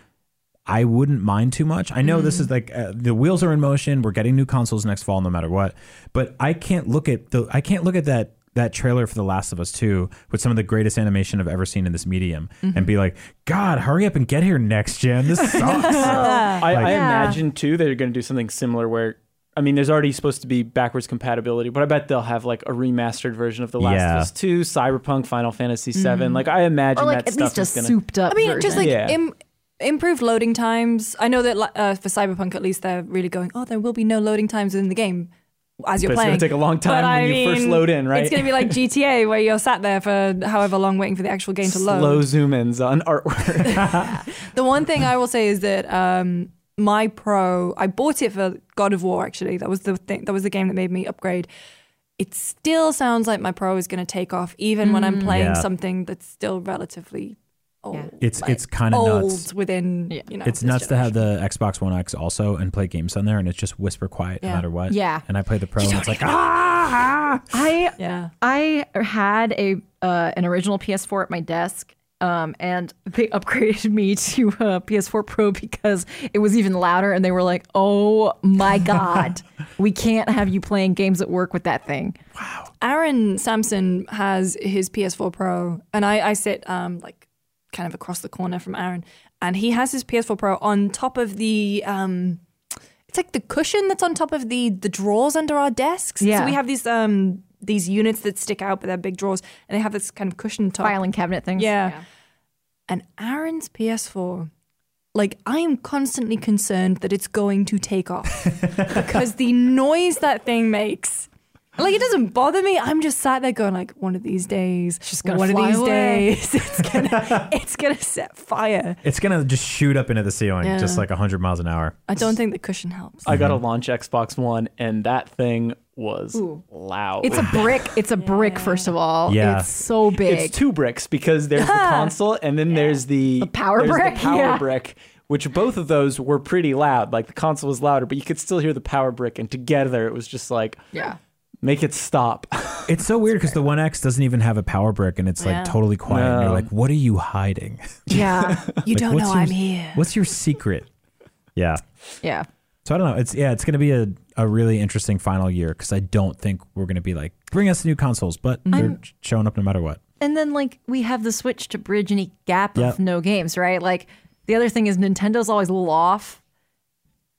Speaker 3: I wouldn't mind too much. I know this
Speaker 4: Mm-hmm.
Speaker 3: is like uh, the wheels are in motion. We're getting new consoles next fall, no matter what. But I can't look at the I can't look at that that trailer for The Last of Us Two with some of the greatest animation I've ever seen in this medium
Speaker 4: Mm-hmm.
Speaker 3: and be like, God, hurry up and get here next gen. This sucks.
Speaker 1: I, I
Speaker 2: Oh. Yeah.
Speaker 1: imagine too they're going to do something similar where I mean, there's already supposed to be backwards compatibility, but I bet they'll have like a remastered version of The Last
Speaker 3: Yeah.
Speaker 1: of Us 2, Cyberpunk, Final Fantasy 7. Like I imagine
Speaker 2: Mm-hmm. Or like
Speaker 1: that
Speaker 2: at
Speaker 1: stuff
Speaker 2: least a
Speaker 1: is going to
Speaker 2: souped up.
Speaker 4: I mean, just like
Speaker 2: version.
Speaker 1: Yeah.
Speaker 4: im- improved loading times. I know that li- uh, for Cyberpunk, at least they're really going. Oh, there will be no loading times in the game as you're
Speaker 1: But it's gonna
Speaker 4: playing.
Speaker 1: take a long time
Speaker 4: But
Speaker 1: when
Speaker 4: I
Speaker 1: you first
Speaker 4: mean,
Speaker 1: load in, right?
Speaker 4: It's going to be like GTA, where you're sat there for however long waiting for the actual game to load.
Speaker 1: slow zoom ins on artwork.
Speaker 4: The one thing I will say is that um, my pro, I bought it for God of War. Actually, that was the thing. That was the game that made me upgrade. It still sounds like my pro is going to take off, even when I'm playing
Speaker 3: Mm. Yeah.
Speaker 4: something that's still relatively old.
Speaker 2: Yeah.
Speaker 3: It's- it's kinda
Speaker 4: old
Speaker 3: nuts.
Speaker 4: within.
Speaker 2: Yeah.
Speaker 4: You know,
Speaker 3: It's
Speaker 4: this
Speaker 3: nuts to have
Speaker 4: generation.
Speaker 3: the Xbox One X also and play games on there, and it's just whisper quiet no
Speaker 4: Yeah.
Speaker 3: matter what.
Speaker 2: Yeah.
Speaker 3: And I play the Pro, and it's like, ah,
Speaker 2: I
Speaker 4: Yeah.
Speaker 2: I had a uh, an original PS4 at my desk, um, and they upgraded me to uh, PS4 Pro because it was even louder, and they were like, "Oh my god, we can't have you playing games at work with that thing."
Speaker 4: Aaron Sampson has his PS4 Pro, and I, I sit um, like kind of across the corner from Aaron, and he has his PS4 Pro on top of the. Um, it's like the cushion that's on top of the the drawers under our desks.
Speaker 2: Yeah.
Speaker 4: So we have these um these units that stick out, but they're big drawers, and they have this kind of cushion top.
Speaker 2: Filing cabinet things.
Speaker 4: Yeah. And Aaron's PS4, like I am constantly concerned that it's going to take off because the noise that thing makes. Like it doesn't bother me. I'm just sat there going like, one of these days,
Speaker 2: just gonna
Speaker 4: one
Speaker 2: fly
Speaker 4: of these
Speaker 2: away.
Speaker 4: days, it's gonna, it's gonna set fire.
Speaker 3: it's gonna just shoot up into the ceiling,
Speaker 4: Yeah.
Speaker 3: just like hundred miles an hour.
Speaker 4: I don't think the cushion helps.
Speaker 1: I got to launch Xbox One, and that thing was loud.
Speaker 2: It's a brick. It's a brick. First of all,
Speaker 3: Yeah.
Speaker 2: it's so big.
Speaker 1: It's two bricks because there's the console and then there's the,
Speaker 2: power
Speaker 1: there's
Speaker 2: brick,
Speaker 1: The power
Speaker 2: yeah.
Speaker 1: brick, which both of those were pretty loud. Like the console was louder, but you could still hear the power brick, and together it was just like
Speaker 2: yeah.
Speaker 1: make it stop.
Speaker 3: It's so weird because the One X doesn't even have a power brick, and it's
Speaker 4: Yeah.
Speaker 3: like totally quiet. And
Speaker 1: No.
Speaker 3: you're like, what are you hiding?
Speaker 2: Yeah.
Speaker 4: You
Speaker 3: Like,
Speaker 4: don't
Speaker 3: what's
Speaker 4: know
Speaker 3: your-
Speaker 4: I'm here.
Speaker 3: What's your secret? yeah.
Speaker 2: Yeah.
Speaker 3: So I don't know. It's yeah. It's gonna be a, a really interesting final year because I don't think we're gonna be like bring us new consoles, but they're showing up no matter what.
Speaker 2: And then like we have the Switch to bridge any gap
Speaker 3: Yep.
Speaker 2: of no games, right? Like the other thing is Nintendo's always a little off.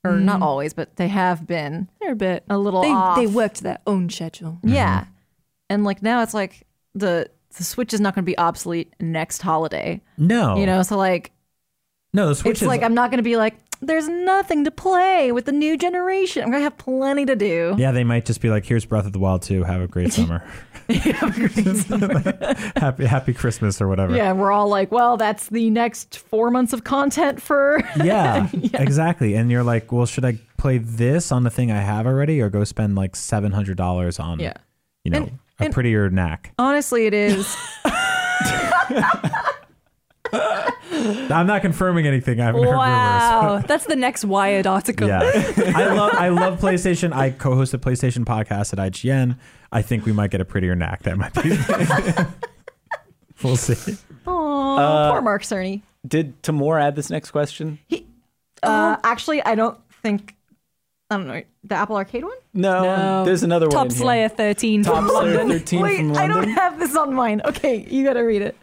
Speaker 2: Or not always, but they have been.
Speaker 4: They're a bit.
Speaker 2: A little
Speaker 4: They,
Speaker 2: off.
Speaker 4: they worked their own schedule.
Speaker 3: Mm-hmm.
Speaker 2: Yeah. And like now it's like the the Switch is not going to be obsolete next holiday.
Speaker 3: No,
Speaker 2: You know, so like
Speaker 3: no. The Switch
Speaker 2: it's
Speaker 3: Oh. is
Speaker 2: like I'm not going to be like there's nothing to play with the new generation. I'm going to have plenty to do.
Speaker 3: yeah. They might just be like, here's Breath of the Wild 2. Have a great summer. happy Happy Christmas or whatever.
Speaker 2: Yeah, we're all like, well, that's the next 4 months of content for
Speaker 3: Yeah, exactly. And you're like, well, should I play this on the thing I have already, or go spend like seven hundred dollars on,
Speaker 2: Yeah.
Speaker 3: you know,
Speaker 2: And-
Speaker 3: a
Speaker 2: and-
Speaker 3: prettier knack?
Speaker 2: Honestly, it is.
Speaker 3: I'm not confirming anything. I haven't heard rumors.
Speaker 4: Wow, Oh, that's the next Wired article.
Speaker 3: Yeah, I love I love PlayStation. I co-host a PlayStation podcast at IGN. I think we might get a prettier knack. That might be. we'll see.
Speaker 2: Aw,
Speaker 3: Uh,
Speaker 2: poor Mark Cerny.
Speaker 1: Did Tamor add this next question?
Speaker 2: He, uh, actually, I don't think. I don't know the Apple Arcade one.
Speaker 1: No,
Speaker 4: No.
Speaker 1: there's another one.
Speaker 4: Top
Speaker 1: in here.
Speaker 4: Slayer 13.
Speaker 1: Top Slayer 13
Speaker 2: Wait,
Speaker 1: from
Speaker 2: I
Speaker 1: London.
Speaker 2: don't have this on mine. Okay, you gotta read it.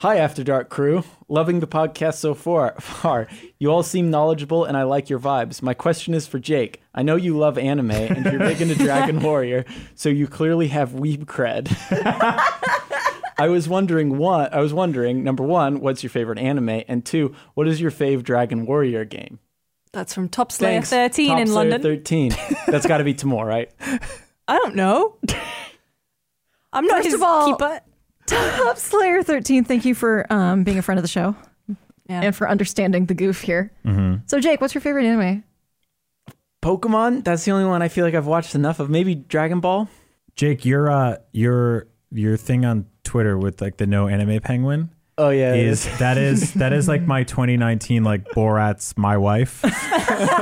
Speaker 1: Hi, After Dark crew. Loving the podcast so far. Far. You all seem knowledgeable, and I like your vibes. My question is for Jake. I know you love anime, and you're big into Dragon Warrior, so you clearly have weeb cred. I was wondering one. I was wondering number one, what's your favorite anime, and two, what is your fave Dragon Warrior game?
Speaker 4: That's from Top Slayer
Speaker 1: Thanks.
Speaker 4: 13
Speaker 1: Top
Speaker 4: in
Speaker 1: Slayer
Speaker 4: London.
Speaker 1: Thirteen. That's got to be Tamor, right?
Speaker 4: I don't know. I'm not
Speaker 2: First
Speaker 4: his
Speaker 2: of all-
Speaker 4: keeper.
Speaker 2: Top Slayer 13, thank you for um, being a friend of the show
Speaker 4: Yeah.
Speaker 2: and for understanding the goof here.
Speaker 1: Mm-hmm.
Speaker 2: So, Jake, what's your favorite anime?
Speaker 1: Pokemon. That's the only one I feel like I've watched enough of. Maybe Dragon Ball.
Speaker 3: Jake, your uh, your your thing on Twitter with like the no anime penguin
Speaker 1: Oh yeah, it
Speaker 3: is
Speaker 1: is.
Speaker 3: that is that is like my 2019 like Borat's my wife,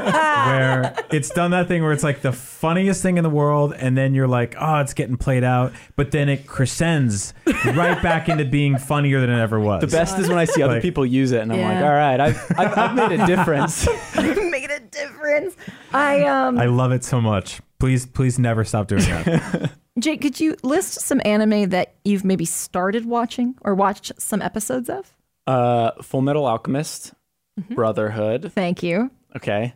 Speaker 3: where it's done that thing where it's like the funniest thing in the world, and then you're like, oh, it's getting played out, but then it crescends right back into being funnier than it ever was.
Speaker 1: the best is when I see other
Speaker 3: Like-
Speaker 1: people use it, and I'm like,
Speaker 4: Yeah.
Speaker 1: all right, I've, I've, I've made a difference.
Speaker 2: Made a difference. I um
Speaker 3: I love it so much. Please, please never stop doing that.
Speaker 2: Jake, could you list some anime that you've maybe started watching or watched some episodes of?
Speaker 1: Uh, Full Metal Alchemist,
Speaker 2: Mm-hmm.
Speaker 1: Brotherhood.
Speaker 2: Thank you.
Speaker 1: Okay,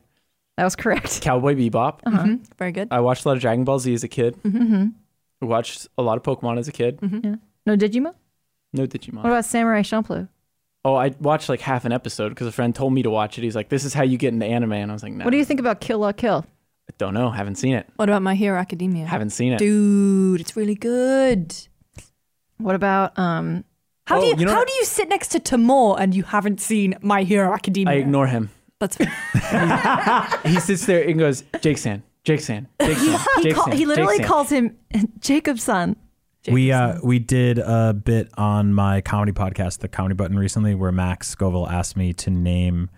Speaker 2: That was correct.
Speaker 1: Cowboy Bebop.
Speaker 2: Uh-huh.
Speaker 4: Very good.
Speaker 1: I watched a lot of Dragon Ball Z as a kid.
Speaker 2: Mm-hmm,
Speaker 1: Watched a lot of Pokemon as a kid.
Speaker 2: No Digimon?
Speaker 1: No Digimon.
Speaker 2: What about Samurai Champloo?
Speaker 1: Oh, I watched like half an episode because a friend told me to watch it. He's like, "This is how you get into anime," and I was like, "No."
Speaker 2: What do you think about Kill La Kill?
Speaker 1: I don't know. Haven't seen it.
Speaker 4: What about My Hero Academia?
Speaker 1: Haven't seen it.
Speaker 4: Dude, it's really good.
Speaker 2: What about um
Speaker 4: How do
Speaker 1: Oh,
Speaker 4: you,
Speaker 1: you know
Speaker 4: how
Speaker 1: what-
Speaker 4: do you sit next to Tamor and you haven't seen My Hero Academia?
Speaker 1: I ignore him.
Speaker 4: That's fine.
Speaker 1: He sits there and goes, "Jake San, Jake San, Jake San,
Speaker 2: he,
Speaker 1: Jake
Speaker 2: call,
Speaker 1: San,
Speaker 2: he literally
Speaker 1: Jake San."
Speaker 2: calls him Jacobson.
Speaker 3: we uh, we did a bit on my comedy podcast, the Comedy Button, recently, where Max Scoville asked me to name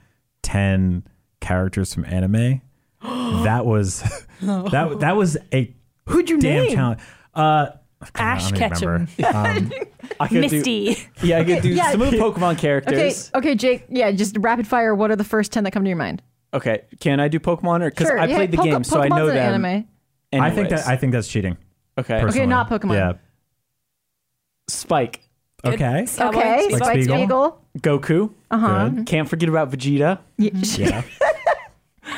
Speaker 3: ten characters from anime. that was that that was a
Speaker 2: Who'd you
Speaker 3: damn
Speaker 2: name?
Speaker 3: challenge. Uh,
Speaker 4: Ash
Speaker 3: I don't even
Speaker 4: Ketchum.
Speaker 3: remember. Um,
Speaker 1: I could do-
Speaker 4: Misty.
Speaker 1: yeah, I could do
Speaker 2: Yeah.
Speaker 1: some of the Pokemon
Speaker 2: Okay,
Speaker 1: characters.
Speaker 2: okay, Jake. Yeah, just rapid fire. What are the first ten that come to your mind?
Speaker 1: Okay. can I do Pokemon or because I
Speaker 2: yeah,
Speaker 1: played the
Speaker 2: Poke-
Speaker 1: game, so I
Speaker 2: Pokemon's
Speaker 1: know
Speaker 2: an
Speaker 1: them.
Speaker 2: Anime.
Speaker 3: I think
Speaker 1: anyways.
Speaker 3: that I think that's cheating.
Speaker 1: okay.
Speaker 3: Personally.
Speaker 2: not Pokemon.
Speaker 3: Yeah.
Speaker 1: Spike,
Speaker 3: Okay.
Speaker 2: Okay,
Speaker 4: Like
Speaker 2: Spike
Speaker 3: Spiegel?
Speaker 2: Spiegel.
Speaker 1: Goku.
Speaker 2: Uh-huh.
Speaker 3: Good.
Speaker 1: Can't forget about Vegeta.
Speaker 2: Yeah.
Speaker 3: Yeah.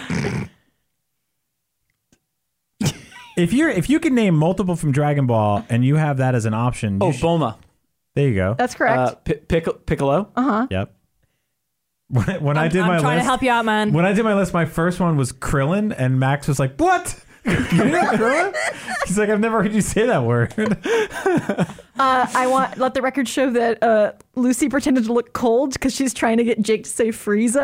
Speaker 3: if you're if you can name multiple from Dragon Ball and you have that as an option, you
Speaker 1: Oh,
Speaker 3: sh-
Speaker 1: Bulma.
Speaker 3: there you go.
Speaker 2: That's correct. Oh,
Speaker 1: Uh, Pi Pic- Piccolo.
Speaker 3: Yep. When, when I
Speaker 4: I'm,
Speaker 3: did
Speaker 4: I'm
Speaker 3: my
Speaker 4: trying
Speaker 3: list,
Speaker 4: to help you out, man.
Speaker 3: when I did my list, my first one was Krillin, and Max was like, "What? You didn't Krillin?" He's like, "I've never heard you say that word."
Speaker 2: Uh, I want let the record show that uh, Lucy pretended to look cold because she's trying to get Jake to say Frieza.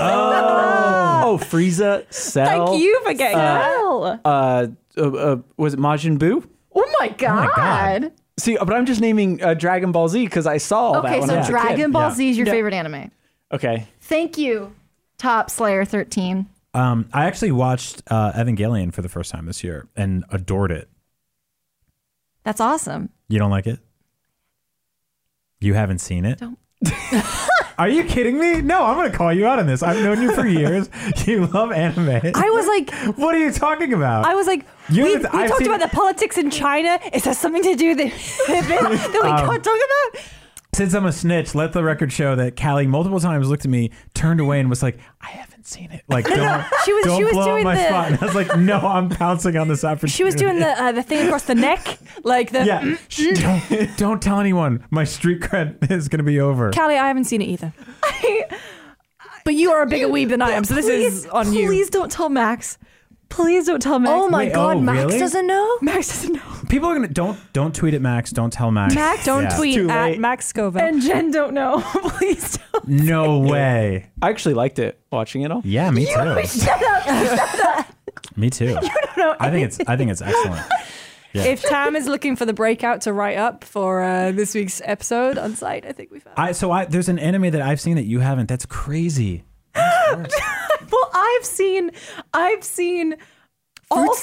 Speaker 1: Oh, Frieza. Cell.
Speaker 4: Thank you for getting that.
Speaker 2: Hell.
Speaker 1: Uh, uh, uh, was it Majin Buu?
Speaker 2: oh my god.
Speaker 3: God.
Speaker 1: See, but I'm just naming uh, Dragon Ball Z because I saw all that
Speaker 2: Okay,
Speaker 1: when
Speaker 2: so
Speaker 1: I was a
Speaker 2: Dragon
Speaker 1: kid.
Speaker 2: Ball
Speaker 3: Yeah.
Speaker 2: Z is your favorite anime.
Speaker 1: Okay.
Speaker 2: Thank you, Top Slayer thirteen.
Speaker 3: Um, I actually watched uh, Evangelion for the first time this year and adored it.
Speaker 2: That's awesome.
Speaker 3: You don't like it? You haven't seen it?
Speaker 2: Don't.
Speaker 3: Are you kidding me? No, I'm going to call you out on this. I've known you for years. You love anime.
Speaker 4: I was like,
Speaker 3: what are you talking about?
Speaker 4: I was like,
Speaker 3: You
Speaker 4: we,
Speaker 3: haven't-
Speaker 4: we
Speaker 3: I've
Speaker 4: talked
Speaker 3: seen-
Speaker 4: about the politics in China. Is there something to do that, that we can't talk about?
Speaker 3: Since I'm a snitch, let the record show that Callie multiple times looked at me, turned away, and was like, I haven't seen it. Like, don't,
Speaker 4: she was-
Speaker 3: don't
Speaker 4: she was
Speaker 3: blow up
Speaker 4: doing
Speaker 3: my
Speaker 4: the-
Speaker 3: spot. And I was like, no, I'm pouncing on this opportunity.
Speaker 4: She was doing the uh, the thing across the neck, like the.
Speaker 3: Yeah. Shh, don't, don't tell anyone. My street cred is going to be over.
Speaker 4: Callie, I haven't seen it either. but you are a bigger weeb than I am, so this
Speaker 2: please,
Speaker 4: is on
Speaker 2: please
Speaker 4: you.
Speaker 2: don't tell Max. Please don't tell Max.
Speaker 4: Oh my
Speaker 3: Wait,
Speaker 4: god,
Speaker 3: oh,
Speaker 4: Max
Speaker 3: really?
Speaker 4: doesn't know.
Speaker 2: Max doesn't know.
Speaker 3: People are going to, don't, don't tweet at Max. Don't tell Max.
Speaker 4: Max, don't
Speaker 3: Yeah.
Speaker 4: tweet
Speaker 1: too
Speaker 4: at
Speaker 1: late.
Speaker 4: Max Scoville.
Speaker 2: And Jen don't know. please don't.
Speaker 3: No way.
Speaker 1: I actually liked it watching it all.
Speaker 3: Yeah, me too.
Speaker 2: Shut up.
Speaker 3: Me too.
Speaker 2: No,
Speaker 3: I think it's I think it's excellent.
Speaker 4: if Tam is looking for the breakout to write up for uh, this week's episode on site, I think we found.
Speaker 3: I so I there's an anime that I've seen that you haven't. That's crazy.
Speaker 2: Well, I've seen, I've seen all
Speaker 4: Fruits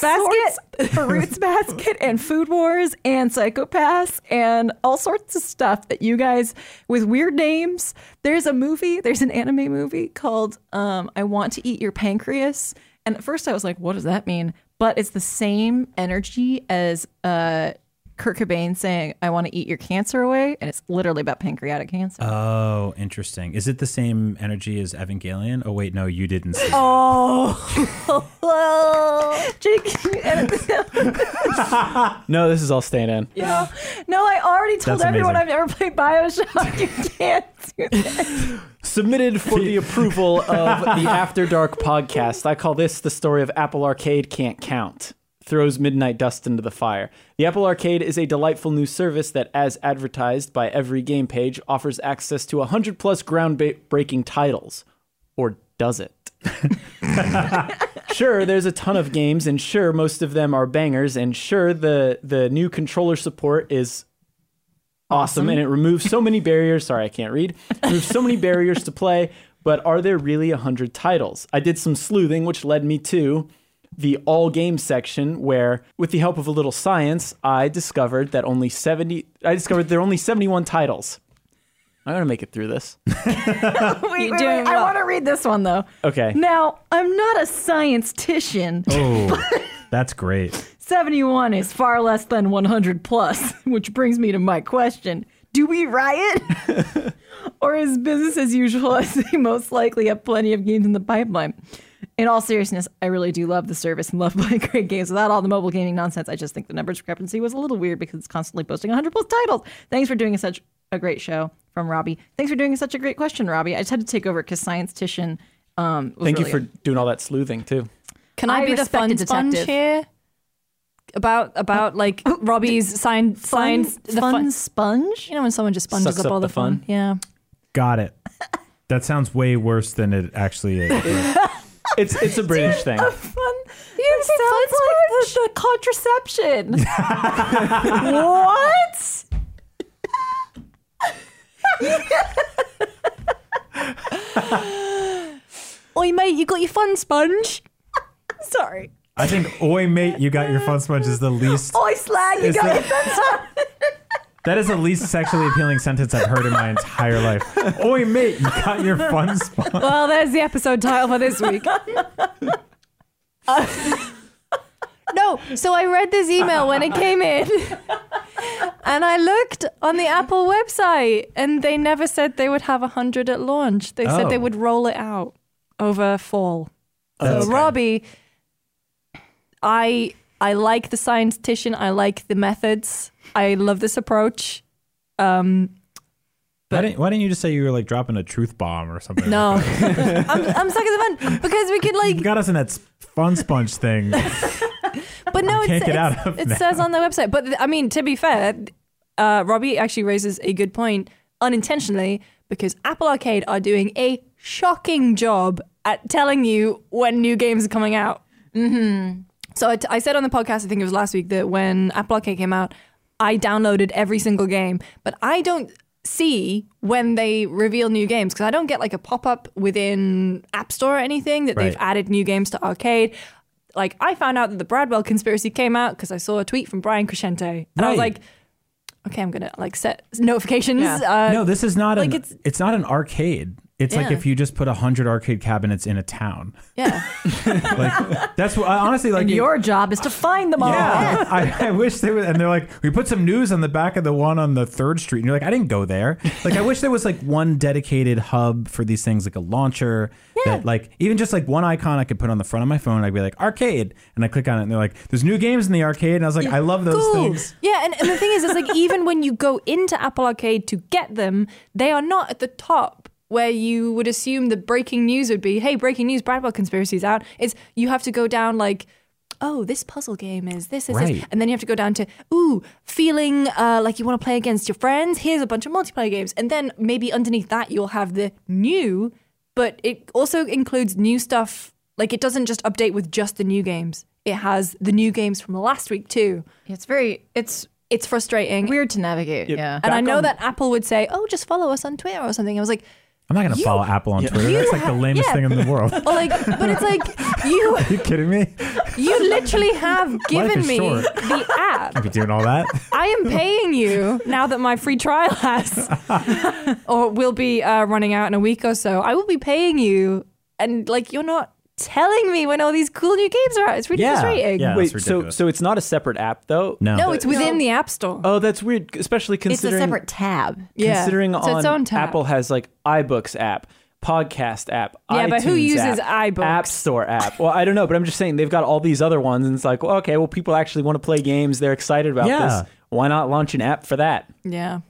Speaker 2: sorts,
Speaker 4: Basket?
Speaker 2: Fruits Basket, and Food Wars, and Psychopaths, and all sorts of stuff that you guys with weird names. There's a movie, there's an anime movie called um, "I Want to Eat Your Pancreas," and at first I was like, "What does that mean?" But it's the same energy as uh, Kurt Cobain saying, "I want to eat your cancer away," and it's literally about pancreatic cancer.
Speaker 3: Oh, interesting. Is it the same energy as Evangelion? Oh wait, no, you didn't see. Oh.
Speaker 2: Well, Jake, can you edit this out?
Speaker 1: No, this is all staying in.
Speaker 2: No, no, I already told
Speaker 3: That's
Speaker 2: everyone
Speaker 3: amazing.
Speaker 2: I've never played Bioshock. You can't do that.
Speaker 1: Submitted for the approval of the After Dark podcast. I call this the story of Apple Arcade can't count. throws Midnight Dust into the fire. The Apple Arcade is a delightful new service that, as advertised by every game page, offers access to 100 plus groundbreaking titles. Or does it? sure, there's a ton of games, and sure, most of them are bangers, and sure, the, the new controller support is awesome, and it removes so many barriers. Sorry, I can't read. It removes so many barriers to play, but are there really 100 titles? I did some sleuthing, which led me to the all game section where with the help of a little science i discovered that only 70 i discovered there are only 71 titles i'm gonna make it through this
Speaker 2: Wait,
Speaker 4: You're
Speaker 2: wait, wait.
Speaker 4: doing
Speaker 2: I
Speaker 4: well.
Speaker 2: want to read this one though.
Speaker 1: okay
Speaker 2: Now, I'm not a scientist.
Speaker 3: Oh, that's great.
Speaker 2: 71 is far less than 100 plus, which brings me to my question. Do we riot? or is business as usual as they most likely have plenty of games in the pipeline? In all seriousness, I really do love the service and love playing great games. Without all the mobile gaming nonsense, I just think the number discrepancy was a little weird because it's constantly posting 100 plus titles. Thanks for doing such a great show from Robbie. Thanks for doing such a great question, Robbie. I just had to take over because Science Titian um, was
Speaker 1: thank
Speaker 2: really-
Speaker 1: you for doing all that sleuthing too
Speaker 4: Can I,
Speaker 2: I
Speaker 4: be the
Speaker 2: respect a
Speaker 4: fun sponge
Speaker 2: detective. Uh,
Speaker 4: here? About about like Robbie's science
Speaker 2: Fun-
Speaker 4: science the
Speaker 2: fun,
Speaker 4: fun.
Speaker 2: sponge.
Speaker 4: You know when someone just sponges
Speaker 1: Sucks
Speaker 4: up,
Speaker 1: up
Speaker 4: all
Speaker 1: the
Speaker 4: the, fun.
Speaker 1: fun.
Speaker 4: Yeah.
Speaker 3: Got it. That sounds way worse than it actually is.
Speaker 1: it's it's a british thing
Speaker 2: fun. You sounds like the, the contraception. what?
Speaker 4: Oi mate, you got your fun sponge. Sorry.
Speaker 3: I think, oi mate, you got your fun sponge is the least.
Speaker 2: Boy slag, you
Speaker 3: Is
Speaker 2: got
Speaker 3: that-
Speaker 2: your fun
Speaker 3: That is the least sexually appealing sentence I've heard in my entire life. Oi mate, you got your fun sponge.
Speaker 4: Well, there's the episode title for this week. Uh, no, so I read this email when it came in, and I looked on the Apple website, and they never said they would have a hundred at launch. They said they
Speaker 3: Oh.
Speaker 4: would roll it out over fall. So
Speaker 3: okay.
Speaker 4: Robbie, I I like the scientician. I like the methods. I love this approach. Um,
Speaker 3: Why didn't, why didn't you just say you were like dropping a truth bomb or something?
Speaker 4: no, I'm, I'm stuck in the fun because we could like
Speaker 3: You got us in that s- fun sponge thing.
Speaker 4: But no,
Speaker 3: can't
Speaker 4: it's,
Speaker 3: get
Speaker 4: it's-
Speaker 3: out of
Speaker 4: it
Speaker 3: now.
Speaker 4: says on the website. But th- I mean, to be fair, uh, Robbie actually raises a good point unintentionally because Apple Arcade are doing a shocking job at telling you when new games are coming out. So I, t- I said on the podcast, I think it was last week, that when Apple Arcade came out, I downloaded every single game, but I don't see when they reveal new games because I don't get like a pop up within App Store or anything that they've
Speaker 3: Right.
Speaker 4: added new games to Arcade. Like I found out that the Bradwell conspiracy came out because I saw a tweet from Brian Crescente, and I was
Speaker 3: Right.
Speaker 4: like, okay, I'm gonna like set notifications. Uh,
Speaker 3: no, this is not
Speaker 4: like
Speaker 3: an, it's,
Speaker 4: it's-
Speaker 3: not an arcade. It's like
Speaker 4: Yeah.
Speaker 3: if you just put 100 arcade cabinets in a town.
Speaker 4: Yeah,
Speaker 3: Like that's what I honestly like
Speaker 2: sponge.
Speaker 3: it-
Speaker 2: Your job is to find them all.
Speaker 3: Yeah, I, I wish they would. And they're like, we put some news on the back of the one on the third street, and you're like, I didn't go there. Like, I wish there was like one dedicated hub for these things, like a launcher. That like even just like one icon I could put on the front of my phone. I'd be like arcade, and I click on it, and they're like, there's new games in the arcade, and I was like, I love those things.
Speaker 4: Yeah, and, and the thing is, it's like even when you go into Apple Arcade to get them, they are not at the top where you would assume the breaking news would be, hey, breaking news, Bradwell conspiracy's out. It's you have to go down like, oh, this puzzle game is this, is
Speaker 3: Right.
Speaker 4: this. And then you have to go down to, ooh, feeling uh, like you want to play against your friends. Here's a bunch of multiplayer games. And then maybe underneath that, you'll have the new, but it also includes new stuff. Like it doesn't just update with just the new games. It has the new games from last week too
Speaker 2: It's very, it's
Speaker 4: it's frustrating.
Speaker 2: weird to navigate. Yeah.
Speaker 4: and I
Speaker 1: Back
Speaker 4: know
Speaker 1: on-
Speaker 4: that Apple would say, "Oh, just follow us on Twitter or something." I was like,
Speaker 3: I'm not gonna follow Apple on Twitter. That's like the lamest
Speaker 4: yeah.
Speaker 3: thing in the world. Are
Speaker 4: "Oh, like," but it's like you
Speaker 3: you kidding me?
Speaker 4: you literally have given
Speaker 3: is
Speaker 4: me
Speaker 3: short.
Speaker 4: the app.
Speaker 3: Be doing all that?
Speaker 4: I am paying you now that my free trial has or will be uh, running out in a week or so. I will be paying you, and like you're not telling me when all these cool new games are out. It's really
Speaker 3: Yeah.
Speaker 4: frustrating.
Speaker 3: Yeah.
Speaker 1: wait
Speaker 3: that's
Speaker 1: so
Speaker 3: ridiculous.
Speaker 1: so it's not a separate app though
Speaker 3: No.
Speaker 4: No, it's within the App Store.
Speaker 1: oh that's weird especially
Speaker 2: It's a
Speaker 1: considering
Speaker 2: separate tab.
Speaker 4: yeah,
Speaker 1: considering
Speaker 4: So
Speaker 1: on
Speaker 4: its own tab.
Speaker 1: apple has like ibooks app podcast app
Speaker 4: Yeah,
Speaker 1: iTunes
Speaker 4: but who uses
Speaker 1: app,
Speaker 4: iBooks?
Speaker 1: app store app well i don't know but i'm just saying they've got all these other ones and it's like well, okay well people actually want to play games they're excited about
Speaker 3: Yeah.
Speaker 1: this why not launch an app for that
Speaker 4: Yeah,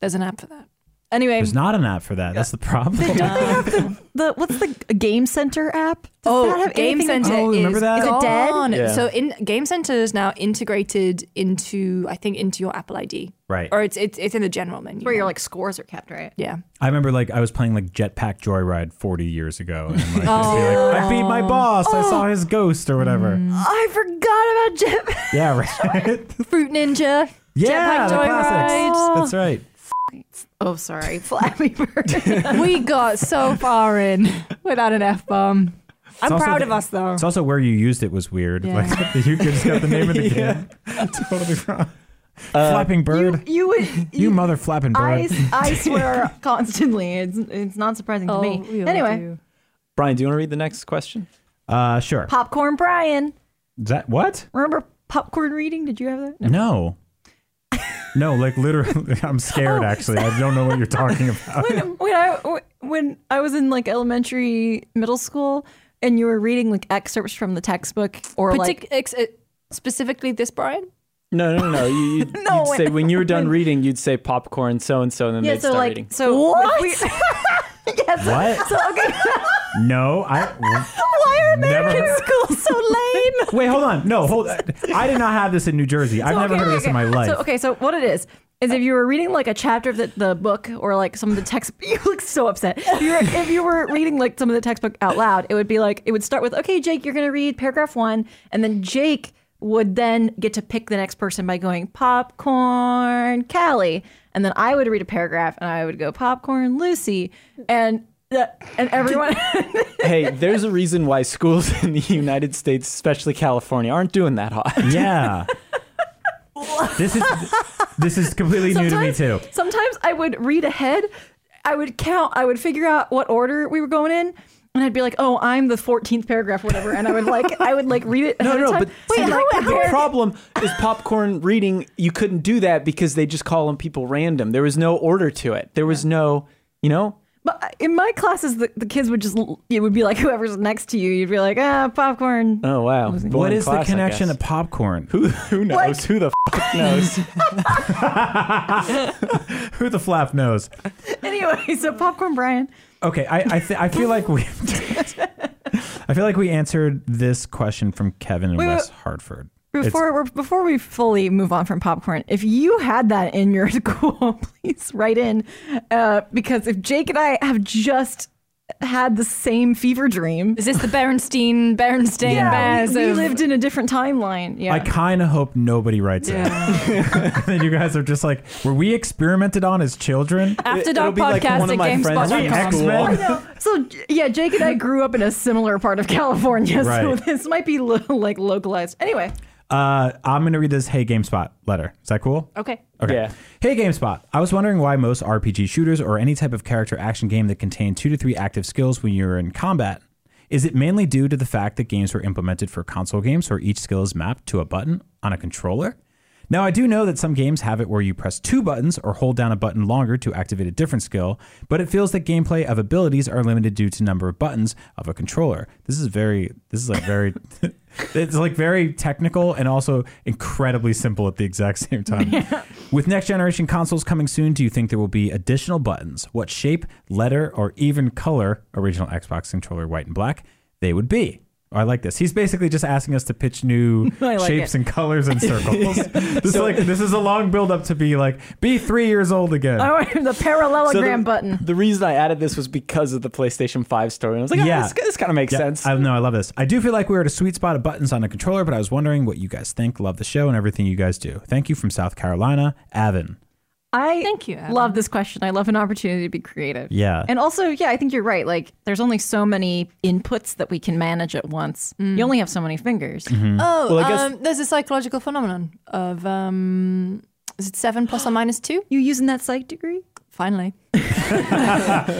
Speaker 4: there's an app for that. Anyway,
Speaker 3: There's not an app for that. That's the problem.
Speaker 2: Don't they have the, the what's the Game Center app? Does that
Speaker 4: oh,
Speaker 2: have
Speaker 4: Game
Speaker 2: anything-
Speaker 4: Center
Speaker 3: Oh,
Speaker 4: is
Speaker 3: remember that? Is
Speaker 2: it Oh, dead?
Speaker 4: gone.
Speaker 1: Yeah.
Speaker 4: So in Game Center is now integrated into I think into your Apple ID.
Speaker 3: Right.
Speaker 4: Or it's it's, it's in the general menu.
Speaker 2: where your like scores are kept, right?
Speaker 4: yeah.
Speaker 3: I remember like I was playing like Jetpack Joyride 40 years ago, and like, just be like I beat my boss. I saw his ghost or whatever.
Speaker 4: Mm.
Speaker 2: I forgot about Jim.
Speaker 3: Yeah, right.
Speaker 4: Fruit Ninja.
Speaker 3: yeah,
Speaker 4: Jetpack
Speaker 3: the classics.
Speaker 4: Joyride.
Speaker 3: That's right.
Speaker 2: Oh, sorry, Flappy Bird.
Speaker 4: we got so far in without an F bomb. I'm
Speaker 3: It's also
Speaker 4: proud
Speaker 3: the-
Speaker 4: of us though.
Speaker 3: It's also where you used it was weird.
Speaker 4: Yeah.
Speaker 3: Like you just got the name of the game. totally wrong. flapping bird. Uh, You,
Speaker 2: you would you,
Speaker 3: mother flapping
Speaker 2: I,
Speaker 3: bird.
Speaker 2: I swear constantly. It's it's not surprising
Speaker 4: Oh,
Speaker 2: to me. Anyway,
Speaker 1: Brian, do you want to read the next question?
Speaker 3: Uh, sure.
Speaker 2: popcorn Brian.
Speaker 3: Is that what?
Speaker 2: Remember popcorn reading? Did you have that?
Speaker 3: No. No, like literally, I'm scared. Actually, I don't know Oh. what you're talking about.
Speaker 2: when, when I when I was in like elementary, middle school, and you were reading like excerpts from the textbook or like
Speaker 4: Partic- ex- uh, specifically this Brian.
Speaker 1: No, no, no. no. You, you'd,
Speaker 2: No,
Speaker 1: you'd say when you were done reading, you'd say popcorn, so and so, and then
Speaker 2: yeah,
Speaker 1: they'd
Speaker 2: so
Speaker 1: start
Speaker 2: like
Speaker 1: reading.
Speaker 2: so
Speaker 4: What?
Speaker 2: like, we- yes.
Speaker 3: What?
Speaker 2: So okay,
Speaker 3: No, I.
Speaker 2: why are
Speaker 3: Never-
Speaker 2: American schools so lame?
Speaker 3: Wait, hold on. No, hold. I did not have this in New Jersey. I've
Speaker 2: So,
Speaker 3: never
Speaker 2: okay,
Speaker 3: heard of
Speaker 2: okay,
Speaker 3: this in my
Speaker 2: okay.
Speaker 3: life.
Speaker 2: So okay, so what it is is if you were reading like a chapter of the, the book or like some of the text, you look so upset. If you, were, if you were reading like some of the textbook out loud, it would be like it would start with, "Okay, Jake, you're going to read paragraph one," and then Jake would then get to pick the next person by going popcorn Callie, and then I would read a paragraph and I would go popcorn Lucy, and that and everyone.
Speaker 1: hey, there's a reason why schools in the United States, especially California, aren't doing that hot.
Speaker 3: Yeah. this is this is completely new to me
Speaker 2: sometimes,
Speaker 3: too.
Speaker 2: Sometimes I would read ahead. I would count. I would figure out what order we were going in, and I'd be like, "Oh, I'm the 14th paragraph, whatever." And I would like, I would like read it.
Speaker 1: No,
Speaker 2: ahead of
Speaker 1: no,
Speaker 2: time.
Speaker 1: but see, the, the problem is popcorn reading. You couldn't do that because they just call them people random. There was no order to it. There was no, you know.
Speaker 2: But in my classes, the, the kids would just it would be like whoever's next to you. You'd be like, "Ah, popcorn."
Speaker 1: Oh wow.
Speaker 3: What
Speaker 1: Boring
Speaker 3: is
Speaker 1: class, I
Speaker 3: the connection
Speaker 1: guess.
Speaker 3: to popcorn?
Speaker 1: Who, who knows? Who the f- knows?
Speaker 3: Who the flap knows?
Speaker 2: anyway, so popcorn, Brian.
Speaker 3: Okay, I I, th- I feel like we I feel like we answered this question from Kevin in
Speaker 2: Wait, wait,
Speaker 3: West Hartford. It's-
Speaker 2: Before we're, before we fully move on from popcorn, if you had that in your school, please write in, uh, because if Jake and I have just had the same fever dream,
Speaker 4: Is this the Berenstein Berenstein Bears?
Speaker 2: we
Speaker 4: of-
Speaker 2: lived in a different timeline. Yeah.
Speaker 3: I kind of hope nobody writes it. then you guys are just like, were we experimented on as children?
Speaker 4: After
Speaker 1: It- it'll
Speaker 4: Dark
Speaker 1: be like
Speaker 4: Podcast
Speaker 1: one of
Speaker 4: at
Speaker 1: my friends
Speaker 3: Are we
Speaker 1: from
Speaker 4: GameSpot.com.
Speaker 1: school.
Speaker 3: X-Men?
Speaker 2: so yeah, Jake and I grew up in a similar part of California, so
Speaker 3: Right.
Speaker 2: this might be lo- like localized. Anyway,
Speaker 3: Uh, I'm gonna read this Hey GameSpot letter. Is that cool?
Speaker 4: Okay.
Speaker 3: Okay.
Speaker 1: Yeah.
Speaker 3: Hey GameSpot, I was wondering why most RPG shooters or any type of character action game that contain two to three active skills when you're in combat. Is it mainly due to the fact that games were implemented for console games where each skill is mapped to a button on a controller? Now, I do know that some games have it where you press two buttons or hold down a button longer to activate a different skill, but it feels that gameplay of abilities are limited due to number of buttons of a controller. This is very, this is like very, it's like very technical and also incredibly simple at the exact same time. With next generation consoles coming soon, do you think there will be additional buttons? What shape, letter, or even color, original Xbox controller white and black, they would be? I like this. He's basically just asking us to pitch new
Speaker 2: I like
Speaker 3: shapes
Speaker 2: it.
Speaker 3: and colors and circles. This is like this is a long build up to be like be three years old again.
Speaker 2: oh, the parallelogram
Speaker 1: the,
Speaker 2: button.
Speaker 1: The reason I added this was because of the PlayStation 5 story. And I was like,
Speaker 3: Yeah.
Speaker 1: yeah, this, this kind of makes
Speaker 3: Yeah,
Speaker 1: sense.
Speaker 3: I know. I love this. I do feel like we're at a sweet spot of buttons on a controller, but I was wondering what you guys think. Love the show and everything you guys do. Thank you from South Carolina, Avon.
Speaker 2: I
Speaker 4: Thank you, Adam.
Speaker 2: Love this question. I love an opportunity to be creative.
Speaker 3: Yeah.
Speaker 2: And also, yeah, I think you're right. Like, there's only so many inputs that we can manage at once.
Speaker 4: Mm.
Speaker 2: You only have so many fingers.
Speaker 3: Mm-hmm.
Speaker 4: Oh,
Speaker 1: Well, I guess-
Speaker 4: um, there's a psychological phenomenon of um, is it seven plus or minus two?
Speaker 2: You using that psych degree?
Speaker 4: Finally. uh,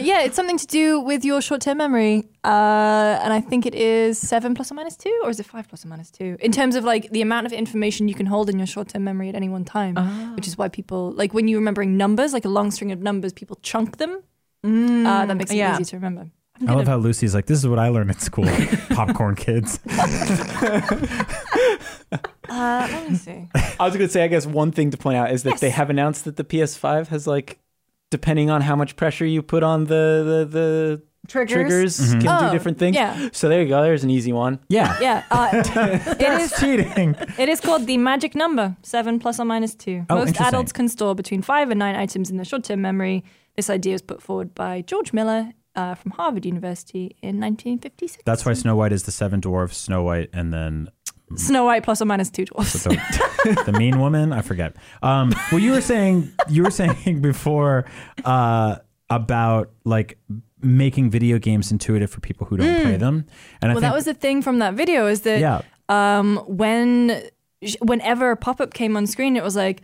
Speaker 4: yeah, it's something to do with your short-term memory, uh, and I think it is seven plus or minus two, or is it five plus or minus two? In terms of like the amount of information you can hold in your short-term memory at any one time,
Speaker 1: Ah.
Speaker 4: which is why people like when you're remembering numbers, like a long string of numbers, people chunk them. uh,
Speaker 1: Mm,
Speaker 4: that makes it
Speaker 2: Mm. yeah.
Speaker 4: easier to remember.
Speaker 3: I love how Lucy's like, this is what I learned at school. Popcorn kids.
Speaker 4: Uh, let me see.
Speaker 1: I was going to say, I guess one thing to point out is that they have announced that the PS5 has like depending on how much pressure you put on the the, the
Speaker 2: Triggers?
Speaker 1: can do
Speaker 4: Oh,
Speaker 1: different things.
Speaker 4: yeah.
Speaker 1: So there you go. There's an easy one.
Speaker 3: Yeah.
Speaker 4: Yeah, uh, it is
Speaker 3: Cheating.
Speaker 4: It is called the magic number, seven plus or minus two.
Speaker 3: Oh,
Speaker 4: Most
Speaker 3: interesting.
Speaker 4: adults can store between five and nine items in their short term memory. This idea was put forward by George Miller uh, from Harvard University in 1956.
Speaker 3: That's why Snow White is the seven dwarfs, Snow White, and then
Speaker 4: Snow White plus or minus two dwarfs.
Speaker 3: the, the mean woman. I forget. Um, well, you were saying you were saying before uh, about like making video games intuitive for people who don't play them, and I
Speaker 4: Mm. Well,
Speaker 3: think
Speaker 4: that was the thing from that video is that
Speaker 3: yeah,
Speaker 4: um, when whenever a pop up came on screen, it was like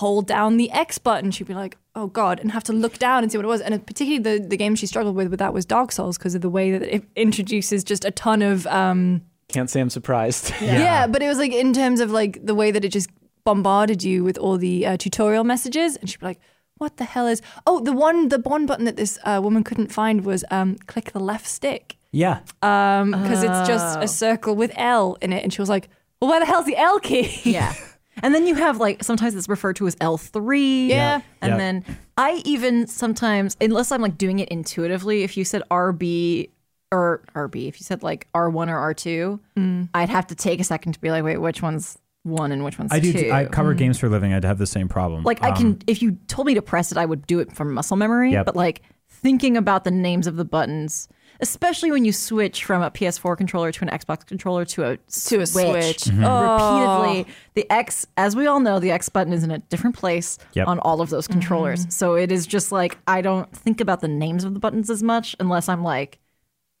Speaker 4: hold down the X button. She'd be like, "Oh God," and have to look down and see what it was. And particularly the the game she struggled with with that was Dark Souls because of the way that it introduces just a ton of. Um,
Speaker 1: Can't say I'm surprised.
Speaker 4: yeah. but it was like in terms of like the way that it just bombarded you with all the uh, tutorial messages, and she'd be like. What the hell is? Oh, the one, the one button that this uh, woman couldn't find was um, click the left stick
Speaker 3: yeah.
Speaker 4: because it's just
Speaker 2: Oh.
Speaker 4: a circle with L in it. And she was like, well, where the hell's the L key?
Speaker 2: Yeah. And then you have like sometimes it's referred to as L3.
Speaker 4: Yeah.
Speaker 2: And
Speaker 3: Yeah.
Speaker 2: then I even sometimes, unless I'm like doing it intuitively, if you said RB or RB, if you said like R1 or R2,
Speaker 3: Mm.
Speaker 2: I'd have to take a second to be like, wait, which one's one and which one's
Speaker 3: I do.
Speaker 2: two?
Speaker 3: I cover games for a living. I'd have the same problem.
Speaker 2: Mm.
Speaker 3: Um,
Speaker 2: like I can, if you told me to press it, I would do it from muscle memory.
Speaker 3: Yep.
Speaker 2: But like thinking about the names of the buttons, especially when you switch from a PS4 controller to an Xbox controller to a
Speaker 4: To a Switch.
Speaker 3: Mm-hmm.
Speaker 4: Oh.
Speaker 2: repeatedly. The X, as we all know, the X button is in a different place
Speaker 3: Yep.
Speaker 2: on all of those
Speaker 4: Mm-hmm.
Speaker 2: controllers. So it is just like I don't think about the names of the buttons as much unless I'm like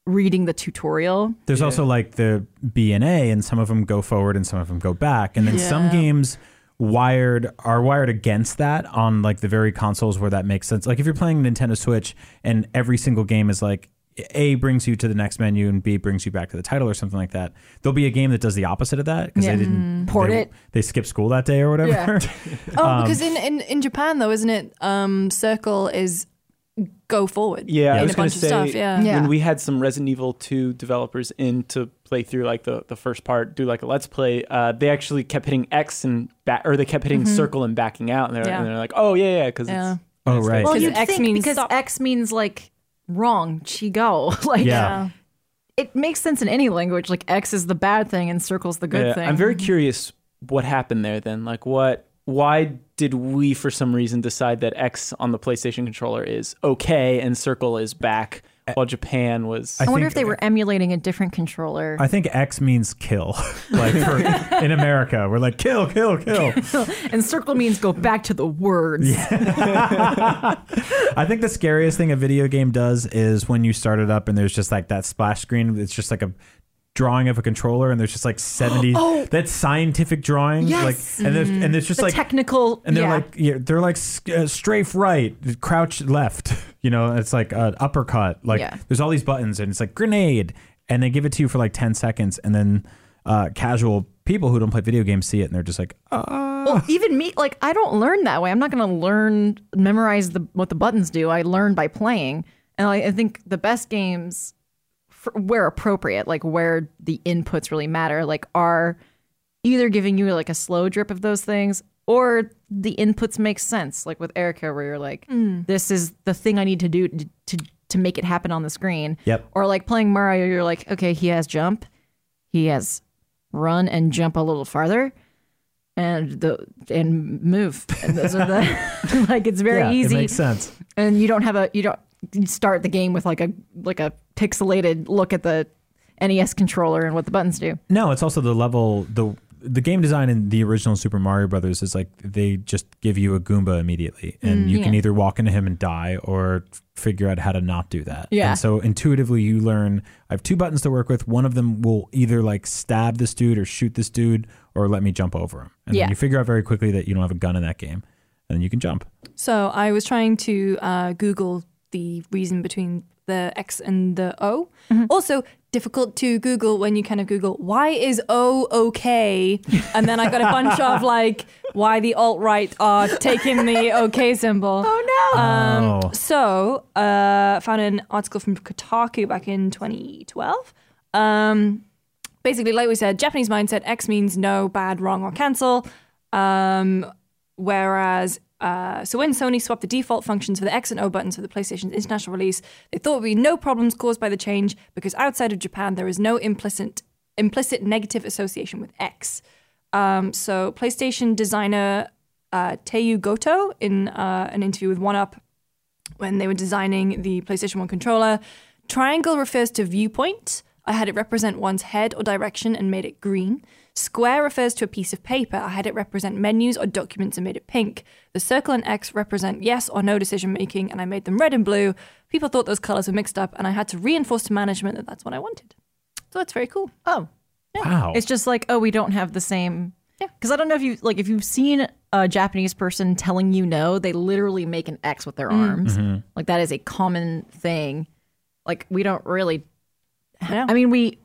Speaker 2: reading the tutorial.
Speaker 3: There's also like the B and A, and some of them go forward and some of them go back, and then some games wired are wired against that on like the very consoles where that makes sense. Like if you're playing Nintendo Switch and every single game is like A brings you to the next menu and B brings you back to the title or something like that, there'll be a game that does the opposite of that because
Speaker 2: Yeah. Mm-hmm.
Speaker 3: they didn't
Speaker 2: Port
Speaker 3: they,
Speaker 2: it.
Speaker 3: They skipped school that day or whatever.
Speaker 2: Yeah.
Speaker 4: Oh,
Speaker 1: Um,
Speaker 4: because in, in, in Japan, though, isn't it? Um, circle is go forward.
Speaker 1: Yeah, I
Speaker 4: in
Speaker 1: was
Speaker 4: a
Speaker 1: going
Speaker 4: bunch
Speaker 1: to
Speaker 4: of
Speaker 1: say
Speaker 4: stuff. Yeah.
Speaker 2: Yeah.
Speaker 1: when we had some Resident Evil 2 developers in to play through like the, the first part, do like a let's play. Uh, they actually kept hitting X and back, or they kept hitting circle and backing out, and they're,
Speaker 4: Mm-hmm. Yeah.
Speaker 1: and they're like, oh yeah, yeah, because
Speaker 4: Yeah.
Speaker 1: it's
Speaker 3: Oh right.
Speaker 2: Well,
Speaker 4: 'Cause
Speaker 2: you'd
Speaker 4: X
Speaker 2: think
Speaker 4: means
Speaker 2: because
Speaker 4: stop.
Speaker 2: X means like wrong, chigo. like
Speaker 3: Yeah.
Speaker 2: it makes sense in any language. Like X is the bad thing and circles the good
Speaker 1: Yeah,
Speaker 2: thing.
Speaker 1: I'm very curious what happened there then. Like what why did we for some reason decide that X on the PlayStation controller is okay and circle is back while Japan was
Speaker 2: I wonder
Speaker 3: think-
Speaker 2: if they were emulating a different controller.
Speaker 3: I think X means kill. like for, in America, we're like kill, kill, kill.
Speaker 2: and circle means go back to the words.
Speaker 3: I think the scariest thing a video game does is when you start it up and there's just like that splash screen. It's just like a drawing of a controller and there's just like 70 that scientific drawing
Speaker 2: Oh. Yes. Mm-hmm.
Speaker 3: like and there's and there's just
Speaker 2: The
Speaker 3: like
Speaker 2: technical
Speaker 3: and they're
Speaker 2: yeah.
Speaker 3: like yeah, they're like s- uh, strafe right crouch left you know it's like uh, uppercut like
Speaker 2: Yeah.
Speaker 3: there's all these buttons and it's like grenade and they give it to you for like 10 seconds and then uh, casual people who don't play video games see it and they're just like "Oh,
Speaker 2: Well, even me, like I don't learn that way. I'm not going to learn memorize the what the buttons do. I learn by playing, and I, I think the best games, for, where appropriate, like where the inputs really matter, like are either giving you like a slow drip of those things or the inputs make sense. Like with Erica, where you're like, this is the thing I need to do to to, to make it happen on the screen.
Speaker 3: Yep.
Speaker 2: Or like playing Mario, you're like, okay, he has jump, he has run and jump a little farther and the and move. And those are the like it's very
Speaker 3: yeah
Speaker 2: easy,
Speaker 3: it makes sense
Speaker 2: and you don't have a you don't you start the game with like a like a pixelated look at the NES controller and what the buttons do.
Speaker 3: No, it's also the level the the game design in the original Super Mario Brothers is like they just give you a Goomba immediately, and you can
Speaker 2: Mm, yeah.
Speaker 3: either walk into him and die or f- figure out how to not do that.
Speaker 2: Yeah.
Speaker 3: And so intuitively, you learn I have two buttons to work with. One of them will either like stab this dude or shoot this dude or let me jump over him. And
Speaker 2: Yeah.
Speaker 3: then you figure out very quickly that you don't have a gun in that game, and then you can jump.
Speaker 4: So I was trying to uh, Google the reason between the X and the O. Also, difficult to Google when you kind of Google, why is O okay? And then I got a bunch of like, why the alt right are taking the okay symbol.
Speaker 2: Oh no!
Speaker 4: Um,
Speaker 3: Oh.
Speaker 4: So, uh, found an article from Kotaku back in 2012. Um, basically, like we said, Japanese mindset X means no, bad, wrong, or cancel. Um, whereas Uh, so when Sony swapped the default functions for the X and O buttons for the PlayStation's international release, they thought there would be no problems caused by the change because outside of Japan there is no implicit implicit negative association with X. Um, so PlayStation designer uh, Teyu Goto, in uh, an interview with One Up, when they were designing the PlayStation 1 controller. Triangle refers to viewpoint. I had it represent one's head or direction and made it green. Square refers to a piece of paper. I had it represent menus or documents and made it pink. The circle and X represent yes or no decision making, and I made them red and blue. People thought those colors were mixed up, and I had to reinforce to management that that's what I wanted. So that's very cool.
Speaker 2: Oh,
Speaker 3: Wow.
Speaker 2: It's just like, oh, we don't have the same. Yeah. Because I don't know if you like if you've seen a Japanese person telling you no, they literally make an X with their arms. Like that is a common thing. Like we don't really.
Speaker 4: Yeah.
Speaker 2: I mean, we.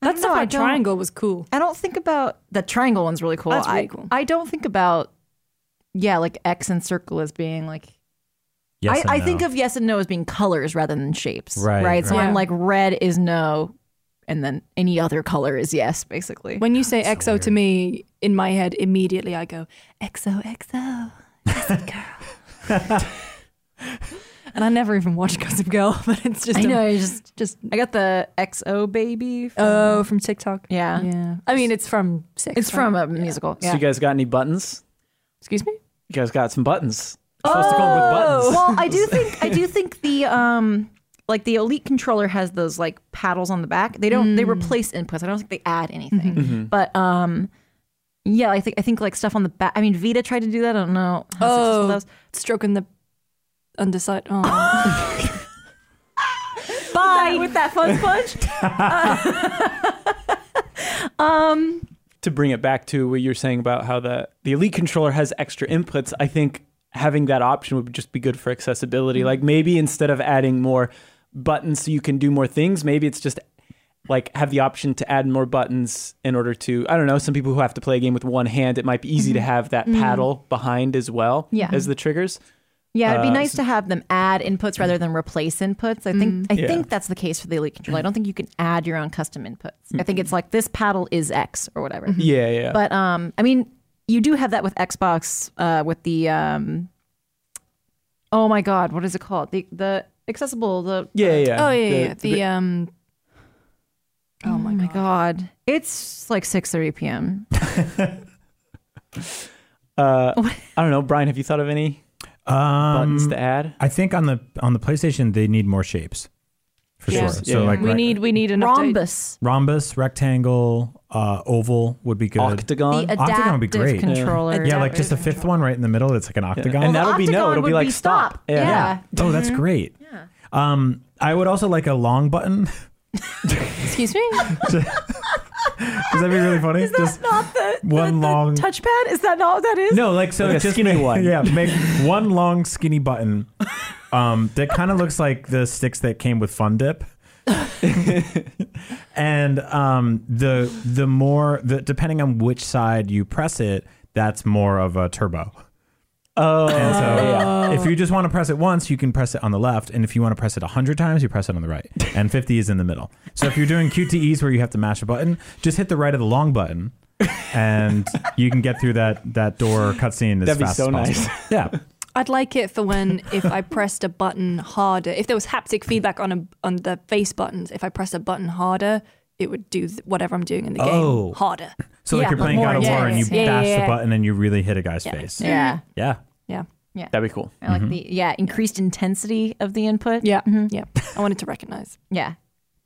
Speaker 2: I
Speaker 4: That
Speaker 2: don't
Speaker 4: stuff
Speaker 2: know, I
Speaker 4: like
Speaker 2: don't-
Speaker 4: triangle was cool.
Speaker 2: I don't think about the triangle one's really cool.
Speaker 4: That's really
Speaker 2: I,
Speaker 4: cool.
Speaker 2: I don't think about yeah, like X and circle as being like I,
Speaker 3: Yes
Speaker 2: I
Speaker 3: and
Speaker 2: think
Speaker 3: no.
Speaker 2: of yes and no as being colors rather than shapes.
Speaker 3: Right,
Speaker 2: So
Speaker 4: right.
Speaker 2: I'm like red is no and then any other color is yes, basically.
Speaker 4: When you say XO to me, in my head, immediately I go, XO, XO, Gossip Girl. and I never even watched Gossip Girl, but it's just.
Speaker 2: I
Speaker 4: a-
Speaker 2: know, I just
Speaker 4: Just,
Speaker 2: I got the XO baby. From,
Speaker 4: oh, from TikTok.
Speaker 2: Uh, yeah.
Speaker 4: Yeah. I mean, it's from Six.
Speaker 2: It's from a musical.
Speaker 1: So you guys got any buttons?
Speaker 4: Excuse me?
Speaker 1: You guys got some buttons. You're supposed to come up with
Speaker 4: Oh.
Speaker 1: buttons.
Speaker 2: well, I do think I do think the um like the elite controller has those like paddles on the back. They don't they replace inputs. I don't think they add anything.
Speaker 1: Mm-hmm.
Speaker 2: But um yeah, I think I think like stuff on the back. I mean, Vita tried to do that. I don't know. how successful that was.
Speaker 4: Stroking Oh, the underside. Oh.
Speaker 2: Bye with that fun sponge.
Speaker 1: To bring it back to what you're saying about how the, the Elite controller has extra inputs, I think having that option would just be good for accessibility.
Speaker 4: Mm-hmm.
Speaker 1: Like maybe instead of adding more buttons so you can do more things, maybe it's just like have the option to add more buttons in order to I don't know, some people who have to play a game with one hand, it might be
Speaker 4: Mm-hmm.
Speaker 1: easy to have that paddle behind as well
Speaker 2: Yeah.
Speaker 1: as the triggers.
Speaker 2: Yeah, it'd be
Speaker 1: Uh,
Speaker 2: nice to have them add inputs rather than replace inputs. I think I
Speaker 1: Yeah.
Speaker 2: think that's the case for the elite controller. I don't think you can add your own custom inputs. I think it's like this paddle is X or whatever.
Speaker 4: Mm-hmm.
Speaker 1: Yeah, Mm-hmm. yeah.
Speaker 2: But um, I mean, you do have that with Xbox uh, with the um, oh my god, what is it called? The the accessible the
Speaker 1: yeah, yeah.
Speaker 4: oh, yeah, yeah.
Speaker 1: The-
Speaker 4: yeah. The, um. Oh,
Speaker 2: oh
Speaker 4: my
Speaker 2: my
Speaker 4: God.
Speaker 2: god, it's like six thirty p.m.
Speaker 1: Uh, I don't know, Brian. Have you thought of any buttons
Speaker 3: um,
Speaker 1: to add?
Speaker 3: I think on the on the PlayStation they need more shapes, for
Speaker 4: Yeah.
Speaker 3: sure.
Speaker 1: Yeah,
Speaker 3: so
Speaker 1: yeah.
Speaker 3: like
Speaker 4: We
Speaker 3: rec-
Speaker 4: need, we need an update.
Speaker 2: Rhombus,
Speaker 3: rhombus, rectangle, uh, oval would be good.
Speaker 1: Octagon.
Speaker 2: the
Speaker 3: Octagon would be
Speaker 2: adaptive
Speaker 3: great. Yeah.
Speaker 2: controller.
Speaker 3: yeah, like just the fifth one right in the middle. That's like an octagon.
Speaker 1: And
Speaker 2: Well, the
Speaker 1: that'll be no.
Speaker 2: octagon
Speaker 1: It'll be
Speaker 2: would
Speaker 1: like
Speaker 2: be
Speaker 1: stop.
Speaker 2: stop.
Speaker 1: Yeah.
Speaker 2: Yeah.
Speaker 3: Oh, that's great. Yeah. Um, I would also like a long button.
Speaker 4: Excuse me?
Speaker 3: Does that be really funny? just
Speaker 2: not the,
Speaker 3: one long-
Speaker 2: touchpad. Is that not what that is?
Speaker 3: no, like so
Speaker 1: Like a
Speaker 3: just
Speaker 1: skinny
Speaker 3: make,
Speaker 1: one.
Speaker 3: Yeah, make one long skinny button. Um, that kind of looks like the sticks that came with Fun Dip. and um, the the more the depending on which side you press it, that's more of a turbo.
Speaker 1: Oh,
Speaker 3: And so
Speaker 1: yeah.
Speaker 3: if you just want to press it once, you can press it on the left. And if you want to press it 100 times, you press it on the right. And 50 is in the middle. So if you're doing QTEs where you have to mash a button, just hit the right of the long button. and you can get through that that door cutscene as
Speaker 1: That'd be
Speaker 3: fast
Speaker 1: so
Speaker 3: as possible. Yeah.
Speaker 4: I'd like it for when if I pressed a button harder, if there was haptic feedback on a on the face buttons, if I press a button harder, it would do th- whatever I'm doing in the
Speaker 3: Oh.
Speaker 4: game harder.
Speaker 3: So like
Speaker 2: Yeah,
Speaker 3: you're
Speaker 2: but
Speaker 3: playing
Speaker 2: more
Speaker 3: God of War and you
Speaker 2: intense. Yeah,
Speaker 3: bash
Speaker 4: yeah,
Speaker 3: the
Speaker 4: yeah.
Speaker 3: button and you really hit a guy's face.
Speaker 2: Yeah.
Speaker 3: Yeah.
Speaker 4: Yeah.
Speaker 1: that'd be cool.
Speaker 2: I like the yeah increased intensity of the input.
Speaker 4: Yeah. Yeah. I wanted to recognize.
Speaker 2: yeah.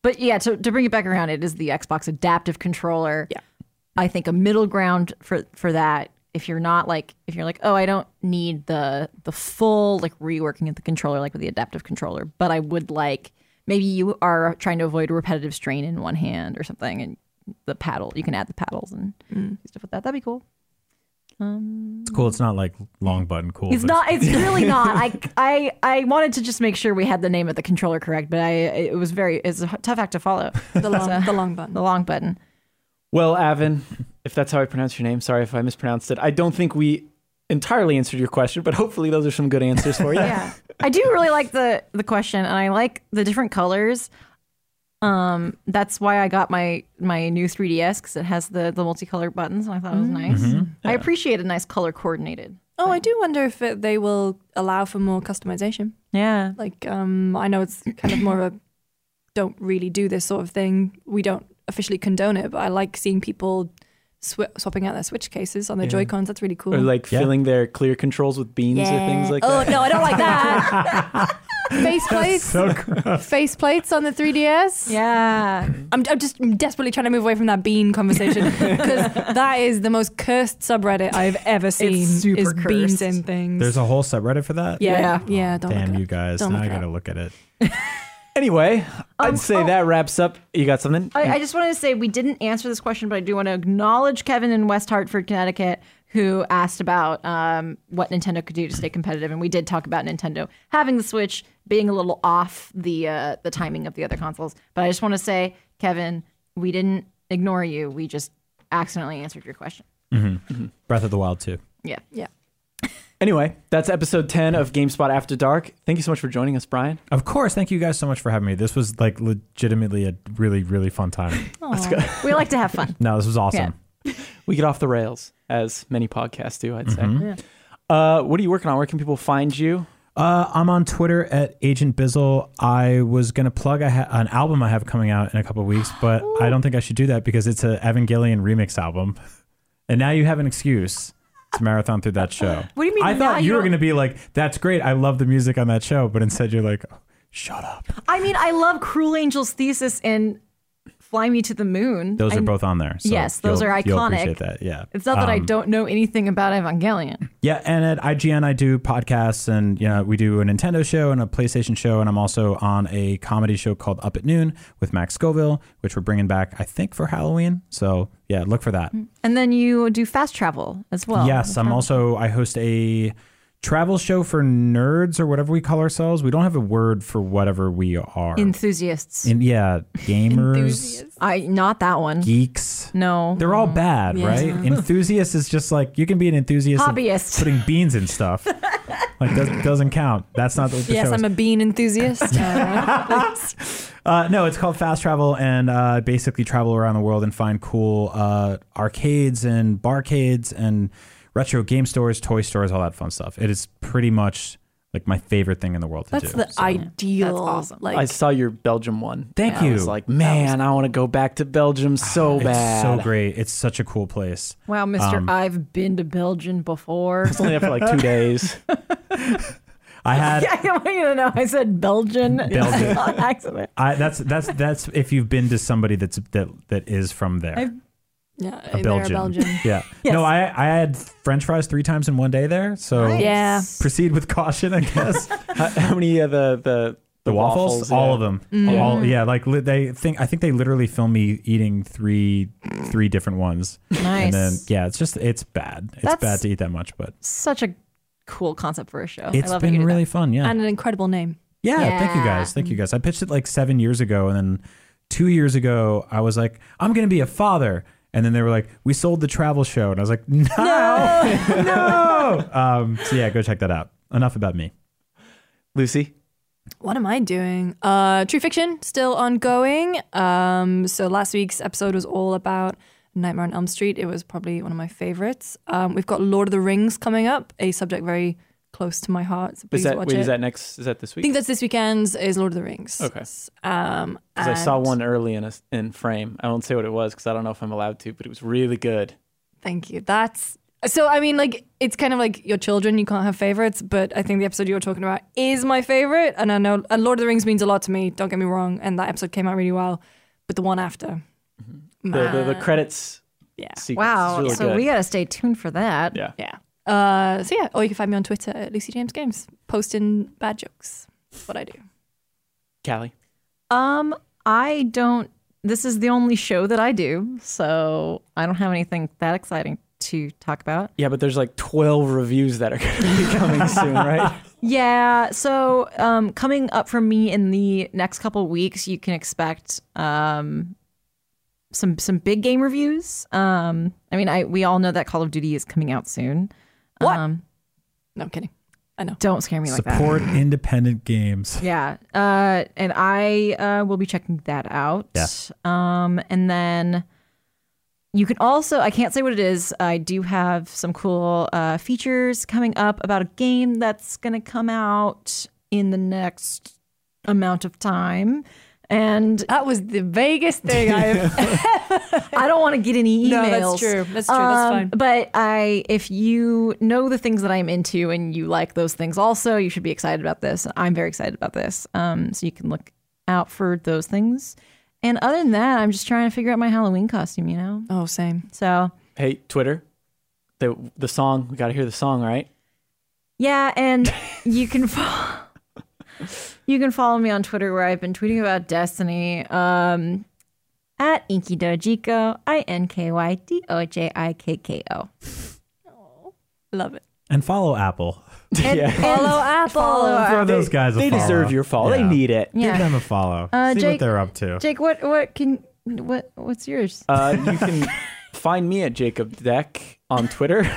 Speaker 2: But yeah, to, to bring it back around, it is the Xbox adaptive controller.
Speaker 4: Yeah.
Speaker 2: I think a middle ground for for that. If you're not like if you're like oh I don't need the the full like reworking of the controller like with the adaptive controller, but I would like maybe you are trying to avoid repetitive strain in one hand or something, and the paddle you can add the paddles and
Speaker 4: Mm.
Speaker 2: stuff with that. That'd be cool.
Speaker 3: It's cool. It's not like long button cool.
Speaker 2: It's
Speaker 3: but
Speaker 2: not. It's really not. I, I, I wanted to just make sure we had the name of the controller correct, but I it was very it's a tough act to follow.
Speaker 4: The long, the long button.
Speaker 2: The long button.
Speaker 1: Well, Avin, if that's how I pronounce your name, sorry if I mispronounced it. I don't think we entirely answered your question, but hopefully those are some good answers for you.
Speaker 2: Yeah, I do really like the the question, and I like the different colors. Um, that's why I got my my new 3ds because it has the the multicolor buttons, and I thought it was nice. I appreciate a nice color coordinated.
Speaker 4: Oh, I do wonder if it, they will allow for more customization.
Speaker 2: Yeah.
Speaker 4: Like, um, I know it's kind of more of a don't really do this sort of thing. We don't officially condone it, but I like seeing people sw- swapping out their Switch cases on their
Speaker 1: Yeah.
Speaker 4: Joy Cons. That's really cool.
Speaker 1: Or like
Speaker 3: Yeah.
Speaker 1: filling their clear controls with beans or things like
Speaker 4: oh
Speaker 1: that.
Speaker 4: no, I don't like that.
Speaker 5: Face plates,
Speaker 3: So gross.
Speaker 5: face plates on the 3DS.
Speaker 2: Yeah.
Speaker 4: I'm, I'm just desperately trying to move away from that bean conversation because that is the most cursed subreddit I've ever seen.
Speaker 2: super
Speaker 4: is beans
Speaker 2: cursed.
Speaker 4: and things.
Speaker 3: There's a whole subreddit for that.
Speaker 4: yeah,
Speaker 2: Yeah.
Speaker 4: yeah. don't look
Speaker 3: Damn
Speaker 4: it
Speaker 3: you
Speaker 4: up.
Speaker 3: guys!
Speaker 4: Don't
Speaker 3: now
Speaker 4: look
Speaker 3: I
Speaker 4: it up.
Speaker 3: gotta look at it.
Speaker 1: Anyway, I'd say
Speaker 2: oh.
Speaker 1: that wraps up. You got something?
Speaker 2: I, I just wanted to say we didn't answer this question, but I do want to acknowledge Kevin in West Hartford, Connecticut, who asked about um, what Nintendo could do to stay competitive, and we did talk about Nintendo having the Switch being a little off the uh, the timing of the other consoles. But I just want to say, Kevin, we didn't ignore you. We just accidentally answered your question.
Speaker 3: Breath of the Wild too.
Speaker 2: Yeah.
Speaker 4: Yeah.
Speaker 1: Anyway, that's episode 10 of GameSpot After Dark. Thank you so much for joining us, Brian.
Speaker 3: Of course. Thank you guys so much for having me. This was like legitimately a really really fun time.
Speaker 2: We like to have fun.
Speaker 3: no, this was awesome.
Speaker 2: Yeah.
Speaker 1: We get off the rails, as many podcasts do, I'd say. Uh, what are you working on? Where can people find you?
Speaker 3: Uh, I'm on Twitter at Agent Bizzle. I was gonna plug I ha- an album I have coming out in a couple of weeks, but I don't think I should do that because it's an Evangelion remix album, and now you have an excuse to marathon through that show.
Speaker 2: What do you mean
Speaker 3: I
Speaker 2: now
Speaker 3: thought
Speaker 2: you
Speaker 3: you were
Speaker 2: don't-
Speaker 3: gonna be like, "That's great. I love the music on that show," but instead you're like, "Shut up."
Speaker 2: I mean, I love Cruel Angel's thesis and Fly Me to the Moon.
Speaker 3: Those
Speaker 2: I-
Speaker 3: are both on there. So
Speaker 2: Yes, those
Speaker 3: you'll-
Speaker 2: are
Speaker 3: You'll
Speaker 2: iconic.
Speaker 3: appreciate that. Yeah.
Speaker 2: It's not that I
Speaker 3: Um,
Speaker 2: don't know anything about Evangelion.
Speaker 3: Yeah, and at IGN I do podcasts, and you know we do a Nintendo show and a PlayStation show, and I'm also on a comedy show called Up at Noon with Max Scoville, which we're bringing back I think for Halloween. So yeah, look for that.
Speaker 2: And then you do fast travel as well.
Speaker 3: yes, I'm also I host a travel show for nerds or whatever we call ourselves. We don't have a word for whatever we are.
Speaker 2: Enthusiasts.
Speaker 3: And, yeah, gamers,
Speaker 4: Enthusiasts.
Speaker 2: I not that one.
Speaker 3: geeks.
Speaker 2: No.
Speaker 3: They're all bad,
Speaker 2: Yeah.
Speaker 3: right? Enthusiast is just like you can be an enthusiast, of
Speaker 2: Hobbyist.
Speaker 3: putting beans in stuff. like does, doesn't count. That's not what the
Speaker 4: Yes,
Speaker 3: show is.
Speaker 4: I'm a bean enthusiast. Uh,
Speaker 3: Uh, no, it's called Fast Travel, and uh, basically travel around the world and find cool uh, arcades and barcades and retro game stores, toy stores, all that fun stuff. It is pretty much like my favorite thing in the world to
Speaker 4: that's
Speaker 3: do.
Speaker 4: the ideal.
Speaker 2: That's awesome.
Speaker 4: Like,
Speaker 1: I saw your Belgium one.
Speaker 3: Thank
Speaker 1: I
Speaker 3: you. Ah,
Speaker 1: was like, man, I want to go back to Belgium so
Speaker 3: it's
Speaker 1: bad.
Speaker 3: so great. It's such a cool place.
Speaker 2: Wow, Mister,
Speaker 3: Um,
Speaker 2: I've been to Belgium before.
Speaker 1: It's only there for like two days.
Speaker 3: I had
Speaker 2: I want you to know I said Belgian
Speaker 3: Belgian.
Speaker 2: on accident.
Speaker 3: I, that's that's that's if you've been to somebody that's that that is from there.
Speaker 4: yeah,
Speaker 3: a
Speaker 4: they're
Speaker 3: Belgian.
Speaker 4: Belgian.
Speaker 3: Yeah. No, I I had French fries three times in one day there. So
Speaker 4: Yeah.
Speaker 3: proceed with caution, I guess.
Speaker 1: how, how many of the the,
Speaker 3: the waffles, all
Speaker 1: yeah.
Speaker 3: of them,
Speaker 2: Mm-hmm.
Speaker 3: all yeah. Like li- they think I think they literally film me eating three three different ones.
Speaker 2: Nice.
Speaker 3: And then yeah, it's just it's bad. It's
Speaker 2: That's-
Speaker 3: bad to eat that much, but
Speaker 2: Such a cool concept for a show. I
Speaker 3: it's
Speaker 2: love that you
Speaker 3: been
Speaker 2: did
Speaker 3: really fun. Yeah.
Speaker 4: And an incredible name.
Speaker 3: Yeah, thank you
Speaker 2: Yeah.
Speaker 3: guys. Thank you guys. I pitched it like seven years ago, and then two years ago, I was like, I'm going to be a father. And then they were like, we sold the travel show. And I was like, no, no. Um, so yeah, go check that out. Enough about me.
Speaker 1: Lucy,
Speaker 4: What am I doing? Uh, True Fiction still ongoing. Um, so last week's episode was all about Nightmare on Elm Street. It was probably one of my favorites. Um, we've got Lord of the Rings coming up, a subject very close to my heart. So please
Speaker 1: is that
Speaker 4: watch
Speaker 1: wait?
Speaker 4: it.
Speaker 1: Is that next? Is that this
Speaker 4: I
Speaker 1: week?
Speaker 4: think that's this weekend's is Lord of the Rings.
Speaker 1: Okay.
Speaker 4: Um,
Speaker 1: Because I saw
Speaker 4: and-
Speaker 1: one early in a, in frame. I won't say what it was because I don't know if I'm allowed to, but it was really good.
Speaker 4: Thank you. That's so. I mean, like, it's kind of like your children. You can't have favorites, but I think the episode you were talking about is my favorite. And I know and Lord of the Rings means a lot to me. Don't get me wrong. And that episode came out really well. But the one after,
Speaker 1: The the, the credits
Speaker 4: Uh, yeah,
Speaker 2: it.
Speaker 1: sequence. is
Speaker 2: Wow.
Speaker 1: really
Speaker 2: so
Speaker 1: good.
Speaker 2: we got to stay tuned for that.
Speaker 1: yeah.
Speaker 4: yeah. Uh, so yeah, or you can find me on Twitter at Lucy James Games, posting bad jokes. That's what I do.
Speaker 1: Callie,
Speaker 2: Um, I don't. This is the only show that I do, so I don't have anything that exciting to talk about.
Speaker 1: yeah, but there's like 12 reviews that are going to be coming soon, right?
Speaker 2: Yeah. So um, coming up for me in the next couple weeks, you can expect um, some some big game reviews. Um, I mean, I we all know that Call of Duty is coming out soon.
Speaker 4: What?
Speaker 2: Um,
Speaker 4: No, I'm kidding. I know.
Speaker 2: don't scare me like that.
Speaker 3: Support independent games.
Speaker 2: Yeah. Uh, and I uh, will be checking that out.
Speaker 3: Yeah.
Speaker 2: Um, and then You can also, I can't say what it is. I do have some cool uh, features coming up about a game that's going to come out in the next amount of time. And
Speaker 5: That was the vaguest thing I've.
Speaker 2: I don't want to get any emails. Um,
Speaker 4: No, that's true. That's true. That's fine.
Speaker 2: But I, if you know the things that I'm into and you like those things also, you should be excited about this. I'm very excited about this. Um, so you can look out for those things. And other than that, I'm just trying to figure out my Halloween costume. You know,
Speaker 4: Oh, same.
Speaker 2: so
Speaker 1: Hey, Twitter, the the song. We got to hear the song, right?
Speaker 2: Yeah, and you can follow you can follow me on Twitter where I've been tweeting about Destiny um, at Inky Dojiko, I N K Y D O J I K K O.
Speaker 4: Love it.
Speaker 3: And follow Apple.
Speaker 1: yeah,
Speaker 5: Follow Apple.
Speaker 3: Throw those guys a
Speaker 1: Uh, they
Speaker 3: follow.
Speaker 1: deserve your follow. They
Speaker 3: Yeah.
Speaker 1: need it.
Speaker 2: Yeah.
Speaker 3: Give them a follow.
Speaker 2: Uh,
Speaker 3: See
Speaker 2: Jake-
Speaker 3: what they're up to.
Speaker 2: Jake, what what can what what's yours
Speaker 1: Uh, you can find me at Jacob Deck on Twitter.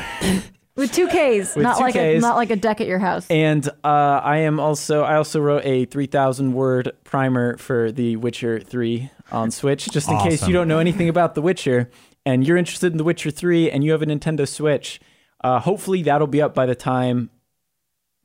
Speaker 2: with two Ks?
Speaker 1: With
Speaker 2: not
Speaker 1: two
Speaker 2: like a
Speaker 1: Ks.
Speaker 2: not like a deck at your house.
Speaker 1: And uh, I am also I also wrote a three thousand word primer for The Witcher Three on Switch, just in case
Speaker 3: Awesome.
Speaker 1: you don't know anything about The Witcher and you're interested in The Witcher Three and you have a Nintendo Switch. Uh, hopefully that'll be up by the time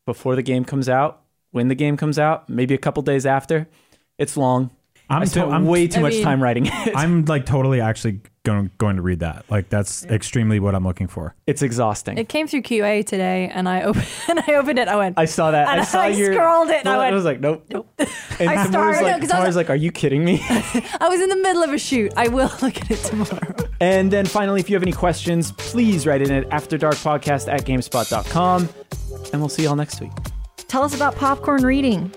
Speaker 1: before the game comes out, when the game comes out, maybe a couple days after. It's long.
Speaker 3: I'm
Speaker 1: I
Speaker 3: to-
Speaker 1: spent
Speaker 3: I'm-
Speaker 1: way too
Speaker 4: I
Speaker 1: much
Speaker 4: mean-
Speaker 1: time writing it.
Speaker 3: I'm like totally actually going going to read that. Like that's extremely what I'm looking for.
Speaker 1: It's exhausting.
Speaker 4: It came through QA today, and I opened and I opened it. I went.
Speaker 1: I saw that.
Speaker 4: And
Speaker 1: I saw
Speaker 4: I
Speaker 1: your.
Speaker 4: scrolled it and I
Speaker 1: Well,
Speaker 4: went-
Speaker 1: was like, nope, nope. And I
Speaker 4: started-
Speaker 1: was
Speaker 4: No,
Speaker 1: like,
Speaker 4: 'cause I was
Speaker 1: Tamara's like, are you kidding me?
Speaker 4: I was in the middle of a shoot. I will look at it tomorrow.
Speaker 1: And then finally, if you have any questions, please write in at afterdarkpodcast at gamespot.com. And we'll see y'all next week.
Speaker 2: Tell us about popcorn reading.